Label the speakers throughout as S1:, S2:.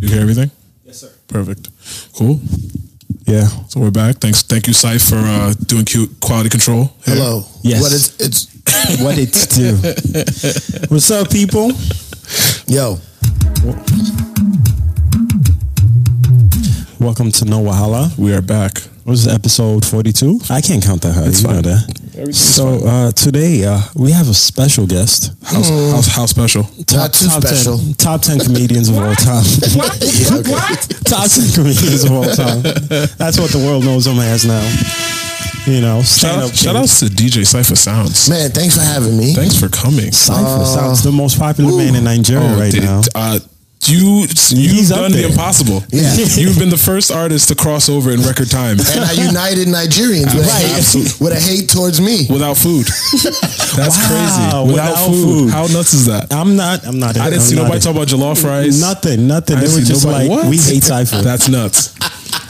S1: You hear everything?
S2: Yes, sir.
S1: Perfect. Cool.
S3: Yeah.
S1: So we're back. Thanks. Thank you, Syfe, for uh, doing cute quality control. here.
S3: Hello.
S4: Yes.
S3: What is it's
S4: What it's do. What's up, people?
S3: yo.
S4: Welcome to No Wahala.
S1: We are back.
S4: What is episode 42? I can't count that high. you know that. So uh, today uh, we have a special guest.
S1: How,
S4: Oh.
S1: how, how special?
S3: Not too special.
S4: 10, top 10 comedians of all time. top 10 comedians of all time. That's what the world knows him as now. You know,
S1: Shout,
S4: stand
S1: out,
S4: up.
S1: shout outs to DJ Cypher Sounds.
S3: Man, thanks for having me.
S1: Thanks for coming.
S4: Cypher sounds the most popular man in Nigeria
S1: Oh,
S4: right
S1: did-
S4: now.
S1: Uh, you, you've
S4: He's up
S1: done the
S4: there.
S1: impossible.
S3: Yeah.
S1: You've been the first artist to cross over in record time
S3: and I united Nigerians with,
S1: Right.
S3: a, with a hate towards me.
S1: without food. That's
S4: Wow,
S1: crazy. Without,
S4: without
S1: food.
S4: food.
S1: How nuts is that?
S4: I'm not. I'm not.
S1: I didn't
S4: I'm
S1: see
S4: not
S1: nobody
S4: it.
S1: talk about jollof rice.
S4: Nothing. Nothing.
S1: I
S4: They
S1: didn't
S4: were
S1: see
S4: just
S1: nobody-
S4: like,
S1: what?
S4: we hate Cypher.
S1: That's nuts.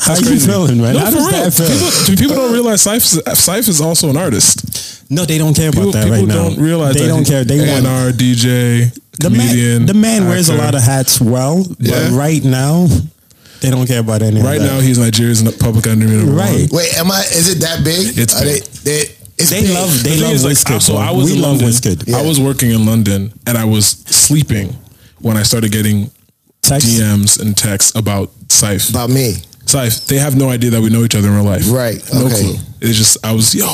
S4: How you feeling, man?
S1: No,
S4: How
S1: for
S4: does
S1: real.
S4: that feel?
S1: People, do people don't realize Syph, Syph is also an artist.
S4: No, they don't care
S1: People,
S4: about that
S1: people
S4: right now.
S1: don't realize
S4: they
S1: that
S4: don't
S1: he-
S4: care. They want
S1: A&R, DJ,
S4: the
S1: comedian.
S4: man. The man wears a
S1: actor.
S4: lot of hats. Well,
S1: Yeah.
S4: but right now, they don't care about any. of
S1: Right
S4: that.
S1: now, he's Nigeria's public enemy. number one.
S4: Right.
S3: Wait, am I? Is it that big?
S1: It's
S3: Are they,
S1: big.
S3: they, it's
S4: They
S3: big.
S4: love.
S1: The
S4: They
S1: thing
S4: love
S1: is, like,
S4: Wizkid.
S1: so
S4: bro.
S1: I was
S4: we
S1: in
S4: love
S1: London.
S4: Wizkid.
S1: I was working in London and I was sleeping when I started getting
S4: Text.
S1: DMs and texts about Syph.
S3: about me.
S1: Syph, they have no idea that we know each other in real life.
S3: Right,
S1: No
S3: okay.
S1: clue. It's just I was yo,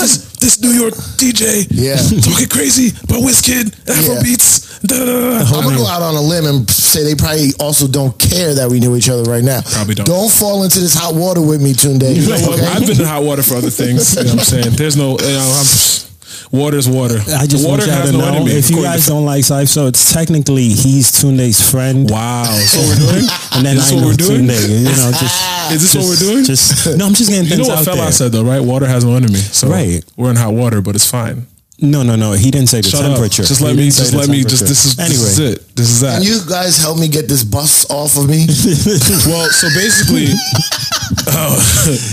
S1: this, this New York DJ
S3: Yeah.
S1: talking crazy about Wizkid, Afro
S3: Yeah.
S1: beats, da da da, da.
S3: I'm gonna go out on a limb and say they probably also don't care that we knew each other right now.
S1: Probably don't.
S3: Don't fall into this hot water with me, Tunde.
S1: You know what?
S3: okay?
S1: I've been in hot water for other things. You know what I'm saying? There's no, you know, I'm, water's water.
S4: I just
S1: uh, water
S4: want y'all to know if you
S1: according
S4: guys
S1: to-
S4: don't like Cypher, so it's technically he's Tunde's friend.
S1: wow, so we're doing.
S4: And then
S1: Is this
S4: I
S1: what
S4: know
S1: we're doing?
S4: Tunde. You know, just
S1: Is this what
S4: just-
S1: we're doing?
S4: Just no, I'm just getting
S1: you
S4: things
S1: know what
S4: out
S1: Fela
S4: there.
S1: said though, right? Water has no enemy. So
S4: Right.
S1: we're in hot water, but it's fine.
S4: No, no, no. He didn't say the
S1: Shut up.
S4: temperature.
S1: Just
S4: He
S1: let me.
S4: didn't say
S1: Just
S4: the
S1: let me. Just this
S4: temperature.
S1: is.
S4: anyway.
S1: This is it. This is that.
S3: Can you guys help me get this bus off of me?
S1: Well, so basically, uh,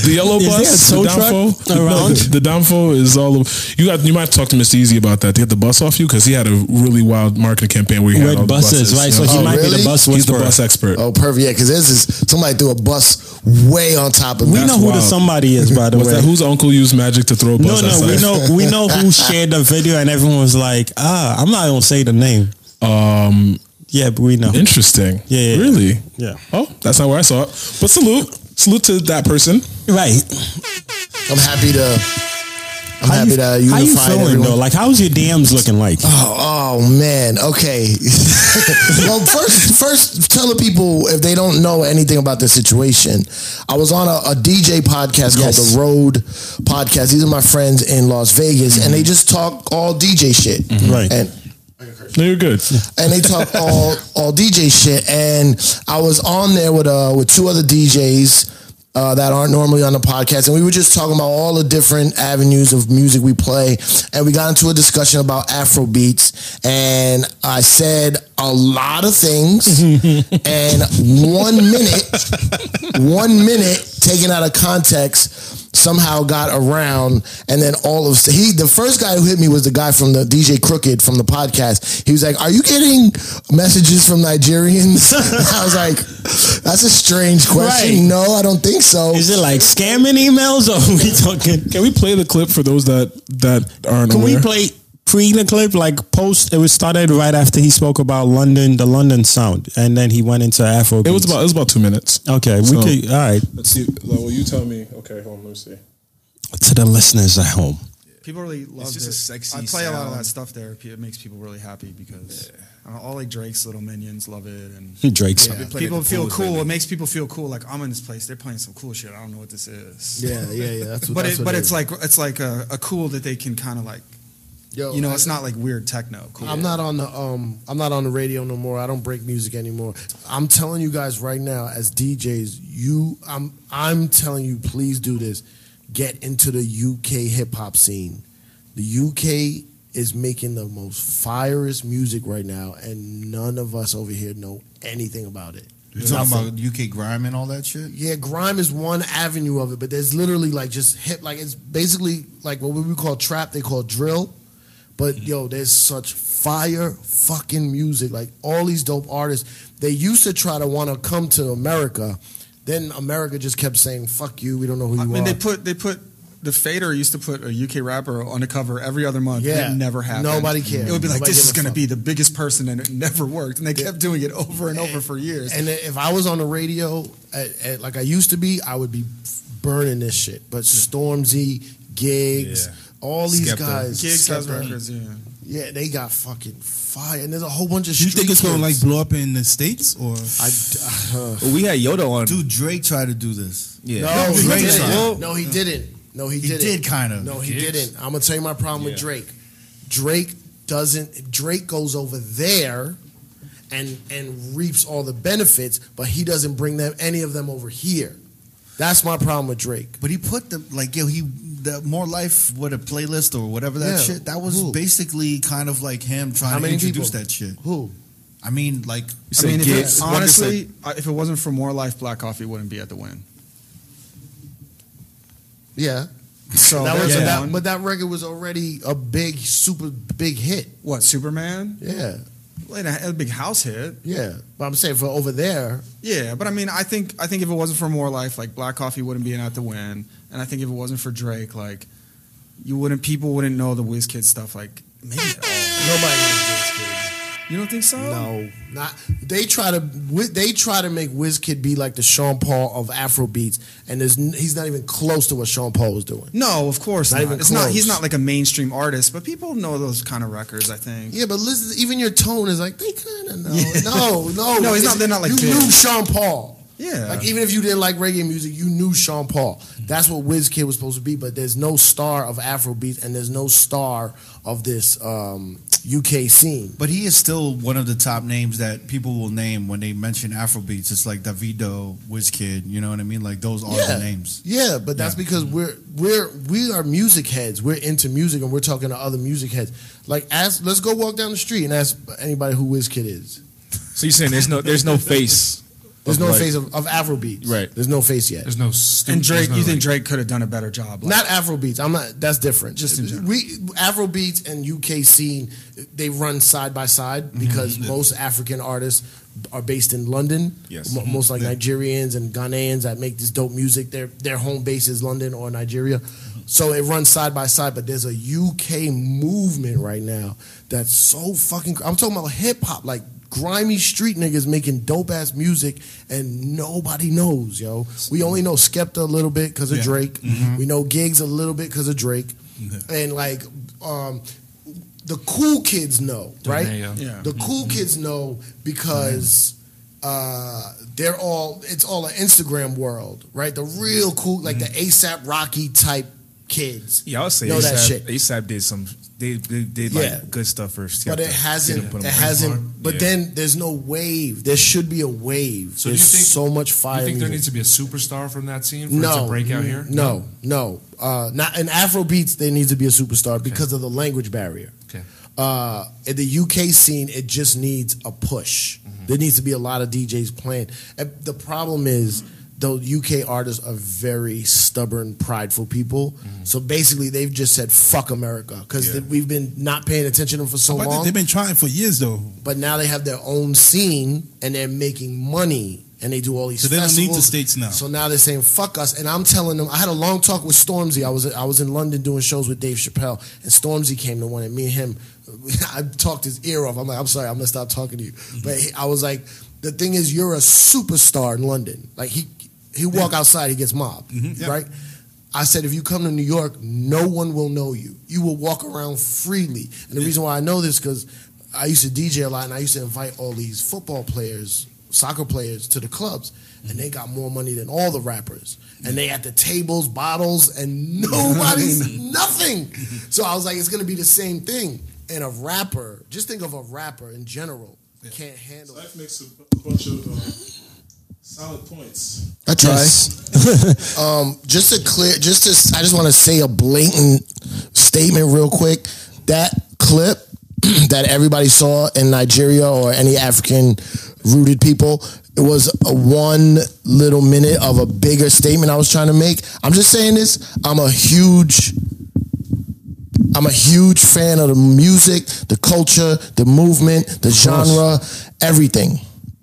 S1: the yellow
S4: Is there
S1: bus,
S4: a tow
S1: the
S4: truck
S1: downfall, the-
S4: around?
S1: The, the downfall is all. Of, you got. You might have to talk to Mr. Easy about that to get the bus off you because he had a really wild marketing campaign where he had all
S4: With
S1: the
S4: buses,
S1: buses,
S4: right?
S1: you
S4: So
S1: know?
S4: he
S3: Oh,
S4: might be the
S3: really?
S4: bus
S1: he's the
S4: whisperer.
S1: bus expert.
S3: Oh, perfect. Yeah, because this is somebody threw a bus way on top of me.
S4: We know who
S1: wild.
S4: the somebody is, by the
S1: Was
S4: way.
S1: that whose uncle used magic to throw a
S4: no,
S1: bus?
S4: no, we
S1: outside?
S4: know we know who shared the video, and everyone was like, "Ah, I'm not gonna say the name."
S1: Um,
S4: Yeah, but we know.
S1: interesting.
S4: Yeah, yeah, yeah.
S1: really.
S4: Yeah,
S1: Oh, that's not where I saw it. But salute, salute to that person.
S4: right.
S3: I'm happy to. I'm happy
S4: how
S3: to
S4: you, how you
S3: unify
S4: feeling
S3: everyone.
S4: though? Like, how's your DMs looking like?
S3: Oh, oh, man, okay. well, first, first, tell the people if they don't know anything about the situation. I was on a, a DJ podcast called
S4: Yes.
S3: The Road Podcast. These are my friends in Las Vegas, and they just talk all DJ shit.
S4: Mm-hmm. Right.
S3: And
S1: No, you're good.
S3: and they talk all all DJ shit. And I was on there with uh with two other DJs. Uh, that aren't normally on the podcast, and we were just talking about all the different avenues of music we play, and we got into a discussion about Afro beats, and I said a lot of things, and one minute one minute taken out of context somehow got around and then all of he the first guy who hit me was the guy from the DJ Crooked from the podcast. He was like, "Are you getting messages from Nigerians?" I was like, "That's a strange question.
S4: Right.
S3: No, I don't think so."
S4: Is it like scamming emails, or are we talking?
S1: Can we play the clip for those that that aren't
S4: Can
S1: aware?
S4: we play pre the clip, like post? It was started right after he spoke about London, the London sound, and then he went into Afro.
S1: it was about it was about two minutes.
S4: okay. We
S1: So-
S4: could all right
S1: Let's see. Well, you tell me. Okay, hold on. Let me see.
S4: to the listeners at home.
S5: People really love
S6: just
S5: it.
S6: a sexy
S5: I play a lot of that
S6: sound.
S5: stuff there. P- It makes people really happy because I don't know, all like Drake's little minions love it, and
S4: Drake's.
S6: I've
S5: Yeah,
S6: been playing
S5: people
S6: at the
S5: feel
S6: pools
S5: cool.
S6: lately.
S5: It makes people feel cool. Like I'm in this place. They're playing some cool shit. I don't know what this is.
S3: Yeah, yeah, yeah. That's what,
S5: but
S3: that's
S5: it,
S3: what
S5: but
S3: it
S5: it's
S3: is.
S5: like it's like a, a cool that they can kind of like
S3: Yo,
S5: you know
S3: Oh, I-
S5: it's not like weird techno. Cool.
S3: I'm not on the um I'm not on the radio no more. I don't break music anymore. I'm telling you guys right now as DJs, you I'm I'm telling you please do this. Get into the UK hip hop scene. The UK is making the most firest music right now and none of us over here know anything about it.
S6: You're talking
S3: Nothing.
S6: about UK grime and all that shit.
S3: Yeah, grime is one avenue of it, but there's literally like just hip, like it's basically like what we would call trap, they call drill, But
S6: Mm-hmm.
S3: yo, there's such fire fucking music. Like all these dope artists, they used to try to want to come to America. Then America just kept saying, "Fuck you, we don't know who you
S5: I mean,
S3: are."
S5: they put they put the Fader used to put a UK rapper on the cover every other month.
S3: Yeah.
S5: it never happened.
S3: Nobody cared.
S5: It would be like
S3: Nobody
S5: this is
S3: gave a
S5: going to
S3: fuck.
S5: be the biggest person, and it never worked. And they kept doing it over and over for years.
S3: And if I was on the radio at, at, like I used to be, I would be burning this shit. But
S6: Mm.
S3: Stormzy, Gigs,
S2: Yeah.
S3: all these
S2: Skepta.
S3: guys,
S5: Gigs has
S3: Skepta,
S5: records, yeah.
S3: yeah, they got fucking fire. And there's a whole bunch of.
S2: Do you think
S3: street
S2: it's gonna like
S3: kids.
S2: blow up in the states or?
S3: I, uh,
S6: We had Yoda on.
S2: Dude, Drake tried to do this.
S6: yeah.
S3: no, he
S2: Drake
S3: didn't.
S2: tried.
S3: No, he didn't. No, he,
S2: He
S3: didn't.
S2: did kinda.
S3: No, he
S2: Gigs.
S3: didn't. I'm gonna tell you my problem with Drake. Drake doesn't. Drake goes over there. And, and reaps all the benefits, but he doesn't bring them any of them over here. That's my problem with Drake.
S2: But he put the like yo he the more life what a playlist or whatever that
S3: Yeah,
S2: shit that was
S3: who?
S2: basically kind of like him trying to
S3: many
S2: introduce
S3: people?
S2: that shit.
S3: Who?
S2: I mean like
S5: I mean, if it-
S6: Gigs, Wonder
S5: honestly, I- if it wasn't for More Life, Black Coffee wouldn't be at the win.
S3: Yeah.
S2: Oh,
S5: So
S3: that was
S5: there's
S3: that-
S5: one.
S3: but that record was already a big, super big hit.
S5: what Superman?
S3: Yeah,
S5: Like, a, a big house hit.
S3: yeah. But I'm saying for over there,
S5: Yeah, but I mean, I think I think if it wasn't for More Life, like Black Coffee wouldn't be in at the win, and I think if it wasn't for Drake, like you wouldn't, people wouldn't know the WizKid stuff. Like maybe at all.
S3: uh, nobody knows kids.
S5: You don't think so?
S3: No, not they try to wi- they try to make Wizkid be like the Sean Paul of Afro beats, and there's n- he's not even close to what Sean Paul was doing.
S5: No, of course
S3: Not
S5: not.
S3: even
S5: it's not. He's
S3: close.
S5: not like a mainstream artist, but people know those kind of records. I think.
S3: Yeah, but listen, even your tone is like they kind of know. No, no,
S5: No, he's not- they're not like
S3: you
S5: big.
S3: knew Sean Paul.
S5: Yeah.
S3: like even if you didn't like reggae music, you knew Sean Paul. That's what Wizkid was supposed to be. But there's no star of Afrobeat, and there's no star of this um, UK scene.
S2: but he is still one of the top names that people will name when they mention Afrobeats. It's like Davido, Wizkid, you know what I mean? Like those are
S3: Yeah.
S2: the names.
S3: Yeah, but that's because we're we're we are music heads. We're into music, and we're talking to other music heads. Like, ask. Let's go walk down the street and ask anybody who Wizkid is.
S6: So you're saying there's no there's no face.
S3: There's
S6: of
S3: no
S6: like-
S3: face of, of Afrobeat.
S6: Right.
S3: There's no face yet.
S6: There's no. Stu-
S5: And Drake,
S6: there's no,
S5: you think
S6: like-
S5: Drake could have done a better job? Like,
S3: Not Afrobeats. I'm not. That's different.
S5: Just in general.
S3: we Afrobeats and UK scene, they run side by side because most African artists are based in London.
S6: Yes.
S3: Mo- most like Nigerians and Ghanaians that make this dope music. Their their home base is London or Nigeria, so it runs side by side. But there's a UK movement right now that's so fucking. I'm talking about hip hop, like grimy street niggas making dope ass music and nobody knows, yo. We only know Skepta a little bit because of
S2: Yeah.
S3: Drake. We know Gigs a little bit because of Drake, and like um, the cool kids know, right?
S5: Yeah.
S3: The cool kids know because uh, they're all it's all an Instagram world, right? The real cool, like the ASAP Rocky type kids.
S6: Yeah, I'll say
S3: know that
S6: ASAP,
S3: shit.
S6: ASAP did some. They they did
S3: Yeah.
S6: like good stuff first.
S3: But it hasn't. It hasn't. But then there's no wave. There should be a wave.
S7: So do you
S3: there's
S7: think-
S3: so much fire.
S7: you think there
S3: music.
S7: needs to be a superstar from that scene for it
S3: no Mm-hmm.
S7: to break out here?
S3: No, no. Uh, not in Afro beats. There needs to be a superstar because of the language barrier.
S7: Okay.
S3: Uh, in the UK scene, it just needs a push.
S7: Mm-hmm.
S3: There needs to be a lot of DJs playing. And the problem is, those UK artists are very stubborn, prideful people.
S7: Mm-hmm.
S3: So basically, they've just said "fuck America" because we've been not paying attention to them for so
S6: But
S3: long
S6: they've been trying for years though.
S3: but now they have their own scene and they're making money and they do all these.
S6: So they don't need
S3: festivals.
S6: the states now.
S3: So now they're saying "fuck us," and I'm telling them. I had a long talk with Stormzy. I was I was in London doing shows with Dave Chappelle, and Stormzy came to one, and me and him, I talked his ear off. I'm like, I'm sorry, I'm gonna stop talking to you. But he, I was like, the thing is, you're a superstar in London. Like he he walk outside, he gets mobbed, right? I said, if you come to New York, no one will know you. You will walk around freely. And the reason why I know this because I used to DJ a lot, and I used to invite all these football players, soccer players, to the clubs, and they got more money than all the rappers. And they at the tables, bottles, and nobody's nothing. So I was like, it's gonna be the same thing. And a rapper, just think of a rapper in general, can't handle. it.
S1: Life makes a bunch of um, solid points.
S3: I try. um, just to clear, just to, I just want to say a blatant statement real quick. That clip that everybody saw in Nigeria or any African rooted people, it was a one little minute of a bigger statement I was trying to make. I'm just saying this. I'm a huge I'm a huge fan of the music, the culture, the movement, the genre, everything.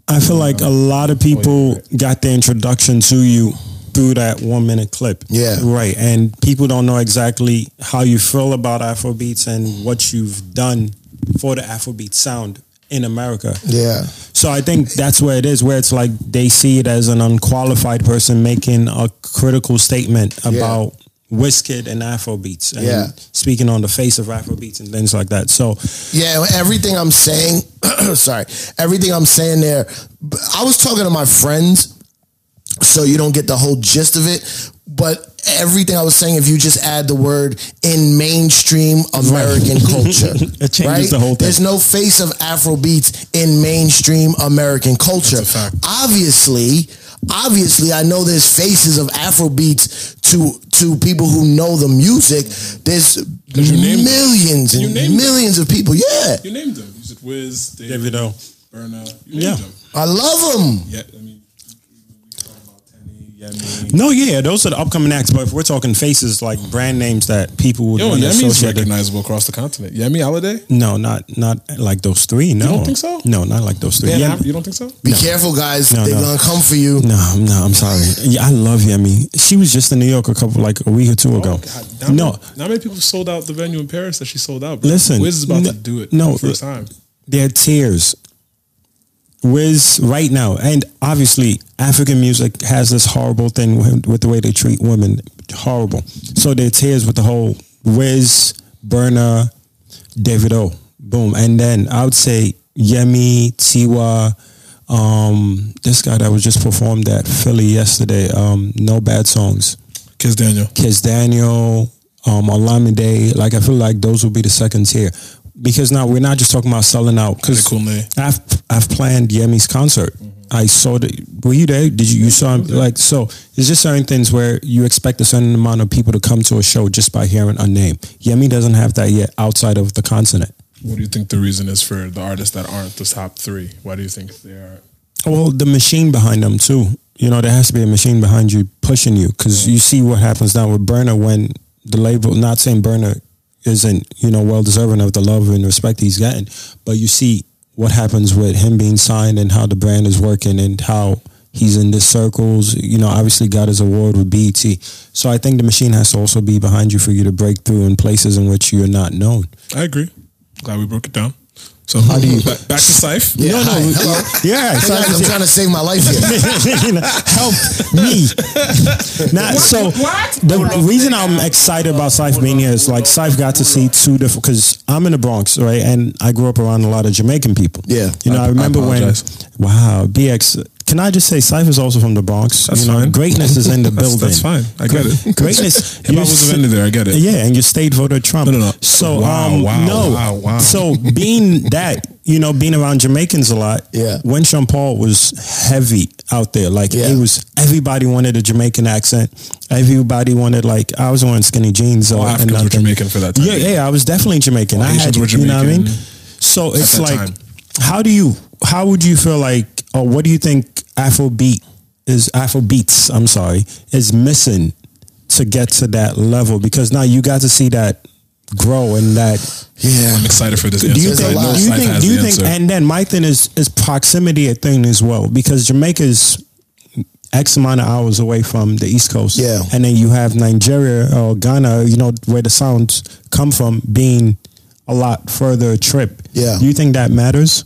S4: I feel like a lot of
S3: Oh,
S4: people got their introduction to you through that one minute clip.
S3: Yeah.
S4: Right. And people don't know exactly how you feel about Afrobeats and what you've done for the Afrobeat sound in America.
S3: Yeah.
S4: So I think that's where it is, where it's like they see it as an unqualified person making a critical statement about Wizkid and Afrobeats and
S3: Yeah.
S4: speaking on the face of Afrobeats and things like that. So
S3: Yeah, everything I'm saying, sorry, everything I'm saying there, b- I was talking to my friends, so you don't get the whole gist of it, but everything I was saying, if you just add the word in mainstream American culture,
S4: It changes the whole thing.
S3: There's no face of Afrobeats in mainstream American culture.
S1: That's a fact.
S3: Obviously, obviously, I know there's faces of Afrobeats to to people who know the music. There's
S1: you name-
S3: millions
S1: Did you
S3: and
S1: name-
S3: millions of people. Yeah,
S1: You named them. You said Wiz, David,
S4: Davido.
S1: Burna. You named
S4: Yeah.
S1: them.
S3: I love them.
S1: Yeah, I mean, we talking about Tenny, yeah, I mean,
S4: No, yeah, those are the upcoming acts. But if we're talking faces like brand names that people would
S1: Yo,
S4: want
S1: and
S4: to
S1: Yemi's
S4: associate, with-
S1: recognizable across the continent. Yemi Holiday?
S4: no, not not like those three. No,
S1: don't think so?
S4: No, not like those three.
S1: Yeah,
S4: Yeah,
S1: you don't think so?
S3: Be careful, guys.
S4: No,
S3: They're
S4: no.
S3: gonna come for you.
S4: no, no, I'm sorry. Yeah, I love Yemi. She was just in New York a couple like a week or two
S1: Oh,
S4: ago.
S1: How many,
S4: no,
S1: how many people sold out the venue in Paris that she sold out? Bro?
S4: Listen,
S1: Wiz is about to
S4: n-
S1: do it.
S4: no,
S1: for the first
S4: l-
S1: time.
S4: their tears. Wiz right now, and obviously African music has this horrible thing with, with the way they treat women, horrible. So their tears with the whole Wiz, Burna, Davido, boom, and then I would say Yemi, Tiwa, um, this guy that was just performed at Philly yesterday, um, no bad songs,
S1: Kiss Daniel.
S4: Kiss Daniel, um, Olamide. Like I feel like those will be the second tier because now we're not just talking about selling out because.
S1: Adekunle.
S4: I've I've planned Yemi's concert. I saw the. Were you there? Did you you saw him? Like so, it's just certain things where you expect a certain amount of people to come to a show just by hearing a name. Yemi doesn't have that yet outside of the continent.
S1: What do you think the reason is for the artists that aren't the top three? Why do you think they are?
S4: Well, the machine behind them too. You know, there has to be a machine behind you pushing you because you see what happens now with Burner when the label. Not saying Burner isn't you know well deserving of the love and respect he's getting, but you see what happens with him being signed and how the brand is working and how he's in the circles. You know, obviously got his award with BET. So I think the machine has to also be behind you for you to break through in places in which you're not known.
S1: I agree. Glad we broke it down. So back, back to Scythe.
S3: Yeah, hi. Hello.
S4: Yeah,
S3: Hey, guys, I'm trying to save my life here.
S4: help me. Not so. The reason I'm excited about Syfe being here is like Syfe got to see two different. Because I'm in the Bronx, right, and I grew up around a lot of Jamaican people.
S3: Yeah,
S4: you know,
S1: I-
S4: I,
S1: I
S4: remember when.
S1: apologize.
S4: Wow, BX. Can I just say Syfe is also from the Bronx?
S1: That's
S4: you know,
S1: fine.
S4: greatness is in the
S1: That's,
S4: building.
S1: that's fine. I get it.
S4: Greatness.
S1: If I was offended there, I get it.
S4: Yeah, and you stayed voter Trump.
S1: No, no, no.
S4: So
S1: Wow,
S4: um,
S1: wow,
S4: no.
S1: wow, wow.
S4: So being that you know being around Jamaicans a lot.
S3: Yeah.
S4: When Sean Paul was heavy out there, like
S3: Yeah.
S4: it was everybody wanted a Jamaican accent. Everybody wanted like I was wearing skinny jeans. So
S1: All
S4: and
S1: Africans were
S4: nothing.
S1: Jamaican for that time.
S4: Yeah, yeah. I was definitely Jamaican. I
S1: Haitians
S4: had,
S1: were
S4: You know what I mean?
S1: Jamaican
S4: So it's
S1: that
S4: like,
S1: time.
S4: how do you? How would you feel like? Or what do you think Afrobeat is? Afrobeats, I'm sorry, is missing to get to that level because now you got to see that grow and that.
S3: Yeah.
S1: I'm excited for this
S4: Do you
S1: answer.
S4: think?
S1: I know
S4: Do you
S1: Scythe
S4: think?
S1: has
S4: Do you
S1: the
S4: think?
S1: answer.
S4: And then my thing is is proximity a thing as well because Jamaica's. X amount of hours away from the East Coast.
S3: Yeah.
S4: And then you have Nigeria or Ghana, you know, where the sounds come from being a lot further a trip.
S3: Yeah.
S4: Do you think that matters?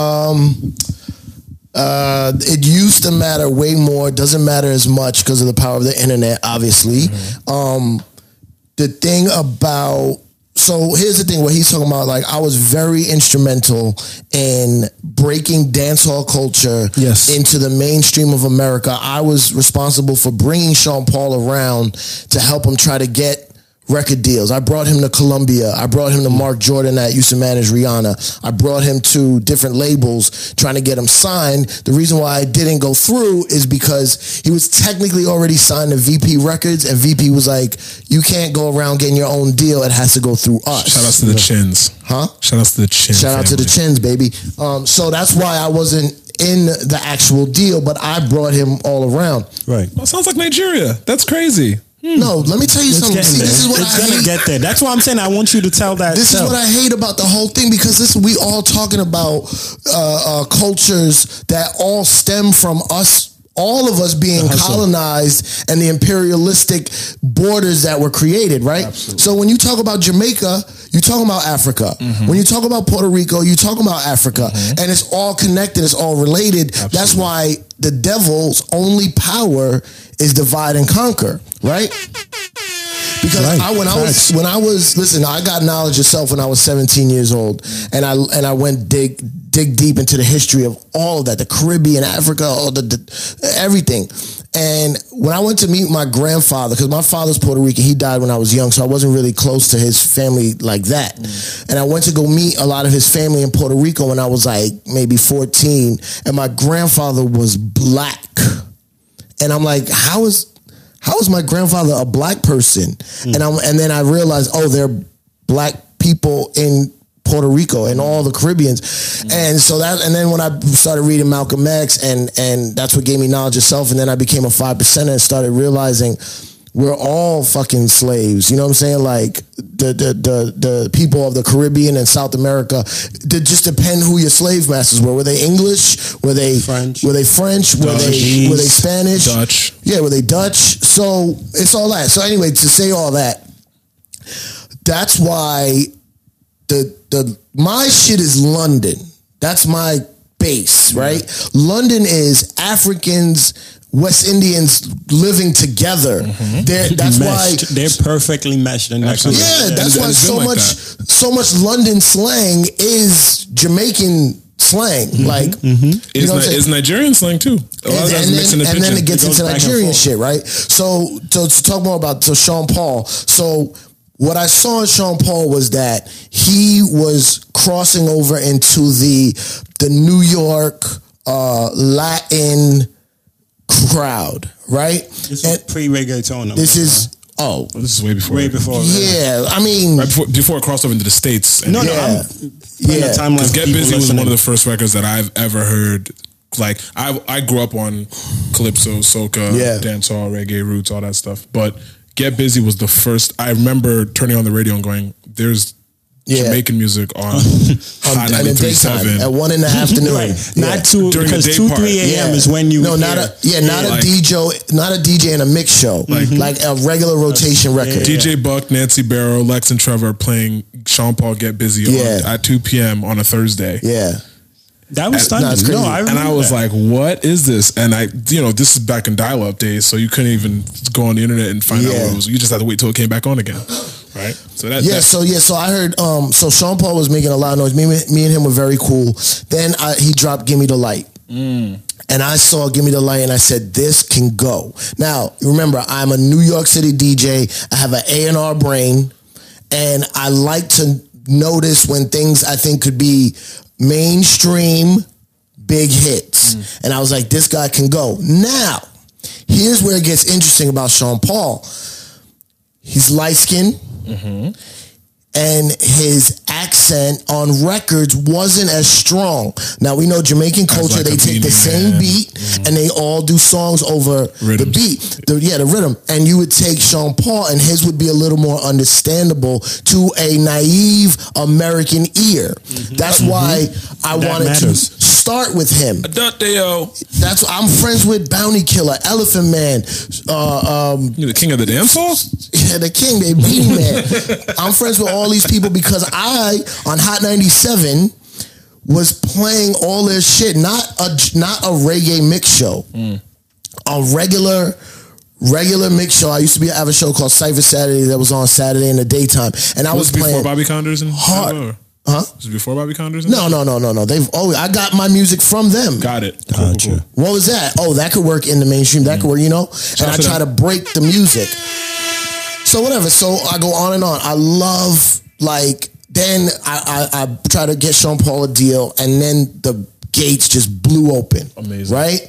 S3: Um, Uh, it used to matter way more. It doesn't matter as much because of the power of the internet, obviously.
S4: Mm-hmm.
S3: Um, the thing about so here's the thing what he's talking about like i was very instrumental in breaking dancehall culture
S4: Yes.
S3: into the mainstream of america i was responsible for bringing sean paul around to help him try to get record deals i brought him to columbia i brought him to mark jordan that used to manage rihanna i brought him to different labels trying to get him signed the reason why i didn't go through is because he was technically already signed to vp records and vp was like you can't go around getting your own deal it has to go through us
S1: Shout outs to the chins.
S3: Huh?
S1: Shout outs to the chin.
S3: Shout out to the
S1: family.
S3: chins, baby. Um, so that's why I wasn't in the actual deal, but I brought him all around.
S4: Right.
S1: That sounds like Nigeria. That's crazy.
S3: No, let me tell you
S4: Hmm. It's
S3: something.
S4: getting
S3: See,
S4: there.
S3: this is what
S4: it's
S3: I
S4: gonna
S3: hate.
S4: get there. That's why I'm saying I want you to tell that.
S3: This is
S4: tell.
S3: what I hate about the whole thing because this we all talking about uh, uh, cultures that all stem from us, all of us being colonized and the imperialistic borders that were created, right? So when you talk about Jamaica, you talking about Africa. When you talk about Puerto Rico, you talking about Africa, and it's all connected. It's all related. That's why the devil's only power is divide and conquer, right? because
S4: Right.
S3: I, when I was
S4: Facts.
S3: when I was listen, I got knowledge of self when I was 17 years old, and I and I went dig dig deep into the history of all of that, the Caribbean, Africa, all the, the everything. And when I went to meet my grandfather, because my father's Puerto Rican, he died when I was young, so I wasn't really close to his family like that. And I went to go meet a lot of his family in Puerto Rico when I was like maybe 14, and my grandfather was black and I'm like, how is how is my grandfather a black person? And I'm and then I realized, oh, they're black people in Puerto Rico and all the Caribbeans. And so that and then when I started reading Malcolm X and and that's what gave me knowledge of self. And then I became a five percenter and started realizing we're all fucking slaves. You know what I'm saying? Like the the the, the people of the Caribbean and South America. It just depend who your slave masters were. Were they English? Were they
S4: French.
S3: Were they French? Were they
S4: Portuguese.
S3: were they Spanish?
S1: Dutch.
S3: Yeah, were they Dutch? So it's all that. So anyway, to say all that, that's why the the my shit is London. That's my base, right? London is Africans, West Indians living together.
S1: Mm-hmm.
S3: They're That's
S4: meshed.
S3: why.
S4: they're perfectly meshed. And that's
S1: Absolutely.
S3: Yeah,
S1: Yeah,
S3: that's
S1: it's-
S3: why
S1: it's been
S3: so
S1: like
S3: much so much London slang is Jamaican slang.
S1: Mm-hmm.
S3: Like you
S1: It's,
S3: know what I'm
S1: Ni-
S3: saying?
S1: it's Nigerian slang too. A lot of
S3: and,
S1: that's
S3: and
S1: mixing
S3: then,
S1: the
S3: and then it gets
S4: goes
S3: into
S4: back and
S3: Nigerian
S4: forth.
S3: shit, right? So to, to talk more about so Sean Paul. So what I saw in Sean Paul was that he was crossing over into the the New York uh, Latin crowd, right?
S4: This is
S3: and
S4: pre reggaeton.
S3: this is oh
S1: This is way before.
S4: way before.
S3: yeah, I mean
S1: Right before, before it crossed over into the states. And
S4: No, no,
S3: Yeah.
S4: I'm putting
S3: Yeah.
S4: a timeline.
S1: Because
S4: for
S1: Get
S4: people
S1: Busy was
S4: listening.
S1: one of the first records that I've ever heard. Like I, I grew up on calypso, soca,
S3: Yeah.
S1: dancehall, reggae roots, all that stuff. But Get Busy was the first. I remember turning on the radio and going, "There's
S3: Yeah.
S1: Jamaican music on
S3: on,
S1: Hot
S3: on the daytime at
S1: 93.7
S3: one in the afternoon.
S4: Right.
S3: Yeah.
S4: Not two
S1: During the
S4: because
S1: day
S4: two
S1: part.
S4: three a.m. is when you
S3: no
S4: would
S3: not
S4: hear-
S3: a yeah not
S1: Yeah,
S3: a
S1: like-
S3: DJ not a DJ in a mix show like, a regular rotation record.
S1: DJ Buck, Nancy Barrow, Lex, and Trevor are playing Sean Paul Get Busy
S3: Yeah.
S1: on, at 2 p.m. on a Thursday.
S3: Yeah.
S4: That was
S1: No,
S4: stunning.
S3: it's crazy.
S4: No, I
S1: and I
S4: remember
S1: was
S4: that.
S1: like, "What is this?" And I, you know, this is back in dial-up days, so you couldn't even go on the internet and find out what
S3: Yeah.
S1: it was. You just had to wait till it came back on again, right? So that,
S3: Yeah,
S1: that-
S3: so yeah, so I heard um so Sean Paul was making a lot of noise. Me, me and him were very cool. Then I, he dropped Gimme the Light. And I saw Gimme the Light and I said, This can go. Now, remember, I'm a New York City DJ. I have an A and R brain and I like to notice when things I think could be mainstream big hits. And I was like, this guy can go. Now, here's where it gets interesting about Sean Paul. He's light skinned. And his accent on records wasn't as strong. Now we know Jamaican culture;
S1: like
S3: they
S1: a
S3: take the
S1: beanie
S3: same
S1: man.
S3: beat and they all do songs over the
S1: Rhythms.
S3: beat. The, yeah, the rhythm. And you would take Sean Paul, and his would be a little more understandable to a naive American ear. That's why I
S4: That
S3: wanted
S4: matters.
S3: to start with him.
S1: Adoteo.
S3: That's I'm friends with Bounty Killer, Elephant Man, uh, um,
S1: You're the king of the dancehall.
S3: yeah, the King, they Beanie Man. I'm friends with all these people because I on Hot 97 was playing all their shit, not a not a reggae mix show,
S1: Mm.
S3: a regular regular mix show. I used to be have a show called Cypher Saturday that was on Saturday in the daytime, and I
S1: Was
S3: was
S1: it before
S3: playing.
S1: Bobby Condors and
S3: hard.
S1: Or-
S3: Huh?
S1: Was it before Bobby Condors? and-
S3: No, no, no, no, no. They've oh, I got my music from them.
S1: got it. Cool, cool,
S4: Gotcha.
S3: What was that? Oh, that could work in the mainstream. That could work, you know? And I
S1: to
S3: try to
S1: them.
S3: break the music. So whatever. So I go on and on. I love like then I, I, I try to get Sean Paul a deal and then the gates just blew open.
S1: Amazing.
S3: Right?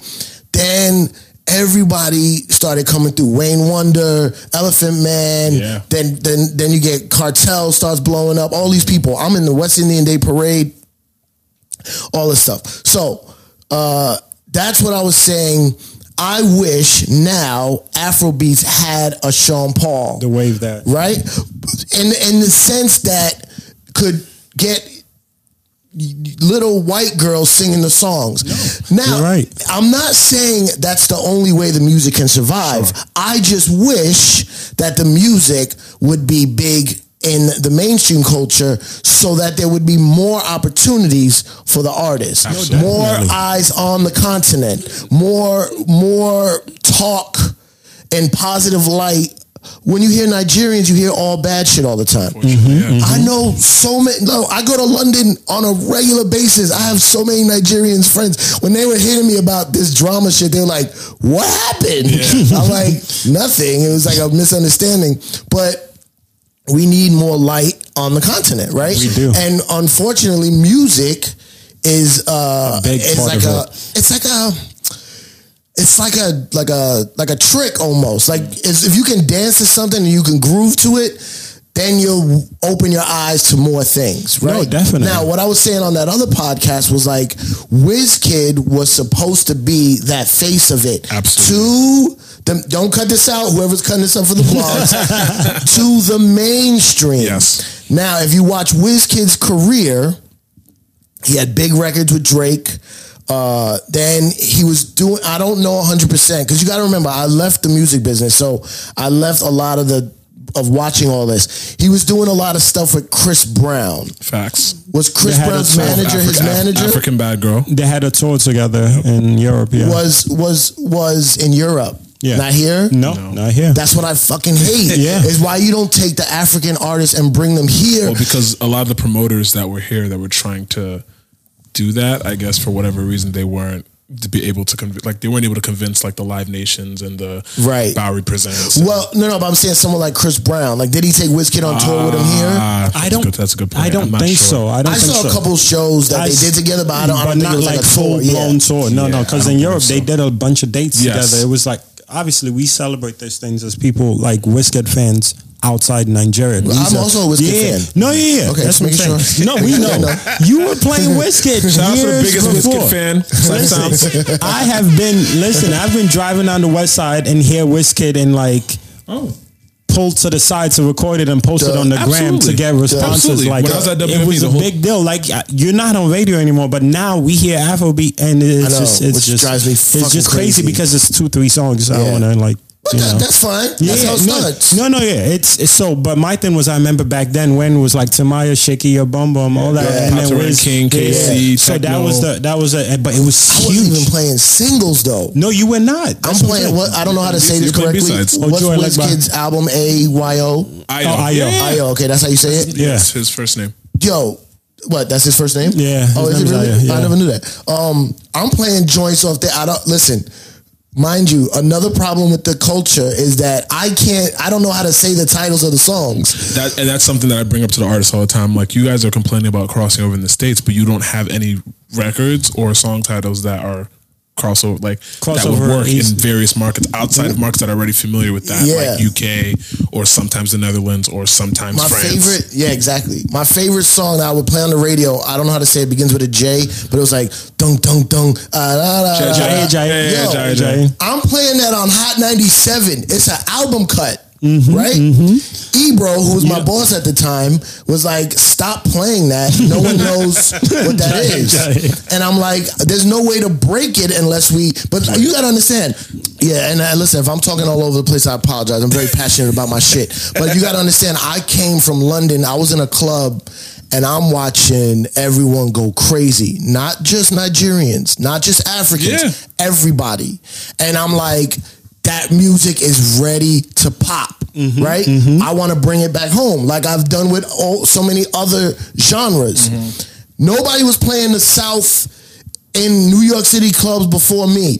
S3: Then everybody started coming through. Wayne Wonder, Elephant Man,
S1: Yeah.
S3: then then then you get cartel starts blowing up, all these people. I'm in the West Indian Day parade all this stuff. So uh, that's what I was saying. I wish now Afrobeats had a Sean Paul
S4: The wave that
S3: right? In in the sense that could get little white girls singing the songs. now,
S4: you're right.
S3: I'm not saying that's the only way the music can survive. I just wish that the music would be big in the mainstream culture so that there would be more opportunities for the artists more eyes on the continent more more talk and positive light when you hear Nigerians, you hear all bad shit all the time.
S4: Mm-hmm.
S3: I know so many. No, I go to London on a regular basis. I have so many Nigerians friends. When they were hitting me about this drama shit, they were like, "What happened?" I'm like, "Nothing." It was like a misunderstanding. But we need more light on the continent, right? We
S4: do.
S3: And unfortunately, music is
S4: A
S3: uh,
S4: big
S3: it's
S4: part of
S3: like a,
S4: it.
S3: it's like a, it's like a like a like a trick almost. Like it's, if you can dance to something and you can groove to it, then you'll open your eyes to more things, right?
S4: definitely.
S3: Now, what I was saying on that other podcast was like, WizKid was supposed to be that face of it.
S1: Absolutely.
S3: To the, don't cut this out. Whoever's cutting this up for the blogs, to the mainstream.
S1: Yes.
S3: Now, if you watch WizKid's career, he had big records with Drake. Uh, then he was doing, I don't know 100% because you got to remember, I left the music business. So I left a lot of the, of watching all this. He was doing a lot of stuff with Chris Brown.
S1: Facts.
S3: Was Chris
S4: They had
S3: Brown's
S4: a South
S3: manager his
S1: African-
S3: manager?
S1: African bad girl.
S4: they had a tour together in Europe. Yeah,
S3: was was was in Europe.
S4: yeah.
S3: Not here.
S4: No, not here.
S3: That's what I fucking hate.
S4: Yeah.
S3: Is why you don't take the African artists and bring them here.
S1: Well, because a lot of the promoters that were here that were trying to do that, I guess for whatever reason they weren't to be able to convince, like they weren't able to convince like the Live Nations and the
S3: Right.
S1: Bowery Presents.
S3: Well, no, no, but I'm saying someone like Chris Brown. Like, did he take Wizkid on tour with him here?
S1: Ah,
S4: I
S1: that's
S4: don't.
S1: Good, that's a good point.
S4: I
S1: I'm
S4: don't
S1: not
S4: think
S1: sure.
S4: so. I don't.
S3: I
S4: think
S3: saw a
S4: so.
S3: couple shows that
S4: I
S3: they
S4: s-
S3: did together, but I don't, I don't
S4: but
S3: think it
S4: not
S3: was like,
S4: like
S3: a
S4: full
S3: tour. Yeah.
S4: blown tour. No, no,
S1: Yeah,
S4: because
S1: I
S4: in
S1: don't
S4: Europe
S1: think
S4: they
S1: so.
S4: did a bunch of dates
S1: Yes.
S4: together. It was like obviously we celebrate those things as people like Wizkid fans outside Nigeria. These
S3: I'm also a Wizkid
S4: yeah.
S3: fan.
S4: No, yeah, yeah.
S3: Okay,
S4: that's
S3: just
S4: what I'm
S3: making
S4: saying.
S3: sure.
S4: No, we know. you were playing Wizkid
S1: Shout out to the
S4: years
S1: biggest Wizkid
S4: before.
S1: fan.
S4: Listen, I have been. Listen, I've been driving down the west side and hear Wizkid and like. Oh. Pulled to the side to record it and post it
S3: Duh.
S4: on the gram
S1: Absolutely.
S4: to get responses.
S1: Absolutely.
S4: Like
S1: When I was at
S4: it
S1: WME,
S4: was
S1: the
S4: a
S1: whole-
S4: big deal. Like uh, you're not on radio anymore, but now we hear Afrobeat, and it's
S3: I know,
S4: just it's
S3: which
S4: just
S3: drives me
S4: it's
S3: fucking
S4: just crazy,
S3: crazy.
S4: because it's two three songs. I
S3: Yeah.
S4: want to like
S3: But
S4: you
S3: that,
S4: know.
S3: that's fine. that's how it's
S4: no,
S3: done.
S4: no, no, yeah. It's, it's so, but my thing was, I remember back then when it was like Tamaya, Shaky, Your Bum Bum, all that,
S3: Yeah.
S4: and then
S1: Pata Red
S4: Wiz-
S1: King, KC,
S4: So that
S1: Techno.
S4: was the that was a, but it was
S3: I wasn't
S4: huge.
S3: even playing singles though.
S4: No, you were not.
S3: I'm
S4: That's
S3: playing
S4: I'm
S3: what I don't know how to say
S1: You
S3: this
S1: play
S3: correctly.
S1: B-sides.
S4: Oh,
S3: What's
S4: Joy Legba.
S3: Wizkid's album A Y O?
S1: I
S4: Oh, Ayo.
S1: Yeah.
S3: I O. Okay, that's how you say it.
S4: Yeah.
S1: Yes, his first name.
S3: yo, what? That's his first name.
S4: Yeah,
S3: Oh,
S4: his
S3: is
S4: name
S3: it
S4: is
S3: really?
S4: Aya, yeah.
S3: I never knew that. Um, I'm playing joints off there. I don't listen. Mind you, another problem with the culture is that I can't. I don't know how to say the titles of the songs.
S1: That and that's something that I bring up to the artists all the time. Like you guys are complaining about crossing over in the states, but you don't have any records or song titles that are crossover like that would
S4: Crossover
S1: work
S4: is-
S1: in various markets outside of markets that are already familiar with that,
S3: Yeah.
S1: like UK or sometimes the Netherlands or sometimes
S3: My
S1: France.
S3: favorite, yeah, exactly. My favorite song that I would play on the radio. I don't know how to say it. Begins with a J, but it was like dung dung dung. ah, da, da, da,
S4: Jaya,
S3: da.
S4: Jaya,
S3: Yo,
S1: Jaya,
S4: Jaya.
S3: I'm playing that on Hot 97. It's an album cut, right? Ebro, who was my boss at the time, was like, stop playing that. No one knows what that is. And I'm like, there's no way to break it unless we, but you got to understand. Yeah, and uh, listen, if I'm talking all over the place, I apologize. I'm very passionate about my shit. But you got to understand, I came from London. I was in a club and I'm watching everyone go crazy. Not just Nigerians, not just Africans,
S1: Yeah.
S3: everybody. And I'm like, that music is ready to pop,
S4: Mm-hmm.
S3: right? I want to bring it back home, like I've done with all, so many other genres.
S4: Mm-hmm.
S3: Nobody was playing the South in New York City clubs before me.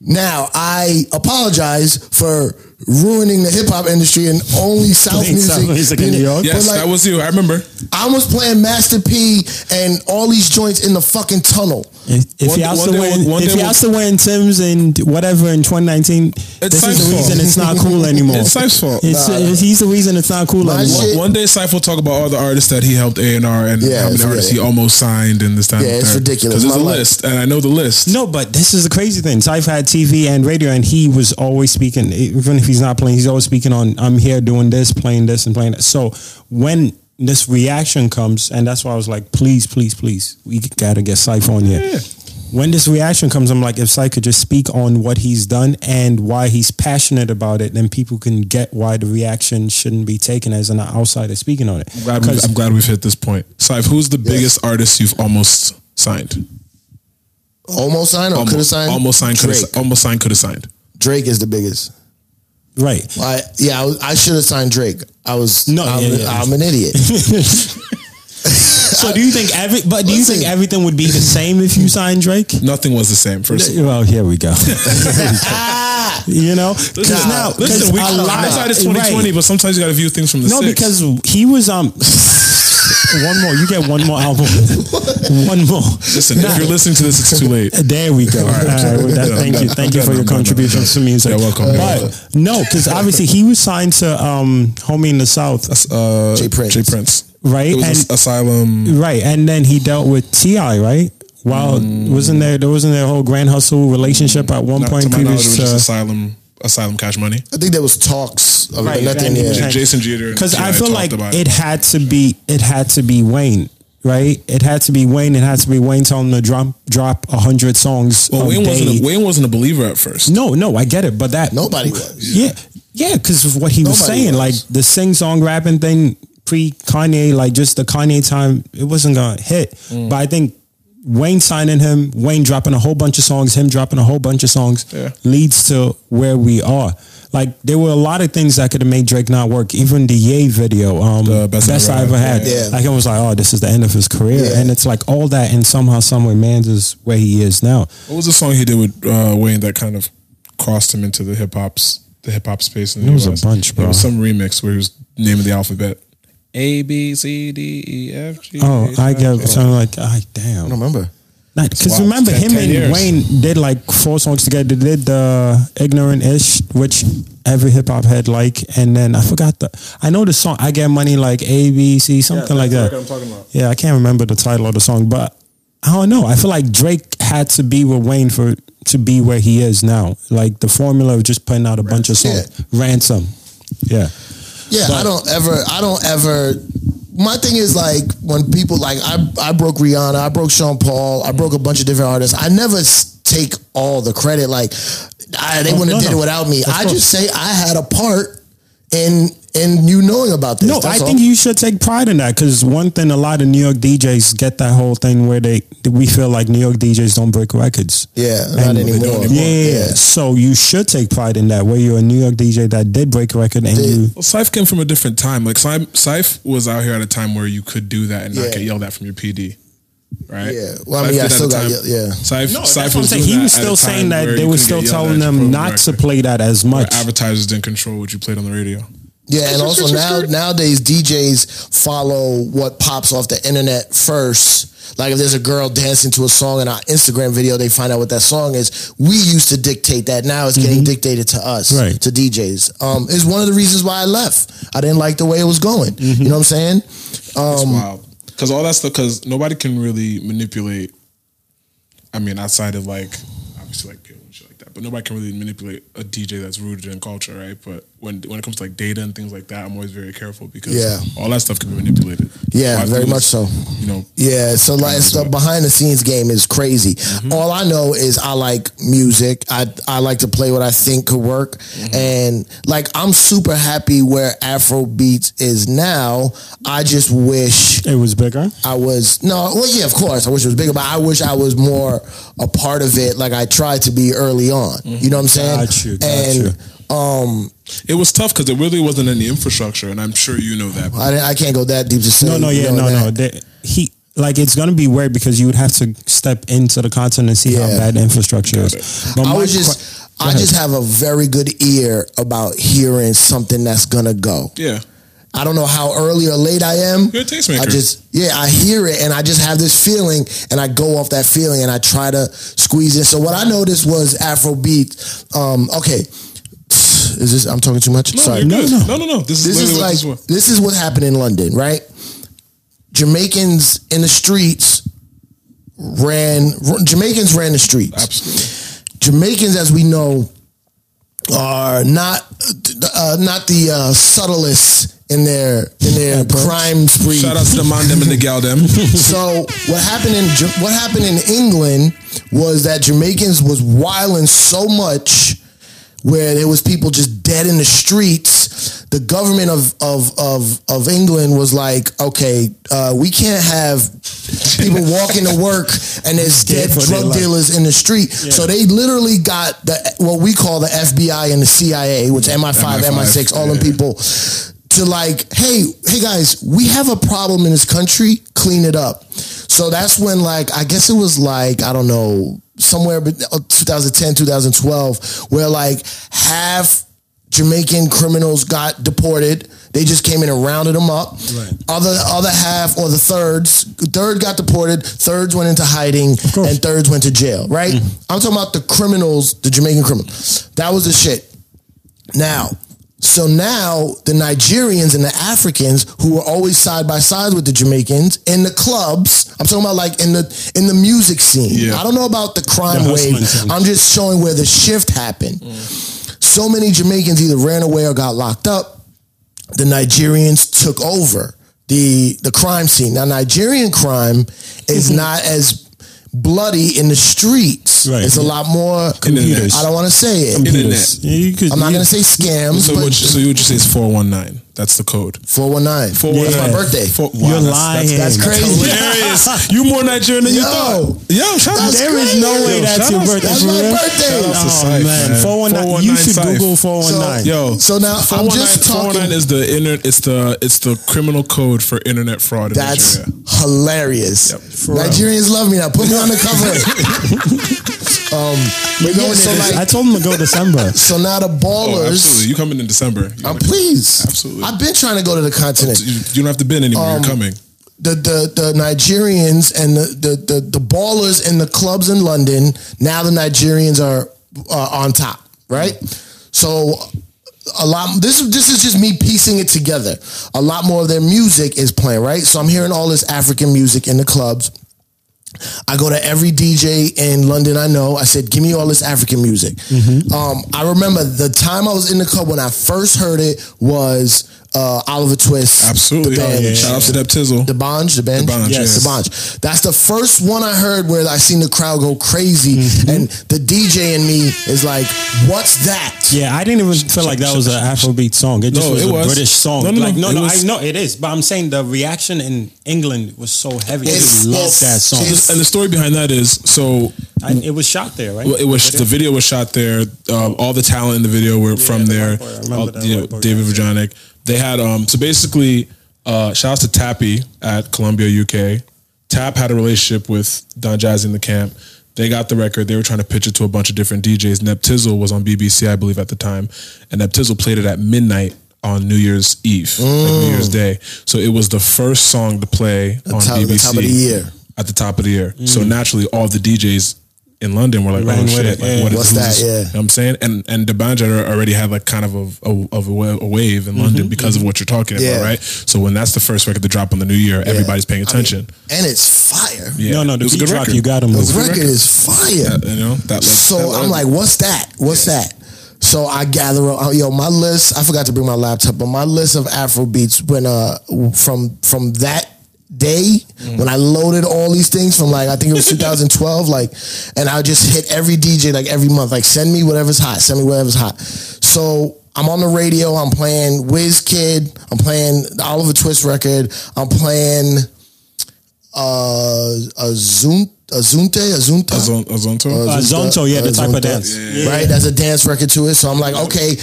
S3: Now I apologize for ruining the hip hop industry and only South
S4: Playing
S3: music.
S4: South music in New York?
S1: Yes,
S3: But, like,
S1: that was you. I remember.
S3: I was playing Master P and all these joints in the fucking tunnel.
S4: If, if
S1: One-
S4: he has
S1: one
S4: to
S1: day-
S4: win,
S1: one
S4: if
S1: day
S4: he
S1: we'll-
S4: has to win Tim's and whatever in 2019, this
S1: Syph's
S4: is the
S1: fault.
S4: reason it's not cool anymore.
S1: It's Syph's fault.
S4: It's- it's- he's the reason it's not cool
S3: My
S4: anymore.
S3: shit-
S1: One day, Syph will talk about all the artists that he helped A and R and
S3: Yeah,
S1: how many
S3: it's-
S1: artists
S3: yeah.
S1: he almost signed and this time.
S3: Yeah, it's
S1: Because
S3: ridiculous.
S1: there's
S3: My
S1: a
S3: life-
S1: list, and I know the list.
S4: No, but this is the crazy thing. Syph had TV and radio, and he was always speaking. Even if he's not playing, he's always speaking on. I'm here doing this, playing this, and playing that. So when this reaction comes, and that's why I was like, please, please, please, we gotta get Syph on here. When this reaction comes, I'm like, if Syph could just speak on what he's done and why he's passionate about it, then people can get why the reaction shouldn't be taken as an outsider speaking on it.
S1: I'm glad, we've,
S4: 'Cause-
S1: I'm glad we've hit this point. Syph, who's the biggest artist you've almost signed?
S3: Almost signed or could
S1: Almost
S3: have signed?
S1: Almost signed. Could
S3: Drake.
S1: have. Almost signed. Could have signed.
S3: Drake is the biggest.
S4: right.
S3: I, yeah, I, was- I should have signed Drake. I was.
S4: No,
S3: I'm,
S4: yeah, yeah.
S3: I'm an idiot.
S4: So do you think every? But do you
S3: Listen.
S4: think everything would be the same if you signed Drake?
S1: Nothing was the same. First, of all.
S4: Well, here we go. you know, because
S3: Nah,
S4: now,
S1: listen, we
S4: a lot-
S1: that's how it's 2020, but sometimes you got to view things from the
S4: No,
S1: six.
S4: because he was um. one more, you get one more album. one more.
S1: listen, if you're listening to this, it's too late.
S4: There we go. All right, well, that- thank you, thank you for your contribution to music.
S1: You're welcome.
S4: But no, because obviously he was signed to um, Homie in the South,
S1: Uh,
S3: Jay Prince.
S1: Jay Prince.
S4: Right,
S1: It was
S4: and-
S1: As- Asylum.
S4: right? And then he dealt with Ti, right? While wasn't there? There wasn't there a whole Grand Hustle relationship at one
S1: Mm. Not,
S4: point
S1: to my knowledge, it was
S4: previous uh,
S1: just
S4: to
S1: Asylum. Asylum Cash Money.
S3: I think there was talks of
S4: Right,
S3: but nothing.
S4: and he
S3: Yeah.
S4: was like-
S1: Jason Jeter. and
S4: because
S1: T.I.
S4: I feel
S1: talked
S4: like
S1: about
S4: it had to be it had to be Wayne, right? It had to be Wayne. It had to be Wayne telling him to drop drop a hundred songs.
S1: Well,
S4: a
S1: Wayne
S4: day.
S1: wasn't, a, Wayne wasn't a believer at first.
S4: No, no, I get it, but that
S3: Nobody was.
S4: yeah, yeah, because of what he was
S3: Nobody
S4: saying,
S3: was.
S4: like the sing song rapping thing pre Kanye, like just the Kanye time, it wasn't gonna hit. But I think Wayne signing him, Wayne dropping a whole bunch of songs, him dropping a whole bunch of songs,
S1: Yeah.
S4: leads to where we are. Like there were a lot of things that could have made Drake not work. Even the Ye video, um,
S1: The
S4: best,
S1: Best I
S4: I
S1: Ever
S4: ever
S1: Had.
S4: had.
S3: Yeah.
S4: Like I was like, oh, this is the end of his career,
S3: Yeah.
S4: and it's like all that, and somehow, somewhere, man's is where he is now.
S1: What was the song he did with uh, Wayne that kind of crossed him into the hip hop's the hip hop space? In the
S4: There was a
S1: US?
S4: bunch,
S1: There was
S4: bro.
S1: some remix where he was naming the alphabet. A B C D E F G.
S4: Oh,
S1: H,
S4: I
S1: I,
S4: get
S1: J.
S4: something like, I damn.
S3: I don't remember.
S4: Because
S1: wild.
S4: remember
S1: Ten-
S4: him
S1: ten
S4: and
S1: years.
S4: Wayne did like four songs together. They did the ignorant ish, which every hip hop had like, and then I forgot the. I know the song. I get money like A B C something like that. Yeah, I can't remember the title of the song, but I don't know. I feel like Drake had to be with Wayne for to be where he is now. Like the formula of just putting out a bunch of songs. Ransom. Yeah.
S3: Yeah, I don't ever. I don't ever. My thing is like when people like I I broke Rihanna, I broke Sean Paul, I broke a bunch of different artists. I never s- take all the credit. Like I, they
S4: Oh,
S3: wouldn't
S4: no,
S3: have did
S4: no.
S3: it without me.
S4: Of
S3: I
S4: course.
S3: just say I had a part in in you knowing about this.
S4: No, I
S3: That's
S4: think
S3: all.
S4: you should take pride in that because one thing a lot of New York DJs get that whole thing where they we feel like New York DJs don't break records.
S3: Yeah, not
S4: And-
S3: anymore.
S4: Yeah, so you should take pride in that where you're a New York DJ that did break a record and you.
S1: Well, Syph came from a different time. Like Syph, Syph was out here at a time where you could do that and
S3: Yeah.
S1: not get yelled at from your PD. Right.
S3: Yeah. Well,
S1: Syph
S3: I mean, I
S1: did that
S3: still
S1: at a
S3: got
S1: time-
S3: yell- yeah.
S1: Syph,
S4: No,
S1: Syph
S4: that's what I'm
S1: was
S4: saying.
S1: doing
S4: He was
S1: at a
S4: still saying
S1: time
S4: that
S1: where
S4: they
S1: you
S4: were
S1: couldn't
S4: still
S1: get yelled
S4: telling
S1: at for
S4: them not to
S1: record.
S4: play that as
S1: Where
S4: much.
S1: Advertisers didn't control what you played on the radio.
S3: Yeah, and also now nowadays DJs follow what pops off the internet first. Like if there's a girl dancing to a song in our Instagram video, they find out what that song is. We used to dictate that. Now it's getting dictated to us,
S4: Right.
S3: to DJs. Um, is one of the reasons why I left. I didn't like the way it was going. You know what I'm saying?
S1: It's wild because Um, all that stuff because nobody can really manipulate. I mean, outside of like obviously like people and shit like that, but nobody can really manipulate a DJ that's rooted in culture, right? But when when it comes to like data and things like that, I'm always very careful because
S3: Yeah.
S1: all that stuff can be manipulated.
S3: Yeah,
S1: I
S3: very
S1: feel
S3: much so.
S1: You know,
S3: Yeah, so like it's the behind the scenes game is crazy.
S4: Mm-hmm.
S3: All I know is I like music. I I like to play what I think could work,
S4: Mm-hmm.
S3: and like I'm super happy where Afro beats is now. I just wish
S4: It was bigger.
S3: I was no. Well, yeah, of course I wish it was bigger, but I wish I was more a part of it. Like I tried to be early on. You know what I'm saying?
S4: Mm-hmm. Got you, got
S3: and
S4: you.
S3: um,
S1: it was tough because there really wasn't any infrastructure, and I'm sure you know that.
S3: I didn't- I can't go that deep to say.
S4: No, no, yeah,
S3: knowing
S4: no, no.
S3: that.
S4: They, he like it's gonna be weird because you would have to step into the content and see how
S3: Yeah.
S4: bad infrastructure is. But
S3: I
S4: my
S3: was
S4: que-
S3: just,
S4: Go
S3: I
S4: ahead.
S3: just have a very good ear about hearing something that's gonna go.
S1: Yeah,
S3: I don't know how early or late I am.
S1: You're a tastemaker.
S3: I just yeah, I hear it and I just have this feeling and I go off that feeling and I try to squeeze it. So what I noticed was Afrobeat. Um, okay, is this? I'm talking too much.
S1: No,
S3: Sorry.
S1: you're good. No, no, no. This,
S3: This
S1: is
S3: is
S1: literally
S3: like
S1: what this was.
S3: this is what happened in London, right? Jamaicans in the streets ran. Jamaicans ran the streets.
S1: Absolutely.
S3: Jamaicans, as we know, are not uh, not the uh, subtlest in their in their crime spree.
S1: Shout out to the man them and the gal them.
S3: So what happened in Ja- what happened in England was that Jamaicans was wilding so much where there was people just dead in the streets. The government of of of, of England was like, okay, uh, we can't have people walking to work and there's dead
S4: for their
S3: drug
S4: life.
S3: dealers in the street. So they literally got the what we call the FBI and the CIA, which MI5, MI6, all them
S1: yeah.
S3: people to like, hey, hey guys, we have a problem in this country, clean it up. So that's when like I guess it was like I don't know somewhere uh, but 2010 2012 where like half Jamaican criminals got deported. They just came in and rounded them up. Other other half or the thirds, third got deported, thirds went into hiding, and thirds went to jail. Right? I'm talking about the criminals, the Jamaican criminals. That was the shit. Now, so now the Nigerians and the Africans who were always side by side with the Jamaicans in the clubs, I'm talking about like in the in the music scene.
S1: Yeah.
S3: I don't know about the crime
S4: The hustling
S3: wave.
S4: scene.
S3: I'm just showing where the shift happened.
S1: Mm.
S3: So many Jamaicans either ran away or got locked up the Nigerians took over the the crime scene. Now Nigerian crime
S1: Mm-hmm.
S3: is not as bloody in the streets.
S4: Right.
S3: It's a lot more
S1: Computers.
S3: I don't want to say it.
S1: Internet.
S4: Yeah, you could-
S3: I'm not
S4: you-
S3: going to say scams,
S1: So,
S3: but
S1: what you, so you would just say it's 419. That's the code.
S3: 419. That's my birthday.
S1: Four, wow,
S4: You're
S1: that's-
S4: lying.
S3: That's crazy.
S1: Hilarious. you more Nigerian than you
S3: Yo.
S1: thought. Yo, shout out. to-
S3: That's
S4: There is no
S3: crazy.
S4: way
S1: Yo,
S4: that's
S1: shout
S4: your
S1: out-
S4: birthday.
S3: that's
S4: for
S3: my
S4: real?
S3: birthday.
S1: Shout out to
S4: Oh,
S1: Syph,
S4: man.
S1: man.
S4: 419. You should
S1: 419
S4: Google
S1: Syph.
S4: 419.
S1: Yo,
S3: So now I'm just
S1: 419
S3: talking.
S1: 419 is the internet. It's the it's the criminal code for internet fraud. In
S3: That's
S1: Nigeria.
S3: hilarious.
S1: Yep, for real.
S3: Nigerians love me now. Put me on the cover. um, but yeah, so like,
S4: I told him to go December.
S3: so now the
S1: Oh,
S3: ballers.
S1: absolutely. You coming in December? You
S3: I'm
S1: gotta-
S3: pleased.
S1: Absolutely.
S3: I've been trying to go to the continent.
S1: You, you don't have to bend anymore.
S3: Um,
S1: You're coming.
S3: the the the Nigerians and the the the, the ballers in the clubs in London. Now the Nigerians are uh, on top, right? So a lot. This is this is just me piecing it together. A lot more of their music is playing, right? So I'm hearing all this African music in the clubs. I go to every DJ in London I know. I said, "Give me all this African music."
S1: Mm-hmm.
S3: Um, I remember the time I was in the club when I first heard it was uh, Oliver Twist.
S1: Absolutely. Oh,
S3: the band.
S1: Shout out to that Tizzle.
S3: The Bonge, the Bench.
S1: Bonge, Yes. yes.
S3: The Bonge. That's the first one I heard where I seen the crowd go crazy,
S1: Mm-hmm.
S3: and the DJ in me is like, "What's that?"
S4: Yeah, I didn't even feel like that was an Afrobeat song. It just
S1: No,
S4: was
S1: it
S4: a
S1: was.
S4: British song.
S1: No, no, no.
S4: like, no,
S1: It
S4: no,
S1: was-
S4: I know it is. But I'm saying the reaction in England was so heavy.
S3: It's-
S4: They
S3: it's-
S4: loved that song.
S3: it's-
S1: and the story behind that is so
S4: I, it was shot there, right?
S1: Well, it was
S4: The
S1: the video was shot there. Um, all the talent in the video were from
S4: the
S1: there.
S4: white boy. I remember
S1: All-
S4: that
S1: you know,
S4: white boy
S1: David
S4: guy, yeah.
S1: Vajanic. They had um, so basically. Uh, shout out to Tappy at Columbia UK. Tap had a relationship with Don Jazzy in the camp. They got the record. They were trying to pitch it to a bunch of different DJs. Neptizzle was on BBC, I believe, at the time, and Neptizzle played it at midnight on New Year's Eve, like New Year's Day. So it was the first song to play on
S3: top- Mm. the
S1: BBC
S3: top of the year. Mm.
S1: At the top of the year. So naturally, all the DJs in London were like,
S4: Ran
S1: "Oh
S4: with
S1: shit!
S4: it,
S1: like,
S4: yeah.
S1: what is
S3: What's
S1: who's
S3: that?
S1: this?"
S3: Yeah.
S1: You know what I'm saying, and and the Banjo already had like kind of a a, of a, wa- a wave in London because of what you're talking
S3: Mm-hmm, Yeah.
S1: about, right? So when that's the first record to drop on the new year, everybody's paying attention.
S3: and it's fire.
S1: yeah,
S4: No, no, the
S1: it was a
S4: beat
S1: good
S4: drop
S1: record.
S4: you got him.
S3: The
S4: was-
S3: record, is fire.
S1: Uh, you know that. Led, that
S3: so
S1: led-
S3: I'm like, "What's that? What's that?" So I gather up, uh, yo, my list. I forgot to bring my laptop, but my list of Afro beats when uh from from that day
S1: Mm-hmm.
S3: when I loaded all these things from like I think it was 2012, like, and I just hit every DJ like every month, like send me whatever's hot, send me whatever's hot. So I'm on the radio, I'm playing Wiz Kid, I'm playing the Oliver Twist record, I'm playing uh a Zun a Zunte a Zunta
S1: Ozon- Ozonto?
S4: Uh, Zonto, yeah, the type
S3: Zonto,
S4: of dance. Yeah.
S3: Right? That's a dance record to it. So I'm like, okay,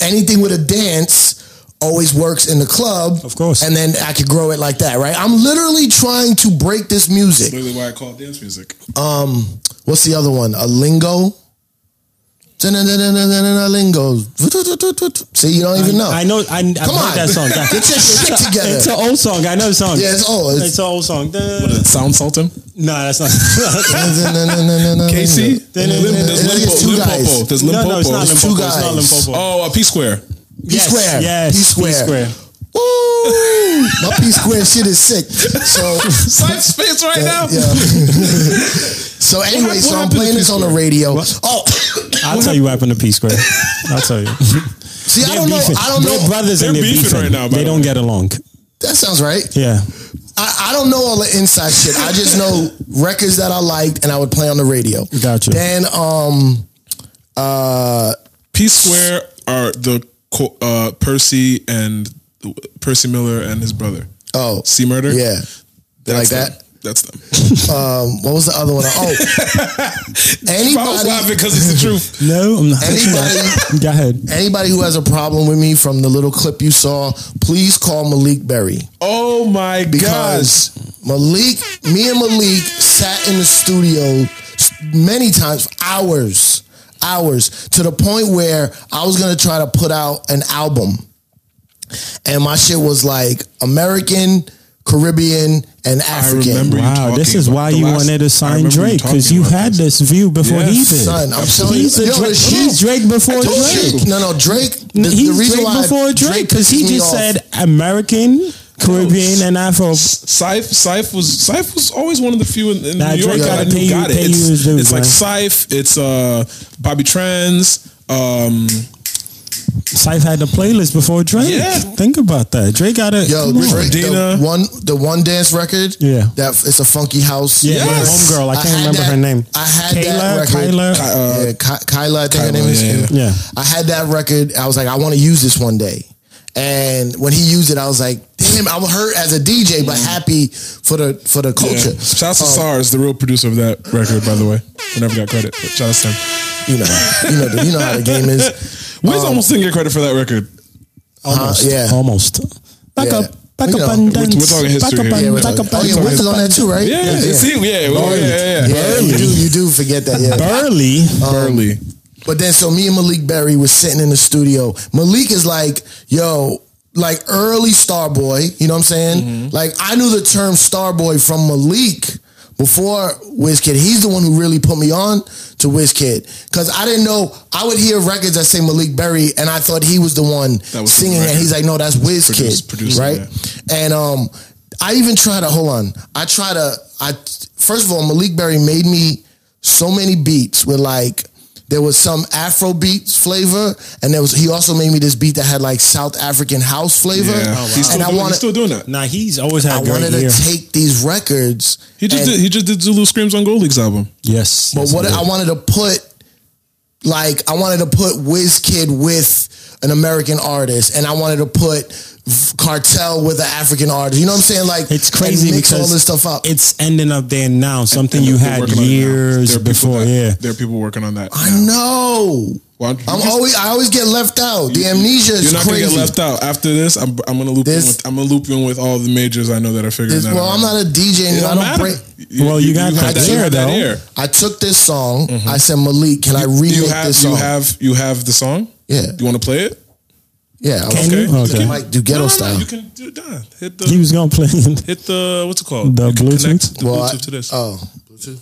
S3: anything with a dance always works in the club.
S4: Of course.
S3: And then I could grow it like that, right? I'm literally trying to break this music.
S1: literally why I call it dance music.
S3: Um, what's the other one? A lingo? Lingo. See, you don't even know.
S4: I know. I, I've
S3: Come
S4: heard
S3: on.
S4: that song. That-
S3: Get your shit
S4: it's a-
S3: together.
S4: It's an old song. I know the song.
S3: Yeah, it's old.
S4: It's,
S3: It's-
S4: an old song. No,
S1: Sound Sultan?
S4: that's not.
S1: KC?
S3: Casey?
S1: Lim- There's
S3: It's
S1: Limpo-
S3: two
S1: Limpopo.
S3: guys.
S1: There's
S4: no, no, it's
S1: Limpopo.
S4: not
S3: There's two
S4: Limpopo. It's not
S3: guys.
S4: Limpopo.
S1: Oh, uh, P Square.
S3: P square.
S4: Yes.
S3: P square. Woo! My P square shit is sick. So
S1: Side space right now.
S3: Yeah. so anyway,
S1: hap- what
S3: so I'm
S1: happened to
S3: playing this
S1: Peace
S3: on the
S1: Corps?
S3: radio. Oh,
S4: I'll tell you what happened to P Square. I'll tell you.
S3: see, I don't know. I don't
S4: They're
S3: know.
S4: brothers and
S1: They're
S4: they're
S1: beefing
S4: beefing.
S1: right now, by
S4: they
S1: the
S4: don't
S1: way.
S4: get along.
S3: That sounds right.
S4: Yeah.
S3: I, I don't know all the inside shit. I just know records that I liked and I would play on the radio.
S4: Gotcha.
S3: Then um,
S1: P Square are the co- uh, Percy and Percy Miller and his brother.
S3: oh
S1: C Murder.
S3: yeah, they like
S1: That's
S3: that.
S1: them. That's them.
S3: Um, what was the other one? Oh,
S1: I was laughing
S3: anybody,
S1: because it's the truth.
S4: No, I'm not.
S3: Anybody-
S4: Go ahead.
S3: anybody who has a problem with me from the little clip you saw, please call Malik Berry.
S1: Oh my gosh.
S3: because Malik, me and Malik sat in the studio s- many times, hours, hours, to the point where I was gonna try to put out an album, and my shit was like American, Caribbean, and African.
S1: remember you
S4: Wow, this
S1: talking
S4: is
S1: about
S4: why
S1: the
S4: you
S1: last-
S4: wanted
S1: I
S4: to sign
S1: remember you
S4: Drake because
S1: talking
S4: you
S1: about
S4: had
S1: this.
S4: this view before he did.
S1: Yes,
S3: Son, I'm telling
S4: he's
S3: you,
S4: a
S3: yo,
S4: Drake,
S3: the shit-
S4: he's Drake before
S3: I told
S4: Drake.
S3: you. No, no, Drake. The,
S4: he's
S3: the reason
S4: Drake
S3: why
S4: before Drake because he
S3: pissed me
S4: just
S3: off-
S4: said American, Caribbean, and Afro.
S1: Syfe, Syfe was Syfe was always one of the few in, in
S4: Nah,
S1: New York
S4: Drake
S1: that I
S4: gotta
S1: knew
S4: pay you-
S1: got it.
S4: pay you
S1: It's,
S4: his dues,
S1: it's like
S4: man.
S1: Syfe, it's uh, Bobby Trans. Um,
S4: Syfe had the playlist before Drake.
S1: Yeah.
S4: Think about that. Drake got a
S3: Yo,
S4: come on.
S3: Drake,
S1: Dina.
S3: the one the one dance record.
S4: Yeah.
S3: that it's a funky house.
S4: Yeah, my homegirl. I can't
S3: had
S4: remember
S3: that-
S4: her name.
S3: I had that
S4: Kayla,
S3: record.
S4: Kyla.
S3: Ky- uh, yeah, Ky- Kyla, I think her
S1: Kyla,
S3: name is.
S1: yeah, yeah.
S4: Yeah.
S3: I had that record. I was like, I want to use this one day. And when he used it, I was like, damn, I was hurt as a DJ, but happy for the for the culture.
S1: yeah. Shout out
S3: Um,
S1: to SARS, the real producer of that record, by the way. I never got credit, but shout out to him.
S3: You know, you know, the- you know how the game is.
S1: Wiz almost didn't get credit for that record.
S4: almost.
S3: uh, yeah.
S4: Almost. Back
S3: Yeah.
S4: up. Back
S3: You
S4: up
S3: know,
S4: and
S1: we're- we're
S4: dance.
S1: talking history
S4: back
S1: here.
S4: up
S3: Yeah,
S4: and
S3: wait,
S4: back up
S3: oh
S4: and
S3: yeah, Wiz is on that too, right?
S1: Yeah, yeah, yeah. See, yeah, well, yeah, yeah, yeah.
S3: Yeah, you do, you do forget that. Uh, Yeah.
S4: Burley.
S3: um,
S1: Burley.
S3: But then, so me and Malik Berry was sitting in the studio. Malik is like, yo, like early Starboy. You know what I'm saying?
S1: Mm-hmm.
S3: Like I knew the term Starboy from Malik before Wizkid. He's the one who really put me on to Wizkid because I didn't know. I would hear records that say Malik Berry, and I thought he was the one
S1: That was the
S3: singing, and
S1: record.
S3: he's like, no, that's Wizkid,
S1: Produce- producer,
S3: right? And um, I even tried to hold on. I tried to. I first of all, Malik Berry made me so many beats with like there was some Afro beats flavor, and there was he also made me this beat that had like South African house flavor.
S1: Yeah. He's, still
S3: And I
S1: doing, he's
S3: wanted
S1: still doing that.
S4: Nah, he's always
S3: I
S4: had a
S3: wanted
S4: great
S3: to
S4: year.
S3: take these records.
S1: He just
S3: and-
S1: did, he just did Zulu Screams on Gold League's album.
S4: yes.
S3: but
S4: yes,
S3: what
S4: he
S3: I
S4: did.
S3: wanted to put, like, I wanted to put Wizkid with an American artist, and I wanted to put v- Cartel with an African artist. You know what I'm saying? Like,
S4: It's
S3: and
S4: crazy
S3: mix
S4: because
S3: all this stuff up.
S4: it's ending up there now. Something
S1: And
S4: you
S1: they're
S4: had
S1: working on it now. There
S4: years
S1: are people
S4: before.
S1: that-
S4: Yeah.
S1: There are people working on that.
S3: I
S1: now.
S3: know.
S1: Why don't you
S3: I'm
S1: just-
S3: always. I always get left out. The amnesia is
S1: You're not
S3: crazy.
S1: gonna get left out after this. I'm, I'm gonna loop
S3: This-
S1: in with I'm gonna loop you in with all the majors I know that are figuring
S3: This-
S1: that
S3: well,
S1: out.
S3: I'm not a DJ. and I
S1: It
S3: don't
S1: don't matter.
S3: break.
S4: Well, you got
S1: had
S4: that ear,
S1: had
S4: though.
S1: ear. Mm-hmm.
S3: I took this song. I said, Malik, can I remake
S1: You have
S3: this song?
S1: you have you have the song.
S3: Yeah.
S1: You want to play it?
S3: yeah, I was
S4: Can you?
S1: Okay.
S4: Okay.
S3: like do
S1: No, no,
S3: ghetto
S1: no,
S3: style.
S1: You can do that. Hit the
S4: He was going to play.
S1: hit the what's it called?
S4: The
S1: You can
S4: Bluetooth?
S1: connect The
S3: Well, I-
S1: Bluetooth to this.
S3: Oh,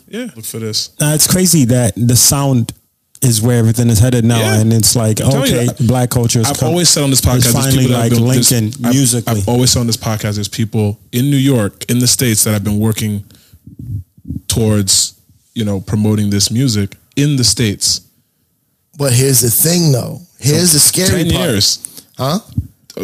S1: yeah. Look for this.
S4: Nah, it's crazy that the sound is where everything is headed now,
S1: Yeah.
S4: and it's like
S1: telling you,
S4: okay,
S1: I-
S4: black culture. Is
S1: I've
S4: com-
S1: always said on this
S4: is
S1: podcast, there's
S4: finally
S1: people that
S4: like
S1: have been, there's-
S4: Lincoln
S1: I've-
S4: musically.
S1: I've always said on this podcast, there's people in New York, in the states, that have been working towards you know promoting this music in the states.
S3: but here's the thing, though. Here's the scary
S1: Ten
S3: part.
S1: years,
S3: huh?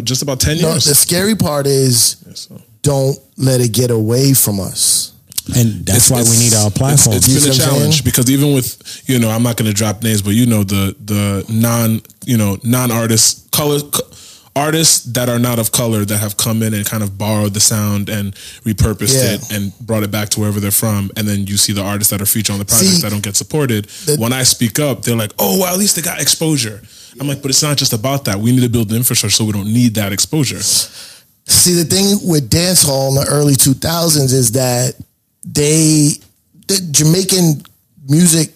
S1: just about ten
S3: No,
S1: years.
S3: the scary part is
S1: Yeah, so-
S3: don't let it get away from us.
S4: and that's
S1: It's-
S4: why we
S1: it's-
S4: need our platform.
S1: It's,
S3: You
S1: it's been a
S3: see what I'm
S1: challenge
S3: saying?
S1: because even with you know, I'm not going to drop names, but you know the the non you know non artists color c- artists that are not of color that have come in and kind of borrowed the sound and repurposed
S3: Yeah.
S1: it and brought it back to wherever they're from, and then you see the artists that are featured on the project
S3: See,
S1: that don't get supported. when I speak up, they're like, "Oh, well, at least they got exposure." I'm like, but it's not just about that. We need to build the infrastructure so we don't need that exposure.
S3: See, the thing with dance hall in the early 2000s is that they, the Jamaican music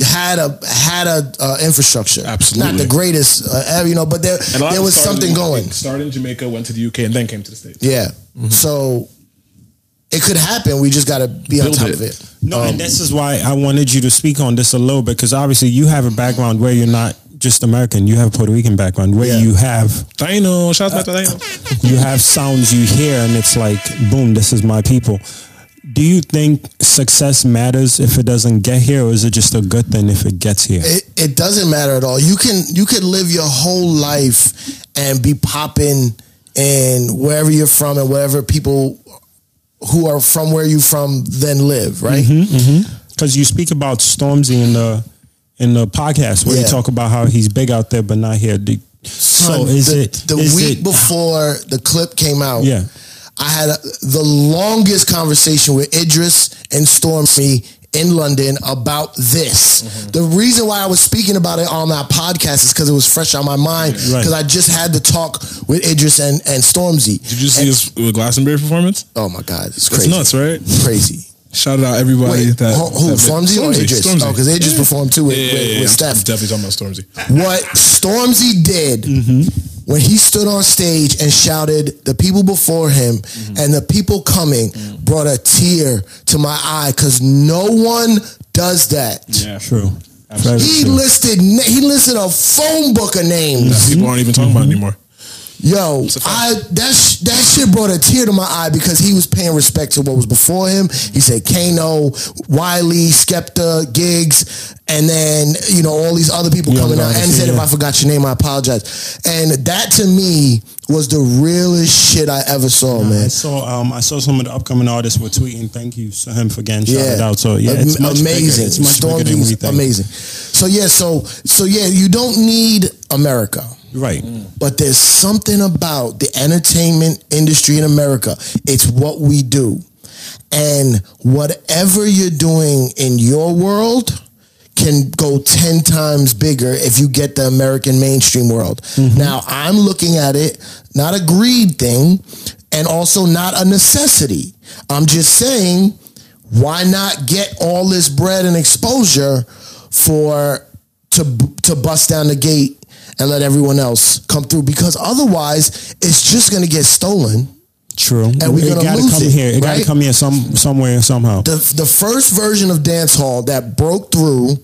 S3: had a had a uh, infrastructure. not
S1: Absolutely.
S3: the greatest, uh, ever, you know, but there
S1: And a lot
S3: there
S1: of it
S3: was
S1: started
S3: something
S1: in-
S3: going.
S1: Started in Jamaica, went to the UK, and then came to the States.
S3: Yeah,
S1: Mm-hmm.
S3: so it could happen. We just got to be on
S1: Build
S3: top
S1: it.
S3: of it. Um,
S4: No, and this is why I wanted you to speak on this a little bit because obviously you have a background where you're not just American. You have a Puerto Rican background where
S3: Yeah.
S4: you have
S1: Dino, shout out to Dino.
S4: you have sounds you hear and it's like boom, this is my people. Do you think success matters if it doesn't get here, or is it just a good thing if it gets here?
S3: It it doesn't matter at all. You can you could live your whole life and be popping in wherever you're from and wherever people who are from where you from then live right. Mm-hmm.
S4: Because you speak about Stormzy in the in the podcast where you
S3: Yeah.
S4: talk about how he's big out there but not here. Do- so
S3: Son,
S4: is
S3: the,
S4: it
S3: the
S4: is
S3: week
S4: it-
S3: before the clip came out?
S4: Yeah.
S3: I had a, the longest conversation with Idris and Stormy in London about this.
S4: Mm-hmm.
S3: The reason why I was speaking about it on that podcast is because it was fresh on my mind
S4: Right.
S3: because I just had the talk with Idris and, and Stormzy.
S1: Did you see his uh, Glastonbury performance?
S3: Oh my God, it's
S1: It's
S3: crazy!
S1: nuts, right?
S3: Crazy.
S1: Shout out everybody
S3: Wait,
S1: that
S3: who, who
S1: that-
S3: Stormzy, or Idris? Oh, because Idris
S1: Yeah.
S3: performed too with,
S1: yeah, yeah,
S3: with,
S1: yeah,
S3: with
S1: I'm
S3: Steph.
S1: Definitely talking about Stormzy.
S3: what Stormzy did when he stood on stage and shouted, the people before him and the people coming brought a tear to my eye because no one does that.
S1: Yeah,
S4: true?
S1: Absolutely.
S4: Very
S3: He
S4: true.
S3: listed na- he listed a phone book of
S1: That
S3: names.
S1: people aren't even talking
S3: Mm-hmm.
S1: about it anymore.
S3: Yo,
S1: a fact.
S3: I that sh- that shit brought a tear to my eye because he was paying respect to what was before him. He said Kano, Wiley, Skepta, Gigs, and then you know all these other people
S4: Yeah,
S3: coming out.
S4: obviously,
S3: And he said, if
S4: yeah.
S3: I forgot your name, I apologize. And that to me was the realest shit I ever saw,
S4: I
S3: man.
S4: saw um, I saw some of the upcoming artists were tweeting thank you to him for getting shouted out. So yeah,
S3: Am-
S4: it's much bigger.
S3: amazing.
S4: It's much bigger than we
S3: Stormzy's
S4: think.
S3: amazing. So yeah, so so yeah, you don't need America.
S4: Right.
S3: But there's something about the entertainment industry in America. It's what we do. And whatever you're doing in your world can go 10 times bigger if you get the American mainstream world. Now, I'm looking at it not a greed thing and also not a necessity. I'm just saying, why not get all this bread and exposure for to to bust down the gate and let everyone else come through because otherwise it's just going to get stolen.
S4: True.
S3: And we're
S4: it
S3: gonna
S4: gotta
S3: lose
S4: come
S3: it,
S4: here. It
S3: right?
S4: gotta come here some somewhere somehow.
S3: The the first version of dance hall that broke through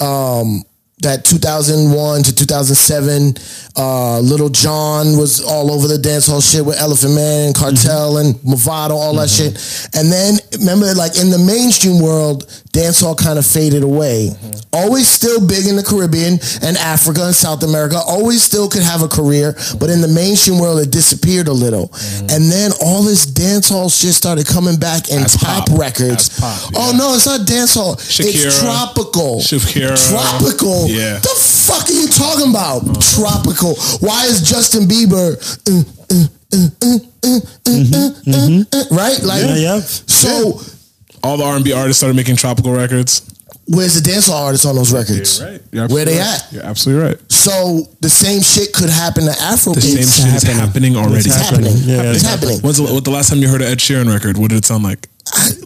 S3: um that 2001 to 2007 uh little john was all over the dance hall shit with elephant man and cartel
S1: Mm-hmm.
S3: and movado all that shit and then remember like in the mainstream world dance hall kind of faded away
S1: Mm-hmm.
S3: always still big in the caribbean and africa and south america always still could have a career but in the mainstream world it disappeared a little
S1: Mm-hmm.
S3: and then all this dance hall shit started coming back and
S1: As
S3: pop,
S1: pop.
S3: records
S1: As pop,
S3: oh
S1: yeah.
S3: no it's not dance hall it's
S1: Shakira.
S3: tropical
S1: Shakira.
S3: Tropical.
S1: Yeah.
S3: The fuck are you talking about? Tropical. Why is Justin Bieber uh, uh, uh, uh, uh,
S1: Mm-hmm.
S3: uh, uh, uh, right? Like
S4: yeah, yeah.
S3: so
S1: All the R and B artists started making tropical records.
S3: where's the dancehall artist on those records?
S1: You're right. You're
S3: Where
S1: absolutely
S3: they at?
S1: right. You're absolutely right.
S3: So the same shit could happen to Afro
S1: The same shit is happening already.
S4: It's
S3: It's happening.
S4: happening. Yeah,
S3: it's
S4: it's
S3: happening.
S1: When's the, what the last time you heard an Ed Sheeran record? What did it sound like?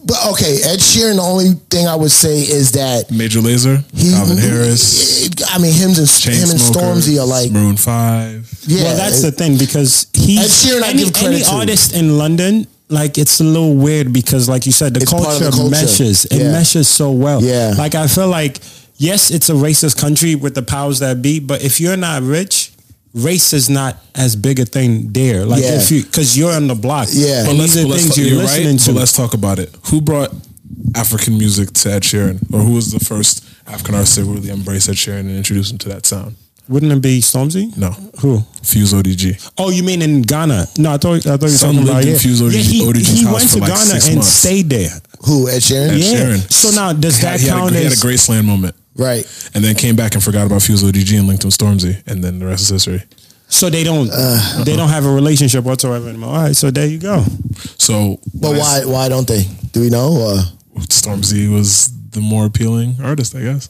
S3: But okay, Ed Sheeran. The only thing I would say is that
S1: Major Lazer,
S3: he.
S1: Calvin Harris,
S3: I mean, him and him and
S1: Chainsmokers,
S3: Stormzy are like.
S1: Maroon Five.
S3: Yeah, eh,
S4: well, that's the thing because he
S3: Ed Sheeran, I
S4: any,
S3: give credit
S4: any
S3: to.
S4: artist in London. Like it's a little weird because, like you said, the,
S3: It's part of
S4: culture,
S3: the culture.
S4: meshes. It
S3: Yeah.
S4: meshes so well.
S3: Yeah.
S4: Like I feel like yes, it's a racist country with the powers that be, but if you're not rich, race is not as big a thing there. Like
S3: Yeah.
S4: if you because you're on the block.
S3: Yeah.
S4: And these are things you're,
S1: right,
S4: listening
S1: But
S4: to.
S1: let's talk about it. Who brought African music to Ed Sheeran, or who was the first African artist to really embrace Ed Sheeran and introduce him to that sound?
S4: Wouldn't it be Stormzy?
S1: No,
S4: Who?
S1: Fuse ODG.
S4: Oh, you mean in Ghana? No, I thought I thought you were
S1: Some
S4: talking about
S1: lived in
S4: yeah.
S1: Fuse ODG
S4: yeah, he,
S1: ODG's
S4: he
S1: house
S4: went
S1: for
S4: to
S1: like
S4: Ghana
S1: six
S4: and
S1: months.
S4: stayed there.
S3: Who Ed Sheeran?
S1: Ed
S4: Yeah.
S1: Sheeran.
S4: So now does that
S1: he, had
S4: count
S1: a, he had
S4: as-
S1: a Graceland moment,
S3: Right.
S1: and then came back and forgot about Fuse ODG and linked him Stormzy, and then the rest is history.
S4: So they don't
S3: Uh, uh-huh.
S4: they don't have a relationship whatsoever anymore. All right, so there you go.
S1: So,
S3: But
S1: when I
S3: why? Why don't they? Do we know? Uh,
S1: Stormzy was the more appealing artist, I guess.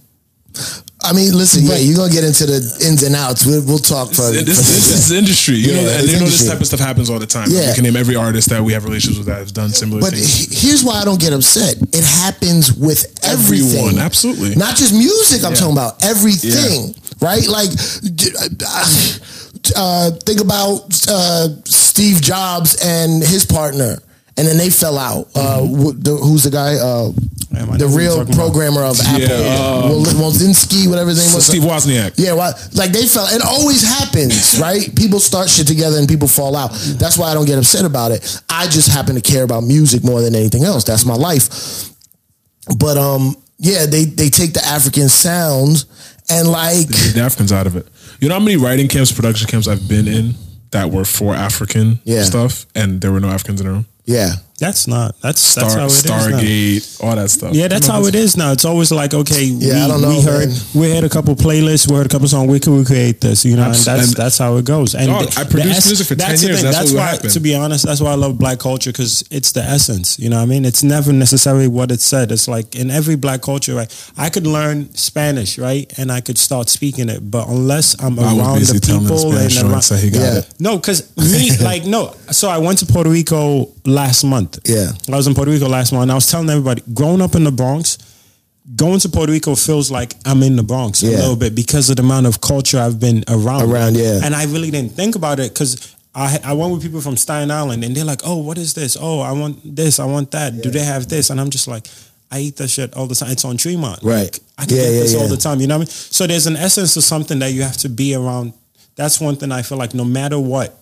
S3: I I mean, listen, yeah, you're gonna get into the ins and outs. We'll, we'll talk for.
S1: This,
S3: for-
S1: this is industry, you know,
S3: Yeah,
S1: and
S3: it's
S1: they know this
S3: industry.
S1: type of stuff happens all the time.
S3: Yeah.
S1: You can name every artist that we have relationships with that has done similar
S3: But
S1: things.
S3: he- here's why I don't get upset. It happens with everything.
S1: Everyone, absolutely.
S3: Not just music, I'm talking about everything,
S1: Yeah.
S3: right? Like, d- uh, think about uh, Steve Jobs and his partner, and then they fell out. Uh,
S1: Mm-hmm.
S3: wh- the, who's the guy? Uh,
S4: Damn, I
S3: the
S4: know who you're
S3: real
S4: talking about.
S3: programmer of Apple,
S1: Yeah, um,
S3: Wol- Wolzinski, whatever his name was.
S1: Steve Wozniak.
S3: Yeah, well, like they fell. It always happens, right? People start shit together and people fall out. That's why I don't get upset about it. I just happen to care about music more than anything else. That's my life. But um, yeah, they they take the African sound and like
S1: the Africans out of it. You know how many writing camps, production camps I've been in that were for African
S3: Yeah.
S1: stuff, and there were no Africans in the room.
S3: yeah,
S4: That's not. That's that's
S1: Star,
S4: how it is now.
S1: Stargate, all that stuff.
S4: Yeah, that's how it is now. It's always like, okay, we,
S3: I don't know,
S4: we heard
S3: man.
S4: we heard a couple playlists, we heard a couple songs, we can recreate this, you know, and
S1: Abs-
S4: that's
S1: and-
S4: that's how it goes. And
S1: Dog, I produced music for 10
S4: the
S1: years,
S4: thing.
S1: that's what would
S4: why,
S1: happen.
S4: to be honest, that's why I love black culture because it's the essence. You know, what I mean, it's never necessarily what it said. It's like in every black culture, right? I could learn Spanish, right, and I could start speaking it, but unless I'm
S1: I was
S4: around
S1: busy
S4: the
S1: telling the
S4: people
S1: Spanish
S4: and
S1: joint,
S4: around,
S1: so he got
S3: Yeah.
S1: it.
S4: no, because me, like, no. So I went to Puerto Rico last month.
S3: Yeah.
S4: I was in Puerto Rico last month. And I was telling everybody, growing up in the Bronx, going to Puerto Rico feels like I'm in the Bronx
S3: Yeah.
S4: a little bit because of the amount of culture I've been around.
S3: Around, yeah.
S4: And I really didn't think about it because. I, I went with people from Staten Island and they're like, oh, what is this? Oh, I want this. I want that. Do they have this? And I'm just like, I eat that shit all the time. It's on Tremont.
S3: Right.
S4: Like, I can
S3: Yeah,
S4: get
S3: yeah,
S4: this all
S3: yeah.
S4: the time. You know what I mean? So there's an essence of something that you have to be around. That's one thing I feel like no matter what,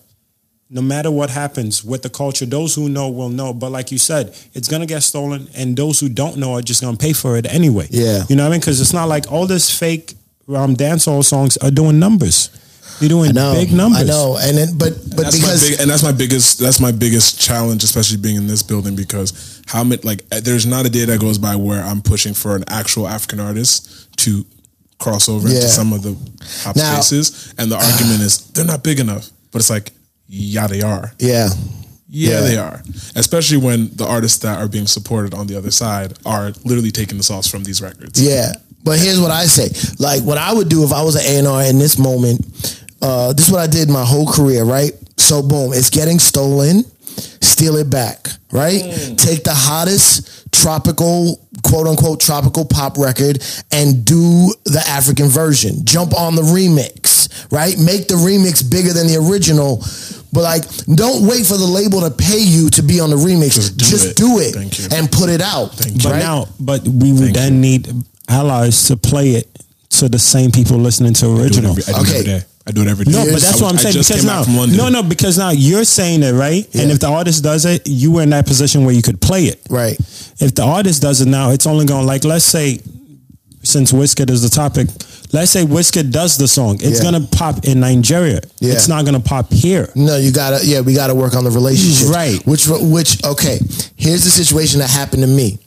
S4: no matter what happens with the culture, those who know will know. But like you said, it's gonna get stolen, and those who don't know are just gonna pay for it anyway.
S3: Yeah.
S4: you know what I mean? Because it's not like all this fake um, dancehall songs are doing numbers. You're doing
S3: I know,
S4: big numbers.
S3: I know, and then but but
S1: That's
S3: because
S1: my big, and that's my biggest that's my biggest challenge, especially being in this building, because how many like eh, there's not a day that goes by where I'm pushing for an actual African artist to cross over
S3: Yeah.
S1: into some of the top
S3: Now-
S1: spaces, and the argument is they're not big enough, but it's like yeah they are,
S3: yeah,
S1: yeah,
S3: Yeah.
S1: they are, especially when the artists that are being supported on the other side are literally taking the sauce from these records.
S3: Yeah. But here's what I say. Like what I would do if I was an A&R in this moment, uh, this is what I did my whole career, right? So boom, it's getting stolen, steal it back, right?
S4: Mm.
S3: Take the hottest tropical, quote unquote tropical pop record and do the African version. Jump on the remix, right? Make the remix bigger than the original. But like, don't wait for the label to pay you to be on the remix. Just
S1: Just
S3: do
S1: do
S3: it,
S1: it. Thank you.
S3: and put it out.
S1: Thank
S4: But
S3: right?
S4: now, but we would then need allies to play it to the same people listening to
S1: I do it
S4: original.
S1: every, I do it every
S3: Okay.
S1: day. I do it every day.
S4: No, but
S1: I
S4: that's
S1: was-
S4: what I'm
S1: I
S4: saying.
S1: just
S4: Because
S1: came
S4: now,
S1: back from London.
S4: no, no, because now you're saying it right, and
S3: Yeah.
S4: if the artist does it, you were in that position where you could play it.
S3: Right.
S4: If the artist does it now, it's only going like let's say, since Wizkid is the topic, let's say Wizkid does the song, it's
S3: Yeah.
S4: gonna pop in Nigeria.
S3: Yeah.
S4: It's not gonna pop here.
S3: No, you gotta. Yeah, we gotta work on the relationship.
S4: Right.
S3: Which, which, okay. Here's the situation that happened to me.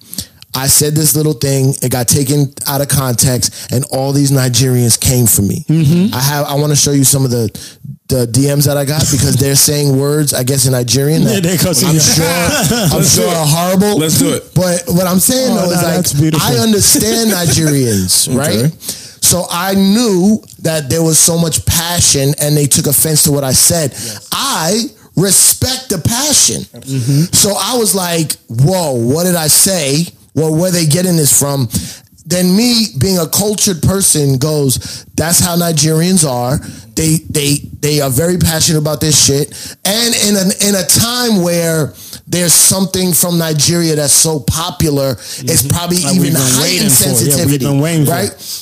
S3: I said this little thing. It got taken out of context, and all these Nigerians came for me.
S4: Mm-hmm.
S3: I have. I want to show you some of the the DMs that I got because they're saying words. I guess in Nigerian. That
S4: Yeah, they go to
S3: I'm
S4: you.
S3: sure. I'm
S1: Let's
S3: sure
S1: do it.
S3: are horrible.
S1: Let's do it.
S3: But what I'm saying
S4: Oh,
S3: though
S4: no,
S3: is
S4: that's
S3: like
S4: beautiful.
S3: I understand Nigerians, right? So I knew that there was so much passion and they took offense to what I said. I respect the passion. Mm-hmm. So I was like, whoa, what did I say? Well, where they getting this from? Then me being a cultured person goes, that's how Nigerians are. They they they are very passionate about this shit. And in an in a time where there's something from Nigeria that's so popular, it's probably
S4: Like we've
S3: even
S4: been waiting
S3: heightened
S4: for it. Yeah, we've
S3: sensitivity.
S4: been waiting for it.
S3: right?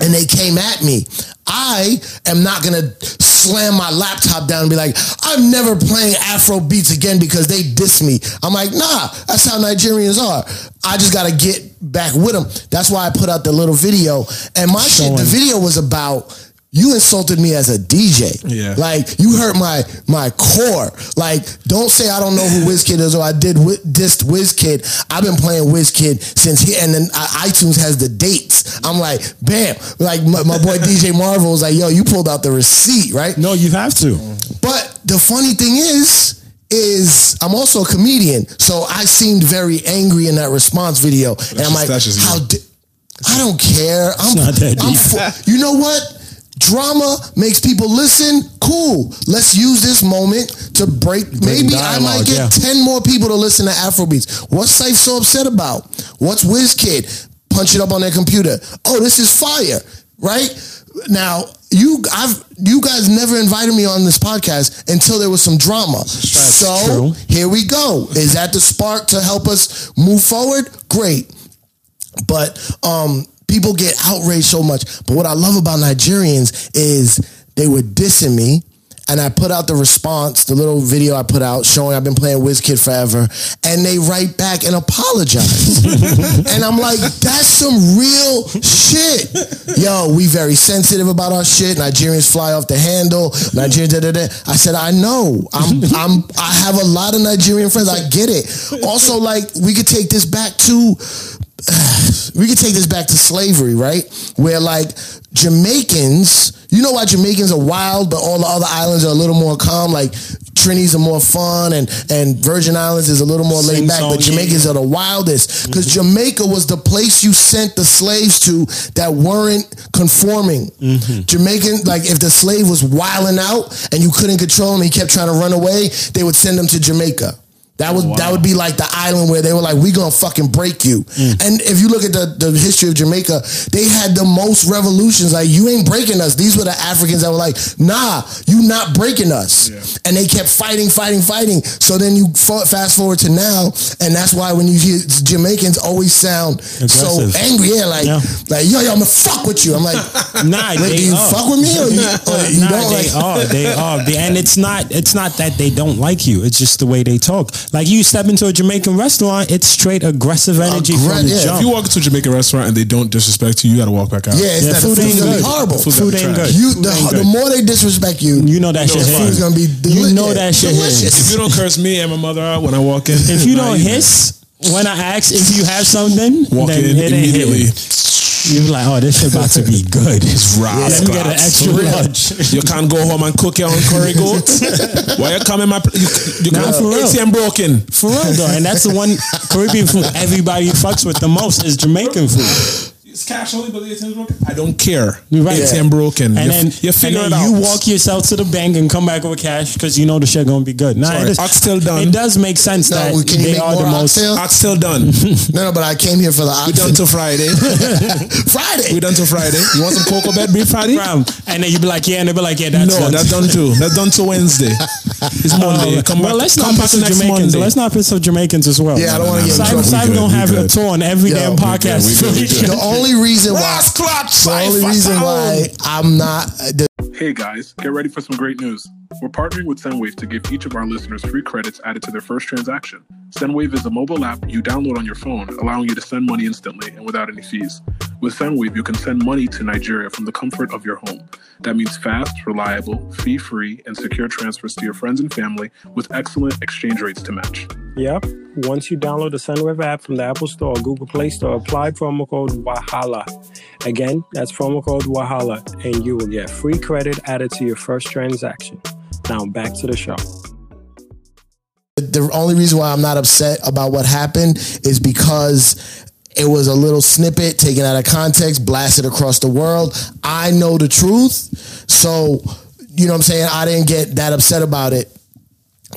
S3: and they came at me. I am not gonna slam my laptop down and be like, I'm never playing Afro beats again because they diss me. I'm like, nah, that's how Nigerians are. I just gotta get back with them. That's why I put out the little video. And my shit, the
S4: Showing.
S3: video was about you insulted me as a DJ.
S1: Yeah.
S3: Like you hurt my my core. Like don't say I don't know who WizKid is or I did wi- dissed WizKid. I've been playing WizKid since he and then I- iTunes has the dates. I'm like, bam. Like my, my boy DJ Marvel was like, yo, you pulled out the receipt, right?
S4: No, you have to.
S3: But the funny thing is, is I'm also a comedian, so I seemed very angry in that response video, and
S1: just-
S3: I'm like,
S1: that's just you.
S3: how? Di- I don't care. I'm,
S4: not that
S3: I'm
S4: deep.
S3: for- you know what? Drama makes people listen. Cool. Let's use this moment to break. Maybe I might
S4: dialogue,
S3: get
S4: yeah.
S3: ten more people to listen to Afrobeats. What's Safe so upset about? What's WizKid? Punch it up on their computer. Oh, this is fire, right? Now you, I've you guys never invited me on this podcast until there was some drama. so
S4: true.
S3: here we go. Is that the spark to help us move forward? Great but um, people get outraged so much. But what I love about Nigerians is they were dissing me. And I put out the response, the little video I put out showing I've been playing WizKid forever, and they write back and apologize. and I'm like, that's some real shit. Yo, we very sensitive about our shit. Nigerians fly off the handle. Nigerians, da da da. I said, I know. I'm, I'm, I have a lot of Nigerian friends. I get it. Also, like, we could take this back to we could take this back to slavery, right? Where like Jamaicans, you know why Jamaicans are wild, but all the other islands are a little more calm. Like Trinities are more fun, and and Virgin Islands is a little more laid back.
S4: Sing-song,
S3: But Jamaicans are the wildest because Jamaica was the place you sent the slaves to that weren't conforming. Jamaican, like if the slave was wilding out and you couldn't control him, he kept trying to run away. They would send him to Jamaica. That would that would be like the island where they were like, "We gonna fucking break you." And if you look at the, the history of Jamaica, they had the most revolutions. Like, you ain't breaking us. These were the Africans that were like, "Nah, you not breaking us." And they kept fighting, fighting, fighting. So then you fa- fast forward to now, and that's why when you hear Jamaicans always sound
S4: Aggressive.
S3: so angry, yeah, like
S4: Yeah.
S3: like yo yo, I'ma fuck with you. I'm like,
S4: Nah,
S3: Wait,
S4: they
S3: do you
S4: are.
S3: fuck with me or you, or you
S4: nah,
S3: don't?
S4: they
S3: Like,
S4: are. They are. They- and it's not. It's not that they don't like you. It's just the way they talk. Like you step into a Jamaican restaurant, it's straight aggressive energy
S3: Aggra-
S4: from the
S3: yeah.
S1: If
S4: jump.
S1: you walk into a Jamaican restaurant and they don't disrespect you, you got to walk back out.
S3: yeah, it's
S4: Yeah,
S3: that
S4: food
S3: food
S4: ain't
S3: gonna be
S4: good.
S3: horrible.
S1: Food's
S4: Food
S1: gotta be
S4: ain't
S1: trash.
S4: good.
S3: You
S4: Food
S3: the,
S4: ain't
S3: the
S4: good.
S3: more they disrespect you,
S4: You know
S1: No,
S4: that shit
S1: it's
S4: hit.
S3: food's
S1: fine.
S3: gonna be deli-
S4: You know that shit
S3: delicious.
S1: If you don't curse me and my mother out when I walk in,
S4: If you don't
S1: like,
S4: hiss when I ask if you have something,
S1: walk
S4: then
S1: in
S4: it ain't
S1: immediately,
S4: hitting. You're like, oh, this shit about to be good.
S1: it's raw.
S4: Let me get an extra lunch.
S1: You can't go home and cook your own curry goat. Why you coming? My pl- you, you
S4: Nah,
S1: can't
S4: for real.
S1: ATM broken.
S4: For real though, and that's the one Caribbean food everybody fucks with the most is Jamaican food.
S1: It's cash only, but the ATM's broken. I don't care.
S4: You're right.
S1: ATM broken.
S4: And
S1: you,
S4: then
S1: you figure it
S4: and then
S1: out.
S4: you walk yourself to the bank and come back with cash because you know the shit gonna be good. Nah,
S1: Sorry,
S4: it, is,
S1: oxtail done.
S4: it does make sense
S3: No,
S4: that
S3: well, can you
S4: they
S3: make
S4: are the
S3: more
S4: most.
S3: oxtail?
S1: Oxtail done.
S3: No, no, but I came here for the
S1: We done
S3: oxen.
S1: till Friday.
S3: Friday.
S1: We done till Friday. You want some cocoa bed beef patty?
S4: Fam, And then you be like, yeah, and they be like, yeah, that's
S1: no,
S4: done.
S1: that's done too. That's done till Wednesday. It's Monday.
S4: Uh,
S1: come
S4: well,
S1: back.
S4: let's
S1: come
S4: not
S1: back
S4: piss off
S1: next
S4: Jamaicans.
S1: Monday.
S4: Let's not piss off Jamaicans as well.
S3: Yeah, I don't wanna get in
S4: Cyber,
S3: trouble.
S1: We
S4: Cyber
S1: good,
S4: don't
S1: we
S4: have it
S1: good.
S4: up on every
S3: Yo,
S4: damn
S3: we good,
S4: podcast.
S1: we good, we
S3: The only reason why. The only reason why I'm not. The,
S8: Hey guys, get ready for some great news. We're partnering with Sendwave to give each of our listeners free credits added to their first transaction. Sendwave is a mobile app you download on your phone, allowing you to send money instantly and without any fees. With Sendwave, you can send money to Nigeria from the comfort of your home. That means fast, reliable, fee free, and secure transfers to your friends and family with excellent exchange rates to match.
S9: Yep. Once you download the SunWave app from the Apple Store or Google Play Store, apply promo code WAHALA. Again, that's promo code WAHALA, and you will get free credit added to your first transaction. Now back to the show.
S3: the only reason why I'm not upset about what happened is because it was a little snippet taken out of context, blasted across the world. I know the truth, so you know what I'm saying. I didn't get that upset about it.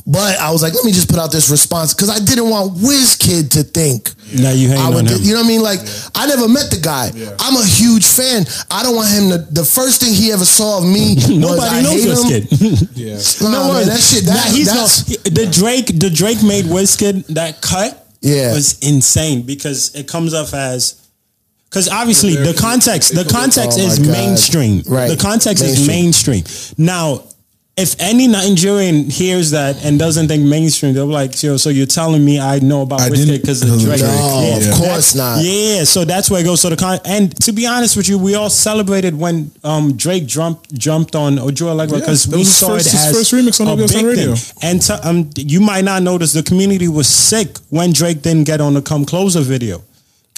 S3: But I was like, let me just put out this response because I didn't want WizKid to think.
S4: Now you hang
S3: I
S4: on
S3: would,
S4: him.
S3: you know what I mean? Like, I never met the guy. I'm a huge fan. I don't want him to. The first thing he ever saw of me was
S4: Nobody
S3: I
S4: knows this
S3: hate him.
S4: kid.
S1: Yeah.
S3: Nah,
S4: No
S3: man,
S4: one.
S3: that shit.
S4: Nah,
S3: That,
S4: he's
S3: that's,
S4: no- the Drake. The Drake made Wizkid that cut.
S3: Yeah.
S4: was insane because it comes off as because obviously the context. The context
S3: Oh my
S4: is
S3: God.
S4: mainstream.
S3: Right.
S4: The context
S3: Mainstream.
S4: is mainstream. Now, if any Nigerian hears that and doesn't think mainstream, they'll be like, "Yo, so you're telling me I know about
S1: I
S4: Wizkid
S1: didn't
S4: because of
S1: know
S4: Drake?"
S1: Drake.
S3: No,
S4: Yeah.
S3: of
S4: That's-
S3: course not.
S4: Yeah, so that's where it goes. So the con and to be honest with you, we all celebrated when um Drake jumped jumped on Ojo Electra
S1: Yeah,
S4: because
S1: that
S4: we
S1: was his
S4: saw
S1: first-
S4: it
S1: his
S4: as
S1: first remix on
S4: a
S1: Ojo
S4: big
S1: Sound Radio.
S4: thing. And to, um, you might not notice the community was sick when Drake didn't get on the Come Closer video.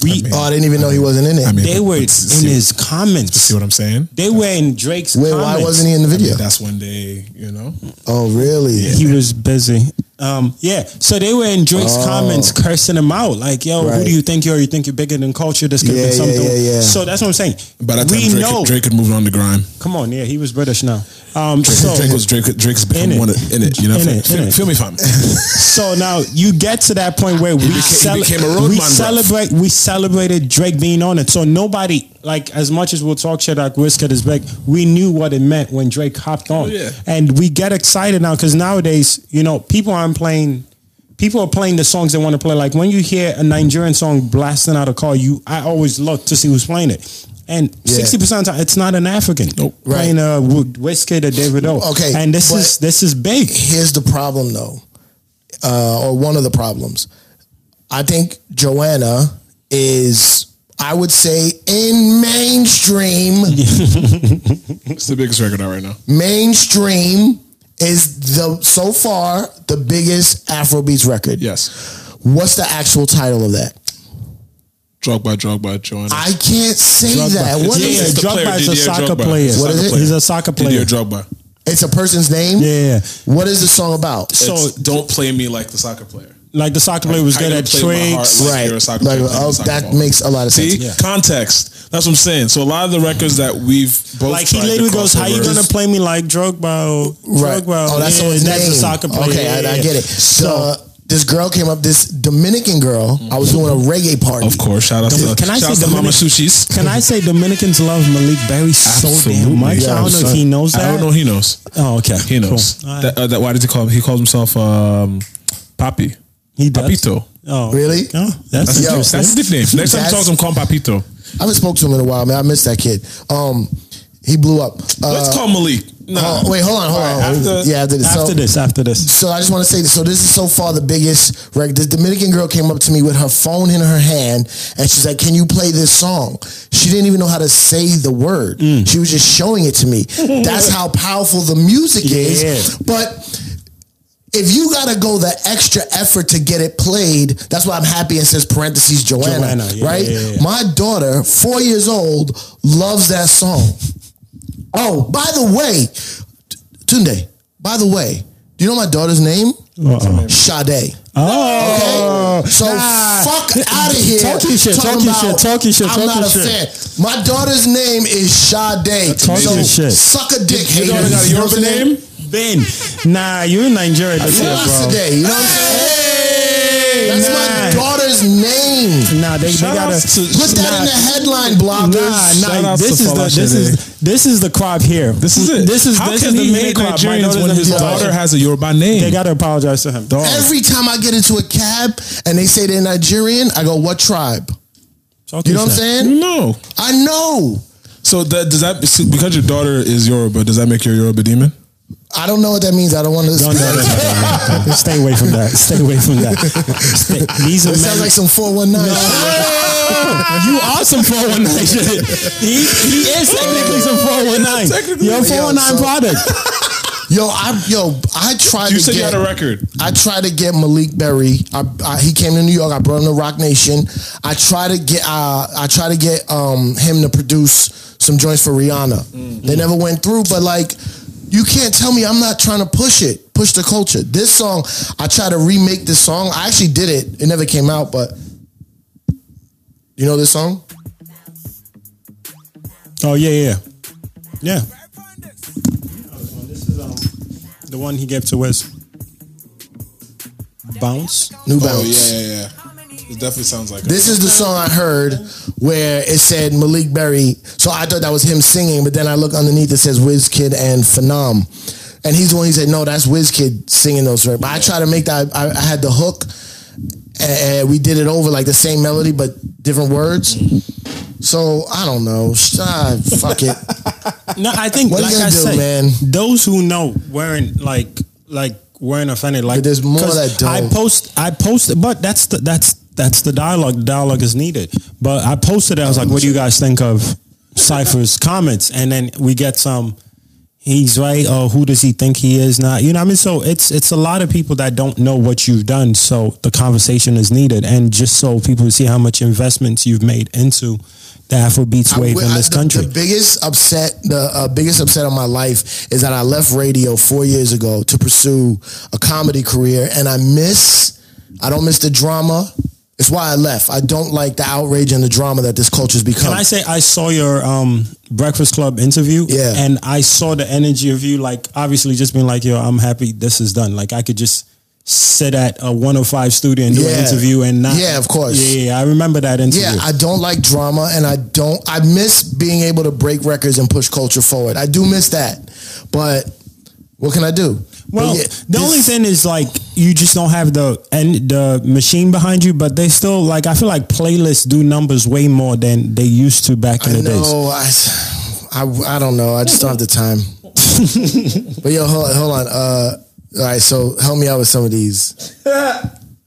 S4: We
S3: oh, I didn't even know he wasn't in it.
S1: I mean,
S4: they
S1: but-
S4: were
S1: but
S4: in
S1: see-
S4: his
S1: See
S4: comments.
S1: what I'm saying?
S4: They were in Drake's.
S3: Wait, why
S4: comments.
S3: wasn't he in the video?
S1: That's when they, you know.
S3: Oh, really?
S4: He was busy. Um, yeah, so they were in Drake's comments cursing him out, like, "Yo, who
S3: Oh. Right.
S4: do you think you are? You think you're bigger than culture? This could
S3: Yeah,
S4: be
S3: yeah,
S4: something."
S3: yeah, yeah.
S4: So that's what I'm saying.
S1: By that time,
S4: we
S1: Drake,
S4: know.
S1: Drake had moved on to grime.
S4: Come on, yeah, he was British now. Um, so
S1: Drake was Drake. Drake's become
S4: In it.
S1: one of, in it. You know,
S4: In
S1: feel,
S4: it, in
S1: feel,
S4: it.
S1: feel me, fam.
S4: So now you get to that point where we,
S1: became-
S4: cele-
S1: he became a road
S4: we
S1: man, bruv.
S4: celebrate we celebrated Drake being on it. So nobody like as much as we'll talk shit like Wizkid is back, we knew what it meant when Drake hopped on.
S1: Oh, yeah.
S4: And we get excited now because nowadays, you know, people aren't playing people are playing the songs they want to play. Like when you hear a Nigerian song blasting out a car, you I always look to see who's playing it. And
S3: Yeah.
S4: sixty percent of the time it's not an African
S1: Nope.
S3: Right.
S4: playing uh, a Wizkid or David O.
S3: Okay,
S4: And this
S3: but-
S4: is this is big.
S3: Here's the problem, though, uh, or one of the problems. I think Joanna is, I would say, in mainstream.
S1: It's the biggest record out right now.
S3: Mainstream is the so far the biggest Afrobeats record.
S1: Yes,
S3: What's the actual title of that?
S1: drug by drug by Joanna.
S3: I can't say that. What
S4: yeah,
S3: is
S1: It's
S4: yeah,
S1: the
S3: it?
S4: Drogba
S1: player,
S4: is a
S1: Didier
S4: soccer
S1: Drogba.
S4: player.
S1: What
S3: is it?
S4: He's a soccer
S1: Didier
S4: player.
S1: Drogba.
S3: It's a person's name.
S4: yeah, yeah.
S3: What is the song about?
S4: So
S1: So don't play me like the soccer player.
S4: like the soccer player was
S1: How you
S4: good
S1: gonna
S4: at
S1: play with my heart
S4: tricks.
S1: like
S3: right.
S1: you're a soccer
S3: Like,
S1: player playing
S3: oh,
S1: a soccer
S3: that
S1: ball?
S3: makes a lot of
S1: See
S3: sense.
S1: context. That's what I'm saying. So a lot of the records that we've both
S4: Like he
S1: tried to
S4: literally goes,
S1: cross
S4: "How you
S1: over-
S4: gonna play me like Drogba?
S3: Right.
S4: Drogba?
S3: Oh, that's
S4: yeah,
S3: someone's
S4: that's
S3: name.
S4: a soccer player.
S3: Okay,
S4: yeah,
S3: I, I
S4: yeah.
S3: get it. So this girl came up, this Dominican girl. I was doing a reggae party.
S1: Of course, shout out to
S4: Can I
S1: shout out
S4: say
S1: to Mama
S4: Dominic-
S1: Sushis.
S4: Can I say Dominicans love Malik Berry so
S1: Absolutely.
S4: damn much?
S3: Yeah,
S4: I don't know if
S3: son.
S4: he knows that.
S1: I don't know. He knows.
S4: Oh, okay.
S1: He knows.
S4: Cool. All right.
S1: That, uh, that, why did he call him? He calls himself um, Papi.
S4: he does.
S1: Papito.
S4: Oh,
S3: Really?
S4: Oh, that's
S1: That's,
S3: Yo,
S1: his,
S4: interesting.
S1: that's his nickname. Next time you
S3: That's-
S1: talk to him, call him Papito.
S3: I haven't spoke to him in a while, man. I miss that kid. Um, he blew up. Uh,
S1: Let's call Malik. No.
S3: oh, wait, hold on, hold on.
S1: after-
S3: yeah, after this.
S4: after
S3: so,
S4: this, after this.
S3: So I just want to say this. So this is so far the biggest record. This Dominican girl came up to me with her phone in her hand, and she's like, "Can you play this song?" She didn't even know how to say the word. She was just showing it to me. That's how powerful the music
S4: Yeah.
S3: is. But if you gotta go the extra effort to get it played, that's why I'm happy and says parentheses Joanna,
S4: Joanna, yeah,
S3: right?
S4: yeah, yeah.
S3: My daughter, four years old, loves that song. Oh, by the way, T- Tunde, by the way, do you know my daughter's name?
S4: Uh-oh.
S3: Sade.
S4: Uh-uh. Oh,
S3: Okay? So
S4: nah.
S3: fuck out of here.
S4: Talk your shit,
S3: talking
S4: talk your shit,
S3: about
S4: talk your shit,
S3: I'm
S4: talk
S3: not
S4: your
S3: a
S4: shit.
S3: fan. My daughter's name is Sade.
S4: Talk
S3: so
S4: your shit.
S3: Suck a dick,
S1: You
S3: haters.
S1: don't got a
S3: You know what
S1: Yoruba
S3: I'm saying?
S1: name?
S4: Ben. Nah, you're in Nigeria. this year, bro.
S3: Sade. You know what I'm saying? That's my
S4: Nah.
S3: daughter's name.
S4: Nah, they, they
S1: Shout
S4: gotta
S1: outs to-
S3: Put that in the headline, bloggers.
S4: Nah,
S1: Shout
S4: nah.
S1: outs
S4: This
S1: to
S4: is the
S1: Falache
S4: this is this is the crop here.
S1: This is it.
S4: This is
S1: how
S4: this
S1: can
S4: is
S1: he
S4: the main
S1: hate
S4: crop. My
S1: Nigerians when
S4: daughter's
S1: his
S4: in Nigeria.
S1: daughter has a Yoruba name?
S4: They gotta apologize to him. Dog.
S3: Every time I get into a cab and they say they're Nigerian, I go, what tribe?
S4: Talk
S3: You
S4: your
S3: know what I'm
S4: shit.
S3: saying?
S1: no.
S3: I know.
S1: So that, does that so because your daughter is Yoruba? Does that make you a Yoruba demon?
S3: I don't know what that means. I don't want to.
S4: No, no, no, no, no, no. Stay away from that. Stay away from that. Stay. These are
S3: It sounds
S4: men.
S3: like some 419.
S4: you are some 419 shit. He, he is technically some 419.
S1: Technically.
S4: You're a
S3: Yo,
S4: 419
S3: so-
S4: product.
S3: Yo, I yo, I tried
S1: You
S3: to
S1: said
S3: get.
S1: you had a record.
S3: I tried to get Malik Berry. I, I, he came to New York. I brought him to Rock Nation. I tried to get. Uh, I tried to get um, him to produce some joints for Rihanna.
S1: Mm-hmm.
S3: They never went through. But like, you can't tell me I'm not trying to push it, push the culture. This song, I tried to remake this song. I actually did it. It never came out, but you know this song.
S4: Oh yeah, yeah, yeah. This is um, the one he gave to Wes. Bounce.
S3: New
S1: Oh
S3: Balance.
S1: yeah, yeah, yeah. It definitely sounds like
S3: This is the song I heard where it said Malik Berry. So I thought that was him singing, but then I look underneath it says Wizkid and Phenom. And he's the one he said, no, that's Wizkid singing those. Right? But I tried to make that, I, I had the hook and, and we did it over like the same melody, but different words. So I don't know. Sh- Ah, fuck it.
S4: No, I think
S3: What are
S4: like
S3: you gonna
S4: I
S3: do,
S4: said,
S3: man?
S4: those who know weren't like like weren't offended. Like
S3: But there's more
S4: 'cause
S3: that don't.
S4: I post, I posted, but that's the that's that's the dialogue. The dialogue is needed. But I posted. it. I was like, "What do you guys think of Cypher's comments?" And then we get some. he's right or who does he think he is not you know what i mean so it's it's a lot of people that don't know what you've done so the conversation is needed and just so people see how much investments you've made into the afrobeats wave
S3: I-
S4: in this
S3: the-
S4: country
S3: The biggest upset, the uh, biggest upset of my life is that I left radio four years ago to pursue a comedy career, and I miss. I don't miss the drama. It's why I left. I don't like the outrage and the drama that this culture's become.
S4: Can I say I saw your um, Breakfast Club interview?
S3: Yeah.
S4: And I saw the energy of you, like obviously just being like, yo, I'm happy this is done. Like I could just sit at a 105 studio and do
S3: Yeah.
S4: an interview and not.
S3: Yeah, of course.
S4: Yeah, yeah, yeah. I remember that interview.
S3: yeah, I don't like drama, and I don't. I miss being able to break records and push culture forward. I do miss that, but what can I do?
S4: well,
S3: But yeah,
S4: the only
S3: this-
S4: thing is like you just don't have the and the machine behind you, but they still like I feel like playlists do numbers way more than they used to back in
S3: I
S4: the days.
S3: know. I, I, I don't know. I just don't have the time. but yo, hold, hold on. Uh, all right, so help me out with some of these.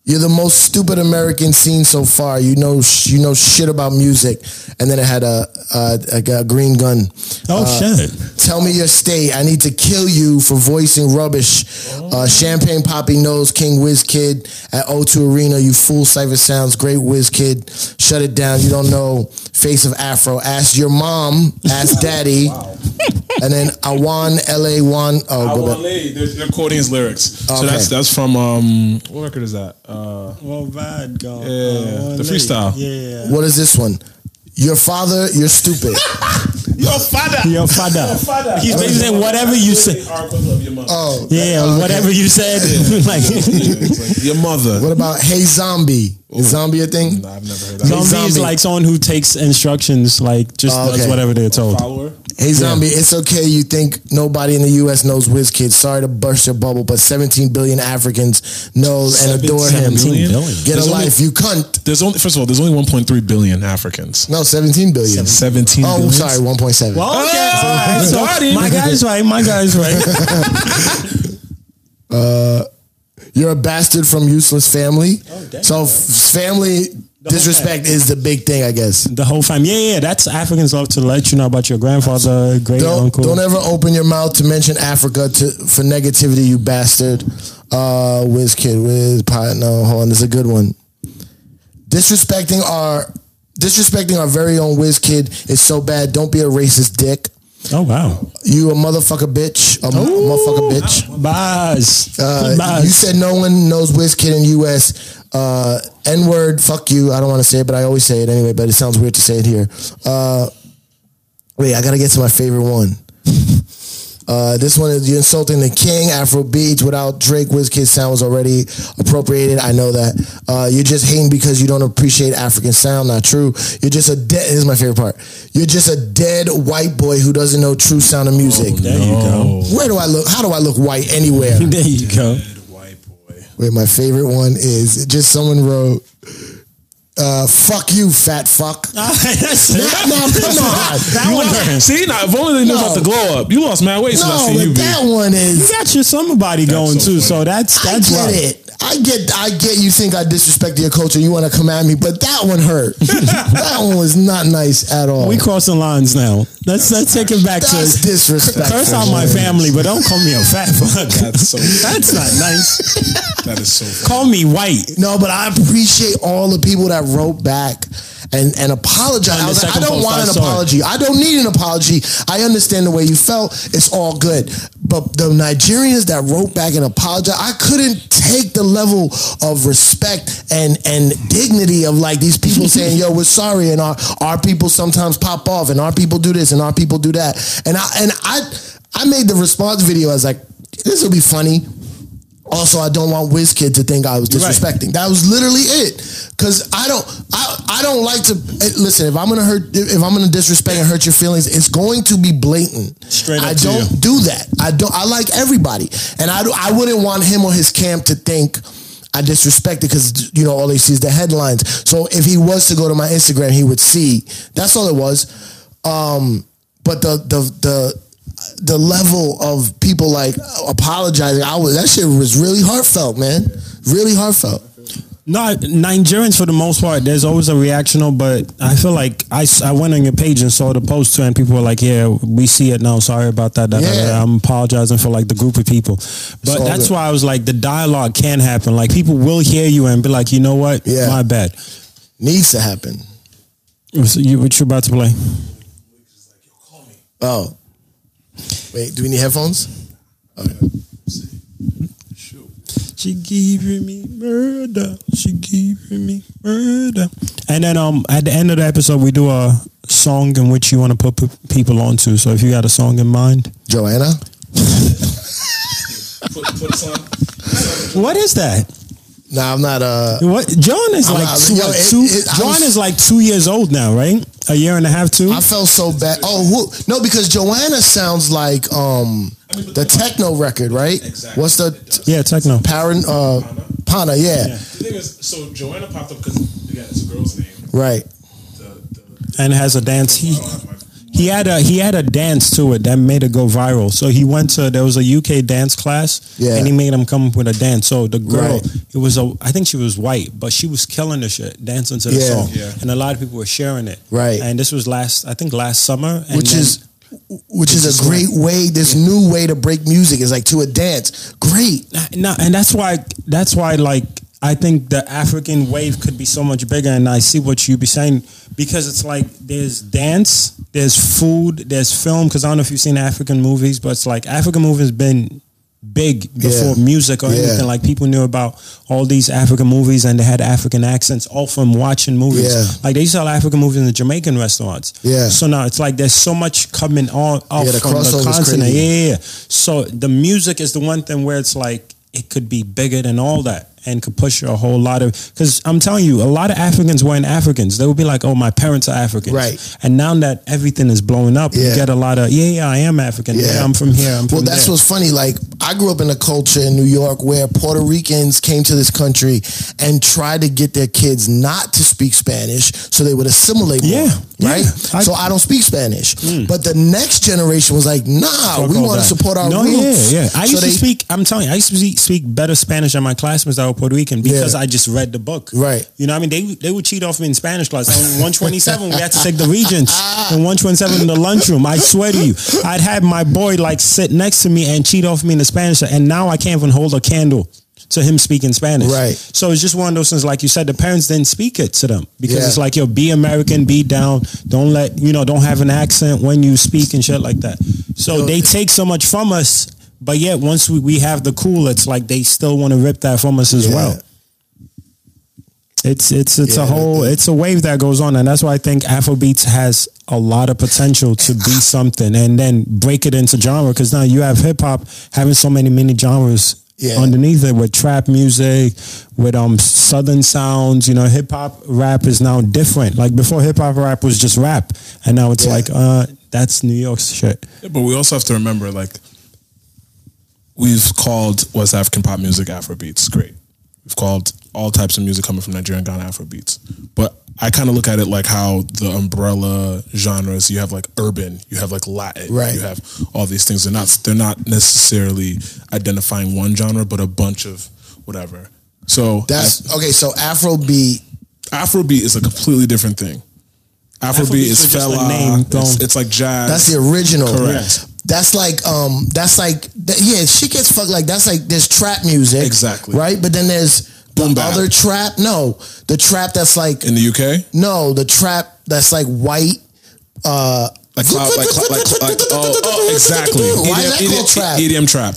S3: You're the most stupid American seen so far. You know, sh- you know shit about music, and then it had a, a, a, a green gun.
S4: Oh
S3: Uh,
S4: shit!
S3: Tell me your state. I need to kill you for voicing rubbish. Uh, Champagne Poppy knows King Whiz Kid at O2 Arena. You fool, Cypher sounds great, Whiz Kid. Shut it down. You don't know face of Afro. Ask your mom. Ask daddy. And then Awan La Wan. Oh, go back.
S1: Awale, they're, they're quoting his lyrics.
S3: Okay.
S1: So that's that's from um, what record is that? Uh,
S4: Well, bad God.
S1: Yeah, the freestyle.
S4: Yeah,
S3: What is this one? Your father. You're stupid.
S1: your father.
S4: your father.
S1: father.
S4: He's basically saying whatever you say.
S3: Oh,
S4: Yeah,
S3: okay.
S4: whatever you said. like,
S1: Your mother.
S3: What about Hey Zombie? Is zombie a thing?
S1: Nah, I've never heard that.
S4: zombie, is
S3: Zombie.
S4: like someone who takes instructions, like just
S3: Oh,
S4: does
S3: okay.
S4: whatever they're told.
S1: Follower.
S3: Hey zombie, it's okay you think nobody in the US knows WizKid. Sorry to burst your bubble, but 17 billion Africans know and adore him.
S4: 17 billion?
S3: Get
S1: There's
S3: a
S1: only-
S3: life, you cunt.
S1: There's only first of all, there's only 1.3 billion Africans.
S3: No, 17 billion.
S1: Seventeen.
S3: Oh,
S1: billion?
S3: sorry, 1.7.
S4: Well, okay.
S1: Ah,
S4: so
S1: sorry.
S4: my guy's right. My guy's right.
S3: You're a bastard from useless family.
S4: damn,
S3: so f- family disrespect is the big thing, I guess.
S4: the whole family. Yeah, yeah. That's Africans love to let you know about your grandfather, great
S3: Don't,
S4: uncle.
S3: don't ever open your mouth to mention Africa to, for negativity, you bastard. Uh, WizKid, Wiz, Pot, no, hold on, this is a good one. disrespecting our disrespecting our very own whiz kid is so bad. Don't be a racist dick.
S4: oh wow,
S3: You a motherfucker bitch. A mo- motherfucker bitch.
S4: Baz.
S3: Uh,
S4: Baz.
S3: you said no one knows whiz kid in U.S. Uh, N word. Fuck you. I don't want to say it, but I always say it anyway. But it sounds weird to say it here. Uh, wait, I gotta get to my favorite one. Uh, this one is you're insulting the king. Afro beats without Drake, WizKid sound was already appropriated. I know that. Uh, you're just hating because you don't appreciate African sound. Not true. You're just a dead. This is my favorite part. You're just a dead white boy who doesn't know true sound of music.
S4: there you go.
S3: Where do I look? How do I look white anywhere?
S4: There you go.
S3: Wait, my favorite one is just someone wrote, uh, "Fuck you, fat fuck."
S4: That's it.
S3: No, no, come on.
S4: That one hurts.
S1: See, now if only they knew
S3: No.
S1: about the glow up. You lost mad weight since I
S3: No,
S1: seen you.
S3: but
S1: be.
S3: that one is.
S4: You got your summer body going
S1: so funny.
S4: too, so that's that's
S3: I get
S4: right.
S3: it. I get. I get. You think I disrespect your culture? You want to come at me? But that one hurt. that one was not nice at all.
S4: We crossing lines now. Let's let's take it back
S3: That's
S4: to
S3: disrespectful.
S4: curse out my
S3: man.
S4: family, but don't call me a fat fuck.
S1: That's so.
S4: That's not nice.
S1: That is so. Funny.
S4: Call me white.
S3: No, but I appreciate all the people that wrote back and and apologize.
S4: On the
S3: I, was like, I
S4: second post,
S3: don't want
S4: I
S3: an
S4: saw it.
S3: apology. I don't need an apology. I understand the way you felt. It's all good. But the Nigerians that wrote back and apologized, I couldn't take the level of respect and and dignity of like these people saying, "Yo, we're sorry," and our our people sometimes pop off, and our people do this, and our people do that, and I and I I made the response video. I was like, "This will be funny." Also, I don't want WizKid to think I was disrespecting. That was literally it. Cause I don't, I, I don't like to eh, listen. If I'm gonna hurt, if I'm gonna disrespect and hurt your feelings, it's going to be blatant.
S4: Straight up
S3: I
S4: to
S3: don't
S4: you.
S3: do that. I don't. I like everybody, and I do, I wouldn't want him or his camp to think I disrespected because you know all they see is the headlines. So if he was to go to my Instagram, he would see. That's all it was. Um, but the the the the level of people like apologizing, I was that shit was really heartfelt, man. Really heartfelt.
S4: No, Nigerians for the most part, there's always a reactional, but I feel like I, s- I went on your page and saw the post too, and people were like, "Yeah, we see it now. Sorry about that. da, da, da, da.
S3: Yeah.
S4: I'm apologizing for like the group of people." But
S3: all
S4: that's
S3: good.
S4: why I was like, the dialogue can happen. Like people will hear you and be like, "You know what?
S3: Yeah.
S4: My bad."
S3: Needs to happen.
S4: So you, what you about to play?
S3: Oh. Wait, do we need headphones?
S4: She giving me murder. She giving me murder. And then um at the end of the episode, we do a song in which you want to put p- people onto. So if you got a song in mind,
S3: Joanna?
S1: Put, put us on.
S4: what is that?
S3: Nah, I'm not uh
S4: What John is
S3: I'm
S4: like
S3: not-
S4: two,
S3: yo, it-
S4: two
S3: it- I
S4: John
S3: was-
S4: is like two years old now, right? A year and a half, two.
S3: I felt so bad. Oh, who, no, because Joanna sounds like um the techno record, right?
S1: Exactly.
S3: What's the
S4: yeah, techno.
S3: Paran uh Pana, yeah.
S1: The thing is, so Joanna popped up because again, it's a girl's name.
S3: Right.
S1: The, the,
S4: And has a dance. He
S1: I don't have my-
S4: he had a he had a dance to it that made it go viral. So he went to there was a UK dance class,
S3: Yeah.
S4: and he made him come up with a dance. So the girl,
S3: Right.
S4: it was a I think she was white, but she was killing the shit, dancing to the
S3: Yeah.
S4: song,
S1: Yeah.
S4: and a lot of people were sharing it.
S3: Right.
S4: And this was last I think last summer, and
S3: which
S4: then-
S3: is which is a great way this new way to break music is like to a dance great
S4: no, and that's why that's why like I think the African wave could be so much bigger, and I see what you be saying because it's like there's dance, there's food, there's film. Because I don't know if you've seen African movies, but it's like African movies been big before
S3: Yeah.
S4: music or
S3: Yeah.
S4: anything. Like people knew about all these African movies, and they had African accents, all from watching movies.
S3: Yeah.
S4: Like they sell African movies in the Jamaican restaurants.
S3: Yeah.
S4: So now it's like there's so much coming on off
S3: Yeah, the
S4: from the
S3: crossover's
S4: continent.
S3: crazy.
S4: Yeah, yeah, yeah. So the music is the one thing where it's like it could be bigger than all that and could push a whole lot of because I'm telling you, a lot of Africans weren't Africans. They would be like, "Oh, my parents are Africans,"
S3: Right.
S4: And now that everything is blowing up, you
S3: Yeah.
S4: get a lot of, "Yeah, yeah, I am African. Yeah, I'm from here. I'm
S3: well,
S4: from
S3: that's
S4: there."
S3: what's funny. Like, I grew up in a culture in New York where Puerto Ricans came to this country and tried to get their kids not to speak Spanish so they would assimilate more.
S4: Yeah, yeah.
S3: right?
S4: I- Mm.
S3: so I don't speak Spanish. But the next generation was like, nah,
S4: Fuck
S3: we
S4: all
S3: want
S4: that.
S3: to support our
S4: no,
S3: roots.
S4: Yeah, yeah. I
S3: So
S4: used
S3: they-
S4: to speak. I'm telling you, I used to speak, speak better Spanish than my classmates that were Puerto Rican because
S3: Yeah.
S4: I just read the book.
S3: Right.
S4: You know, what I mean, they they would cheat off me in Spanish class. On 127, we had to take the regents. And 127 in the lunchroom. I swear to you, I'd had my boy like sit next to me and cheat off me in the Spanish, and now I can't even hold a candle. To him speaking Spanish,
S3: Right.
S4: So it's just one of those things. Like you said, the parents didn't speak it to them because
S3: Yeah.
S4: it's like, yo, be American, be down. Don't let you know, don't have an accent when you speak and shit like that. So
S3: eh.
S4: they take so much from us, but yet once we, we have the cool, it's like they still want to rip that from us as
S3: Yeah.
S4: well. It's it's it's
S3: Yeah,
S4: a whole
S3: that-
S4: it's a wave that goes on, and that's why I think Afrobeats has a lot of potential to be something, and then break it into genre. Because now you have hip hop having so many mini genres
S3: Yeah.
S4: underneath it with trap music, with um southern sounds. You know, hip hop rap is now different. Like before, hip hop rap was just rap, and now it's
S3: Yeah.
S4: like uh that's New York shit.
S1: Yeah, but we also have to remember, like, we've called West African pop music Afrobeats. Great. We've called all types of music coming from Nigeria and Ghana Afrobeats. But I kind of look at it like how the umbrella genres, you have like urban, you have like Latin,
S3: Right.
S1: you have all these things. They're not, they're not necessarily identifying one genre, but a bunch of whatever. So
S3: That's okay. So Afrobeat,
S1: Afrobeat is a completely different thing. Afrobeat,
S4: Afrobeats
S1: is
S4: was just a
S1: fella.
S4: name,
S1: it's,
S4: don't-
S1: it's like jazz.
S3: that's the original.
S1: Correct.
S3: That's like um that's like th- yeah, shit gets fucked like that's like there's trap music.
S1: Exactly.
S3: Right? But then there's
S1: Boom
S3: the
S1: bap.
S3: other trap. No. The trap that's like
S1: in the UK.
S3: No, the trap that's like white. Uh,
S1: Like cloud, like, cloud, like, like, oh, oh, exactly.
S3: Why is that
S1: EDM,
S3: called trap?
S1: EDM trap.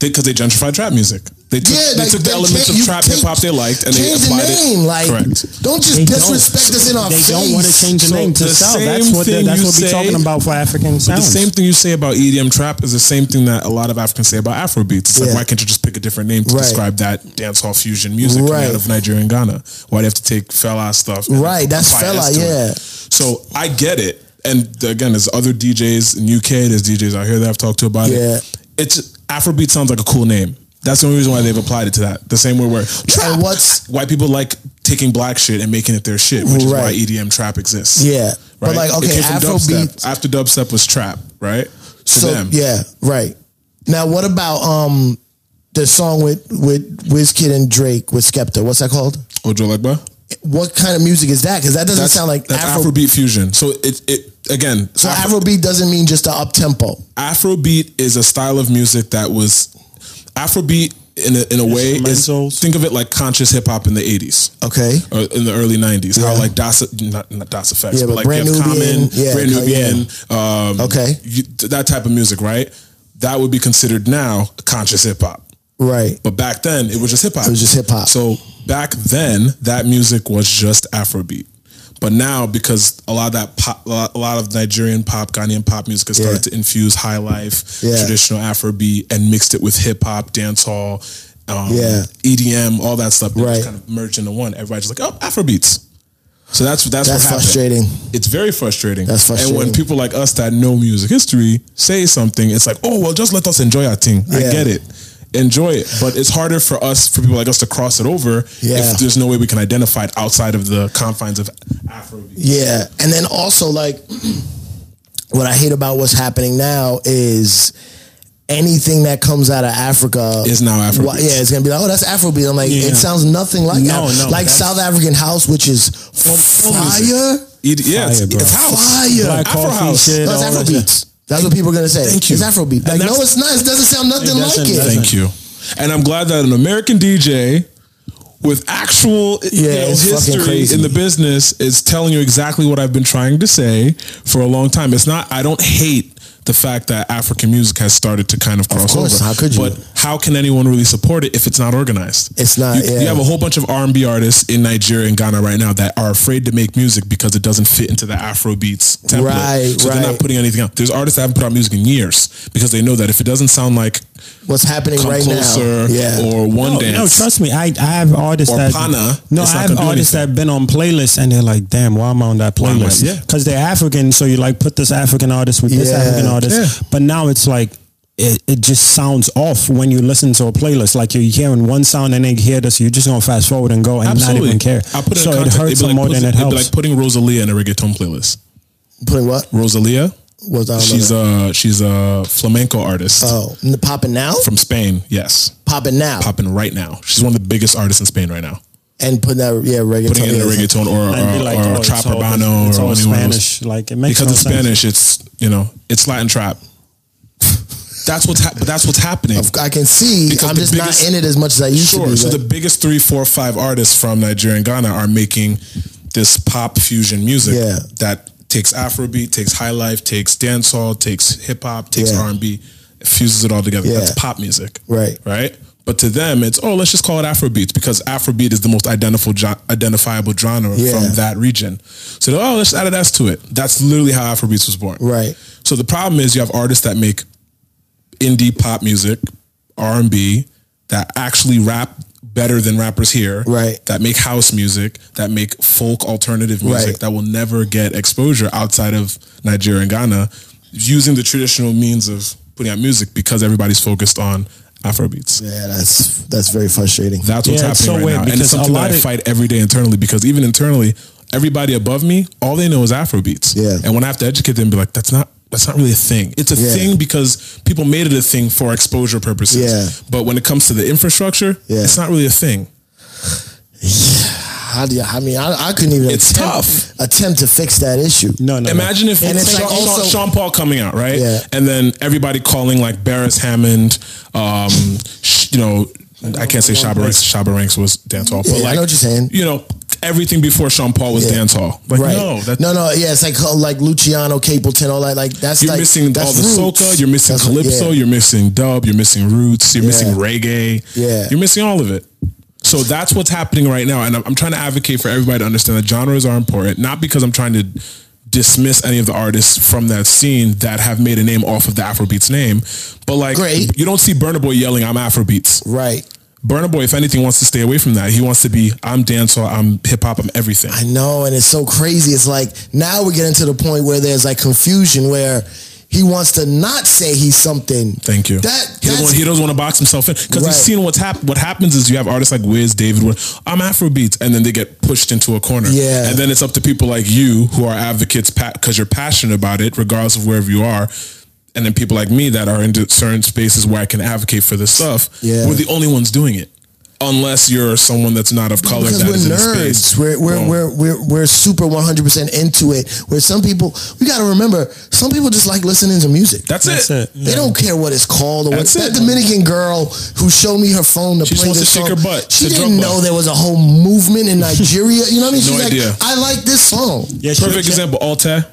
S1: Because they, gentrified trap music. They took,
S3: Yeah,
S1: they
S3: like,
S1: took the
S3: they
S1: elements of
S3: can't- you
S1: trap
S3: can't
S1: hip hop they liked and they
S3: Change the
S1: applied
S3: name,
S1: it.
S3: like
S1: Correct.
S3: don't just
S4: They don't.
S3: disrespect us in our
S4: They
S3: face.
S4: don't want to change the
S1: So
S4: name to
S1: the
S4: sell.
S1: same
S4: That's what they,
S1: thing
S4: that's
S1: you
S4: what we're
S1: say-
S4: talking about for
S1: But
S4: African
S1: the
S4: sounds.
S1: same thing you say about EDM trap is the same thing that a lot of Africans say about Afrobeats. It's
S3: Yeah.
S1: like, why can't you just pick a different name to
S3: Right.
S1: describe that dancehall fusion music coming
S3: Right.
S1: out of Nigeria and Ghana? Why do you have to take fella stuff? and
S3: Right, that's
S1: apply this
S3: fella,
S1: to it?
S3: yeah.
S1: So I get it. And again, there's other DJs in UK, there's DJs out here that I've talked to about
S3: Yeah.
S1: it. It's Afrobeat sounds like a cool name. That's the only reason why they've applied it to that. The same way where
S3: And what's
S1: white people like taking black shit and making it their shit, which is why
S3: Right.
S1: EDM trap exists.
S3: yeah? But
S1: Right?
S3: like
S1: It
S3: okay,
S1: came from
S3: Afrobeat.
S1: dubstep. After dubstep was trap, right? To
S3: So
S1: them.
S3: yeah, right. Now what about um the song with with Wizkid and Drake with Skepta? What's that called?
S1: Ojo Legba.
S3: What kind of music is that? Because that doesn't sound like
S1: that's
S3: Afro.
S1: Afrobeat fusion. So it it again.
S3: so
S1: Afro-
S3: Afrobeat doesn't mean just the up tempo.
S1: Afrobeat is a style of music that was Afrobeat in a, in a way is
S4: Instrumentals.
S1: think of it like conscious hip hop in the eighties.
S3: Okay.
S1: Or in the early '90s, how
S3: Yeah.
S1: like DOS, not, not DOS effects,
S3: Yeah,
S1: but,
S3: but
S1: like
S3: Brand
S1: you have
S3: Nubian,
S1: Common,
S3: yeah,
S1: Brand
S3: yeah.
S1: Nubian, um,
S3: Okay.
S1: you, that type of music, right? That would be considered now conscious hip hop.
S3: Right.
S1: But back then, it was just hip hop.
S3: It was just hip-hop.
S1: So back then, that music was just Afrobeat. But now, because a lot of that pop, a lot- a lot of Nigerian pop, Ghanaian pop music has started
S3: Yeah.
S1: to infuse high life,
S3: Yeah.
S1: traditional Afrobeat, and mixed it with hip hop, dancehall, um,
S3: Yeah.
S1: EDM, all that stuff. They just
S3: Right.
S1: kind of merged into one. Everybody's just like, oh, Afrobeats. So that's that's,
S3: That's
S1: what happened.
S3: frustrating.
S1: It's very frustrating.
S3: That's frustrating.
S1: And when people like us that know music history say something, it's like, oh well, just let us enjoy our thing. I
S3: Yeah.
S1: get it, enjoy it. But it's harder for us, for people like us, to cross it over
S3: Yeah.
S1: if there's no way we can identify it outside of the confines of Afrobeat.
S3: Yeah, and then also like what I hate about what's happening now is anything that comes out of Africa
S1: Is now Afrobeat.
S3: Wha- yeah, it's gonna be like, oh, that's Afrobeat. I'm like, it
S4: Yeah.
S3: sounds nothing like
S4: No,
S3: Af-
S4: no,
S3: like
S4: that's-
S3: South African house, which is fire.
S1: It, yeah, it's,
S4: Fire, bro.
S1: it's house,
S3: Fire.
S4: Black
S1: Afro
S4: coffee
S1: house.
S4: shit.
S3: No,
S4: all
S3: that's
S4: that shit.
S3: Afrobeat. That's what people are gonna say.
S1: Thank you.
S3: It's Afrobeat. Like,
S1: And
S3: no,
S1: that's-
S3: it's not. It doesn't sound nothing
S4: It
S3: like
S4: doesn't-
S3: it.
S4: doesn't.
S1: Thank you. And I'm glad that an American DJ with actual you
S3: Yeah,
S1: know,
S3: it's fucking
S1: history
S3: crazy.
S1: in the business is telling you exactly what I've been trying to say for a long time. It's not I don't hate the fact that African music has started to kind of cross
S3: course,
S1: over.
S3: how could you?
S1: But how can anyone really support it if it's not organized?
S3: It's not,
S1: You, you
S3: yeah.
S1: have a whole bunch of R&B artists in Nigeria and Ghana right now that are afraid to make music because it doesn't fit into the Afro beats template.
S3: Right,
S1: so they're
S3: right.
S1: not putting anything out. There's artists that haven't put out music in years because they know that if it doesn't sound like
S3: What's happening
S1: come
S3: right
S1: closer
S3: now? Yeah.
S1: or one
S4: No, no,
S1: dance.
S4: trust me. I, I have artists
S1: Or
S4: that
S1: Pana,
S4: no,
S1: it's
S4: I
S1: not
S4: have
S1: gonna do
S4: artists that have been on playlists and they're like, damn, why am I on that
S1: am I-
S4: playlist?
S1: yeah.
S4: because they're African, so you like put this African artist with this
S3: Yeah.
S4: African artist,
S1: Yeah.
S4: but now it's like. It, it just sounds off when you listen to a playlist. Like you're hearing one sound and then you hear this, you're just gonna fast forward and go and not even care.
S1: I put it
S4: so
S1: in
S4: it
S1: context.
S4: hurts
S1: It'd be
S4: them more
S1: putting-
S4: than it
S1: it'd
S4: helps.
S1: be like putting Rosalia in a reggaeton playlist.
S3: Putting what?
S1: Rosalia,
S3: Was I don't
S1: she's
S3: know.
S1: a she's a flamenco artist
S3: oh n- popping now.
S1: from Spain. Yes,
S3: Popping now.
S1: popping right now. She's one of the biggest artists in Spain right now.
S3: and putting that yeah reggaeton.
S1: Putting it in a
S3: yeah.
S1: reggaeton or
S4: And be
S1: or,
S4: like,
S1: or
S4: oh, it's
S1: trap
S4: all-
S1: urbano
S4: it's
S1: or
S4: all
S1: anyone
S4: Spanish. Like it makes
S1: because
S4: no
S1: it's
S4: sense.
S1: Spanish, it's you know it's Latin trap. that's what's hap- that's what's happening.
S3: I can see.
S1: Because
S3: I'm
S1: the
S3: just
S1: biggest-
S3: not in it as much as I used
S1: Sure.
S3: to be.
S1: so
S3: but-
S1: the biggest three, four, five artists from Nigeria and Ghana are making this pop fusion music
S3: Yeah.
S1: that takes Afrobeat, takes high life, takes dancehall, takes hip hop, takes
S3: Yeah.
S1: R and B, fuses it all together.
S3: Yeah.
S1: That's pop music,
S3: Right.
S1: Right. But to them, it's oh, let's just call it Afrobeats because Afrobeat is the most identifiable jo- identifiable genre
S3: Yeah.
S1: from that region. So they're, oh, let's add an S to it. That's literally how Afrobeats was born.
S3: Right.
S1: So the problem is you have artists that make indie pop music, R and B, that actually rap better than rappers here.
S3: Right.
S1: That make house music, that make folk alternative music
S3: Right.
S1: that will never get exposure outside of Nigeria and Ghana using the traditional means of putting out music because everybody's focused on Afrobeats.
S3: Yeah, that's that's very frustrating.
S1: That's what's
S4: Yeah, it's
S1: happening
S4: so
S1: right
S4: weird
S1: now. And
S4: because
S1: it's
S4: a
S1: something
S4: lot
S1: that I
S4: of-
S1: fight every day internally because even internally, everybody above me, all they know is Afrobeats.
S3: Yeah.
S1: And when I have to educate them, be like, that's not that's not really a thing. It's a
S3: Yeah.
S1: thing because people made it a thing for exposure purposes.
S3: Yeah.
S1: But when it comes to the infrastructure,
S3: Yeah.
S1: it's not really a thing.
S3: How do you, I mean, I, I couldn't even
S1: It's
S3: attempt,
S1: tough.
S3: attempt to fix that issue.
S4: No, no. no.
S1: Imagine if
S3: And it's
S1: Sean,
S3: like
S1: Sean-
S3: also-
S1: Sean Paul coming out, right?
S3: Yeah.
S1: And then everybody calling like Barris Hammond, um, sh- you know, I can't say Shabba Ranks. Shabba Ranks was dance hall, but
S3: Yeah, I
S1: like
S3: know what you're saying.
S1: You know, everything before Sean Paul was
S3: Yeah.
S1: dance hall. Like
S3: right?
S1: no, that,
S3: no, no. Yeah, it's like uh, like Luciano Capleton, all that. Like that's
S1: You're
S3: like,
S1: missing
S3: that's
S1: all the
S3: roots.
S1: soca. You're missing
S3: That's-
S1: calypso.
S3: yeah.
S1: You're missing dub. You're missing roots. You're
S3: Yeah.
S1: missing reggae.
S3: Yeah.
S1: You're missing all of it. So that's what's happening right now, and I'm, I'm trying to advocate for everybody to understand that genres are important. Not because I'm trying to dismiss any of the artists from that scene that have made a name off of the Afrobeats name, but like,
S3: Great.
S1: you don't see Burna Boy yelling, "I'm Afrobeats."
S3: right.
S1: Burna Boy, if anything, wants to stay away from that. He wants to be, "I'm dancehall. I'm hip hop. I'm everything."
S3: I know, and it's so crazy. It's like now we're getting to the point where there's like confusion where he wants to not say he's something.
S1: Thank you.
S3: That
S1: he
S3: that's,
S1: doesn't, want, he doesn't want to box himself in because
S3: Right.
S1: he's seen what's hap- what happens is you have artists like Wiz, David, Wi- I'm Afrobeats, and then they get pushed into a corner.
S3: Yeah.
S1: and then it's up to people like you who are advocates because you're passionate about it, regardless of wherever you are. And then people like me that are in certain spaces where I can advocate for this stuff,
S3: Yeah.
S1: we're the only ones doing it. unless you're someone that's not of color
S3: because
S1: that is
S3: we're
S1: in the
S3: nerds.
S1: space.
S3: We're we're,
S1: Well,
S3: we're we're we're super one hundred percent into it. Where some people, we got to remember, some people just like listening to music.
S1: that's,
S4: That's
S1: it.
S4: it.
S3: They
S4: yeah.
S3: don't care what it's called or what.
S1: That's
S3: That
S1: it.
S3: Dominican girl who showed me her phone to
S1: She just
S3: play
S1: wants
S3: this
S1: to shake
S3: song.
S1: her butt
S3: She
S1: to
S3: didn't
S1: drug
S3: know
S1: bust.
S3: there was a whole movement in Nigeria. You know what I mean?
S1: No
S3: She's
S1: idea.
S3: like, I like this song.
S4: Yeah, she-
S1: Perfect example, Alta.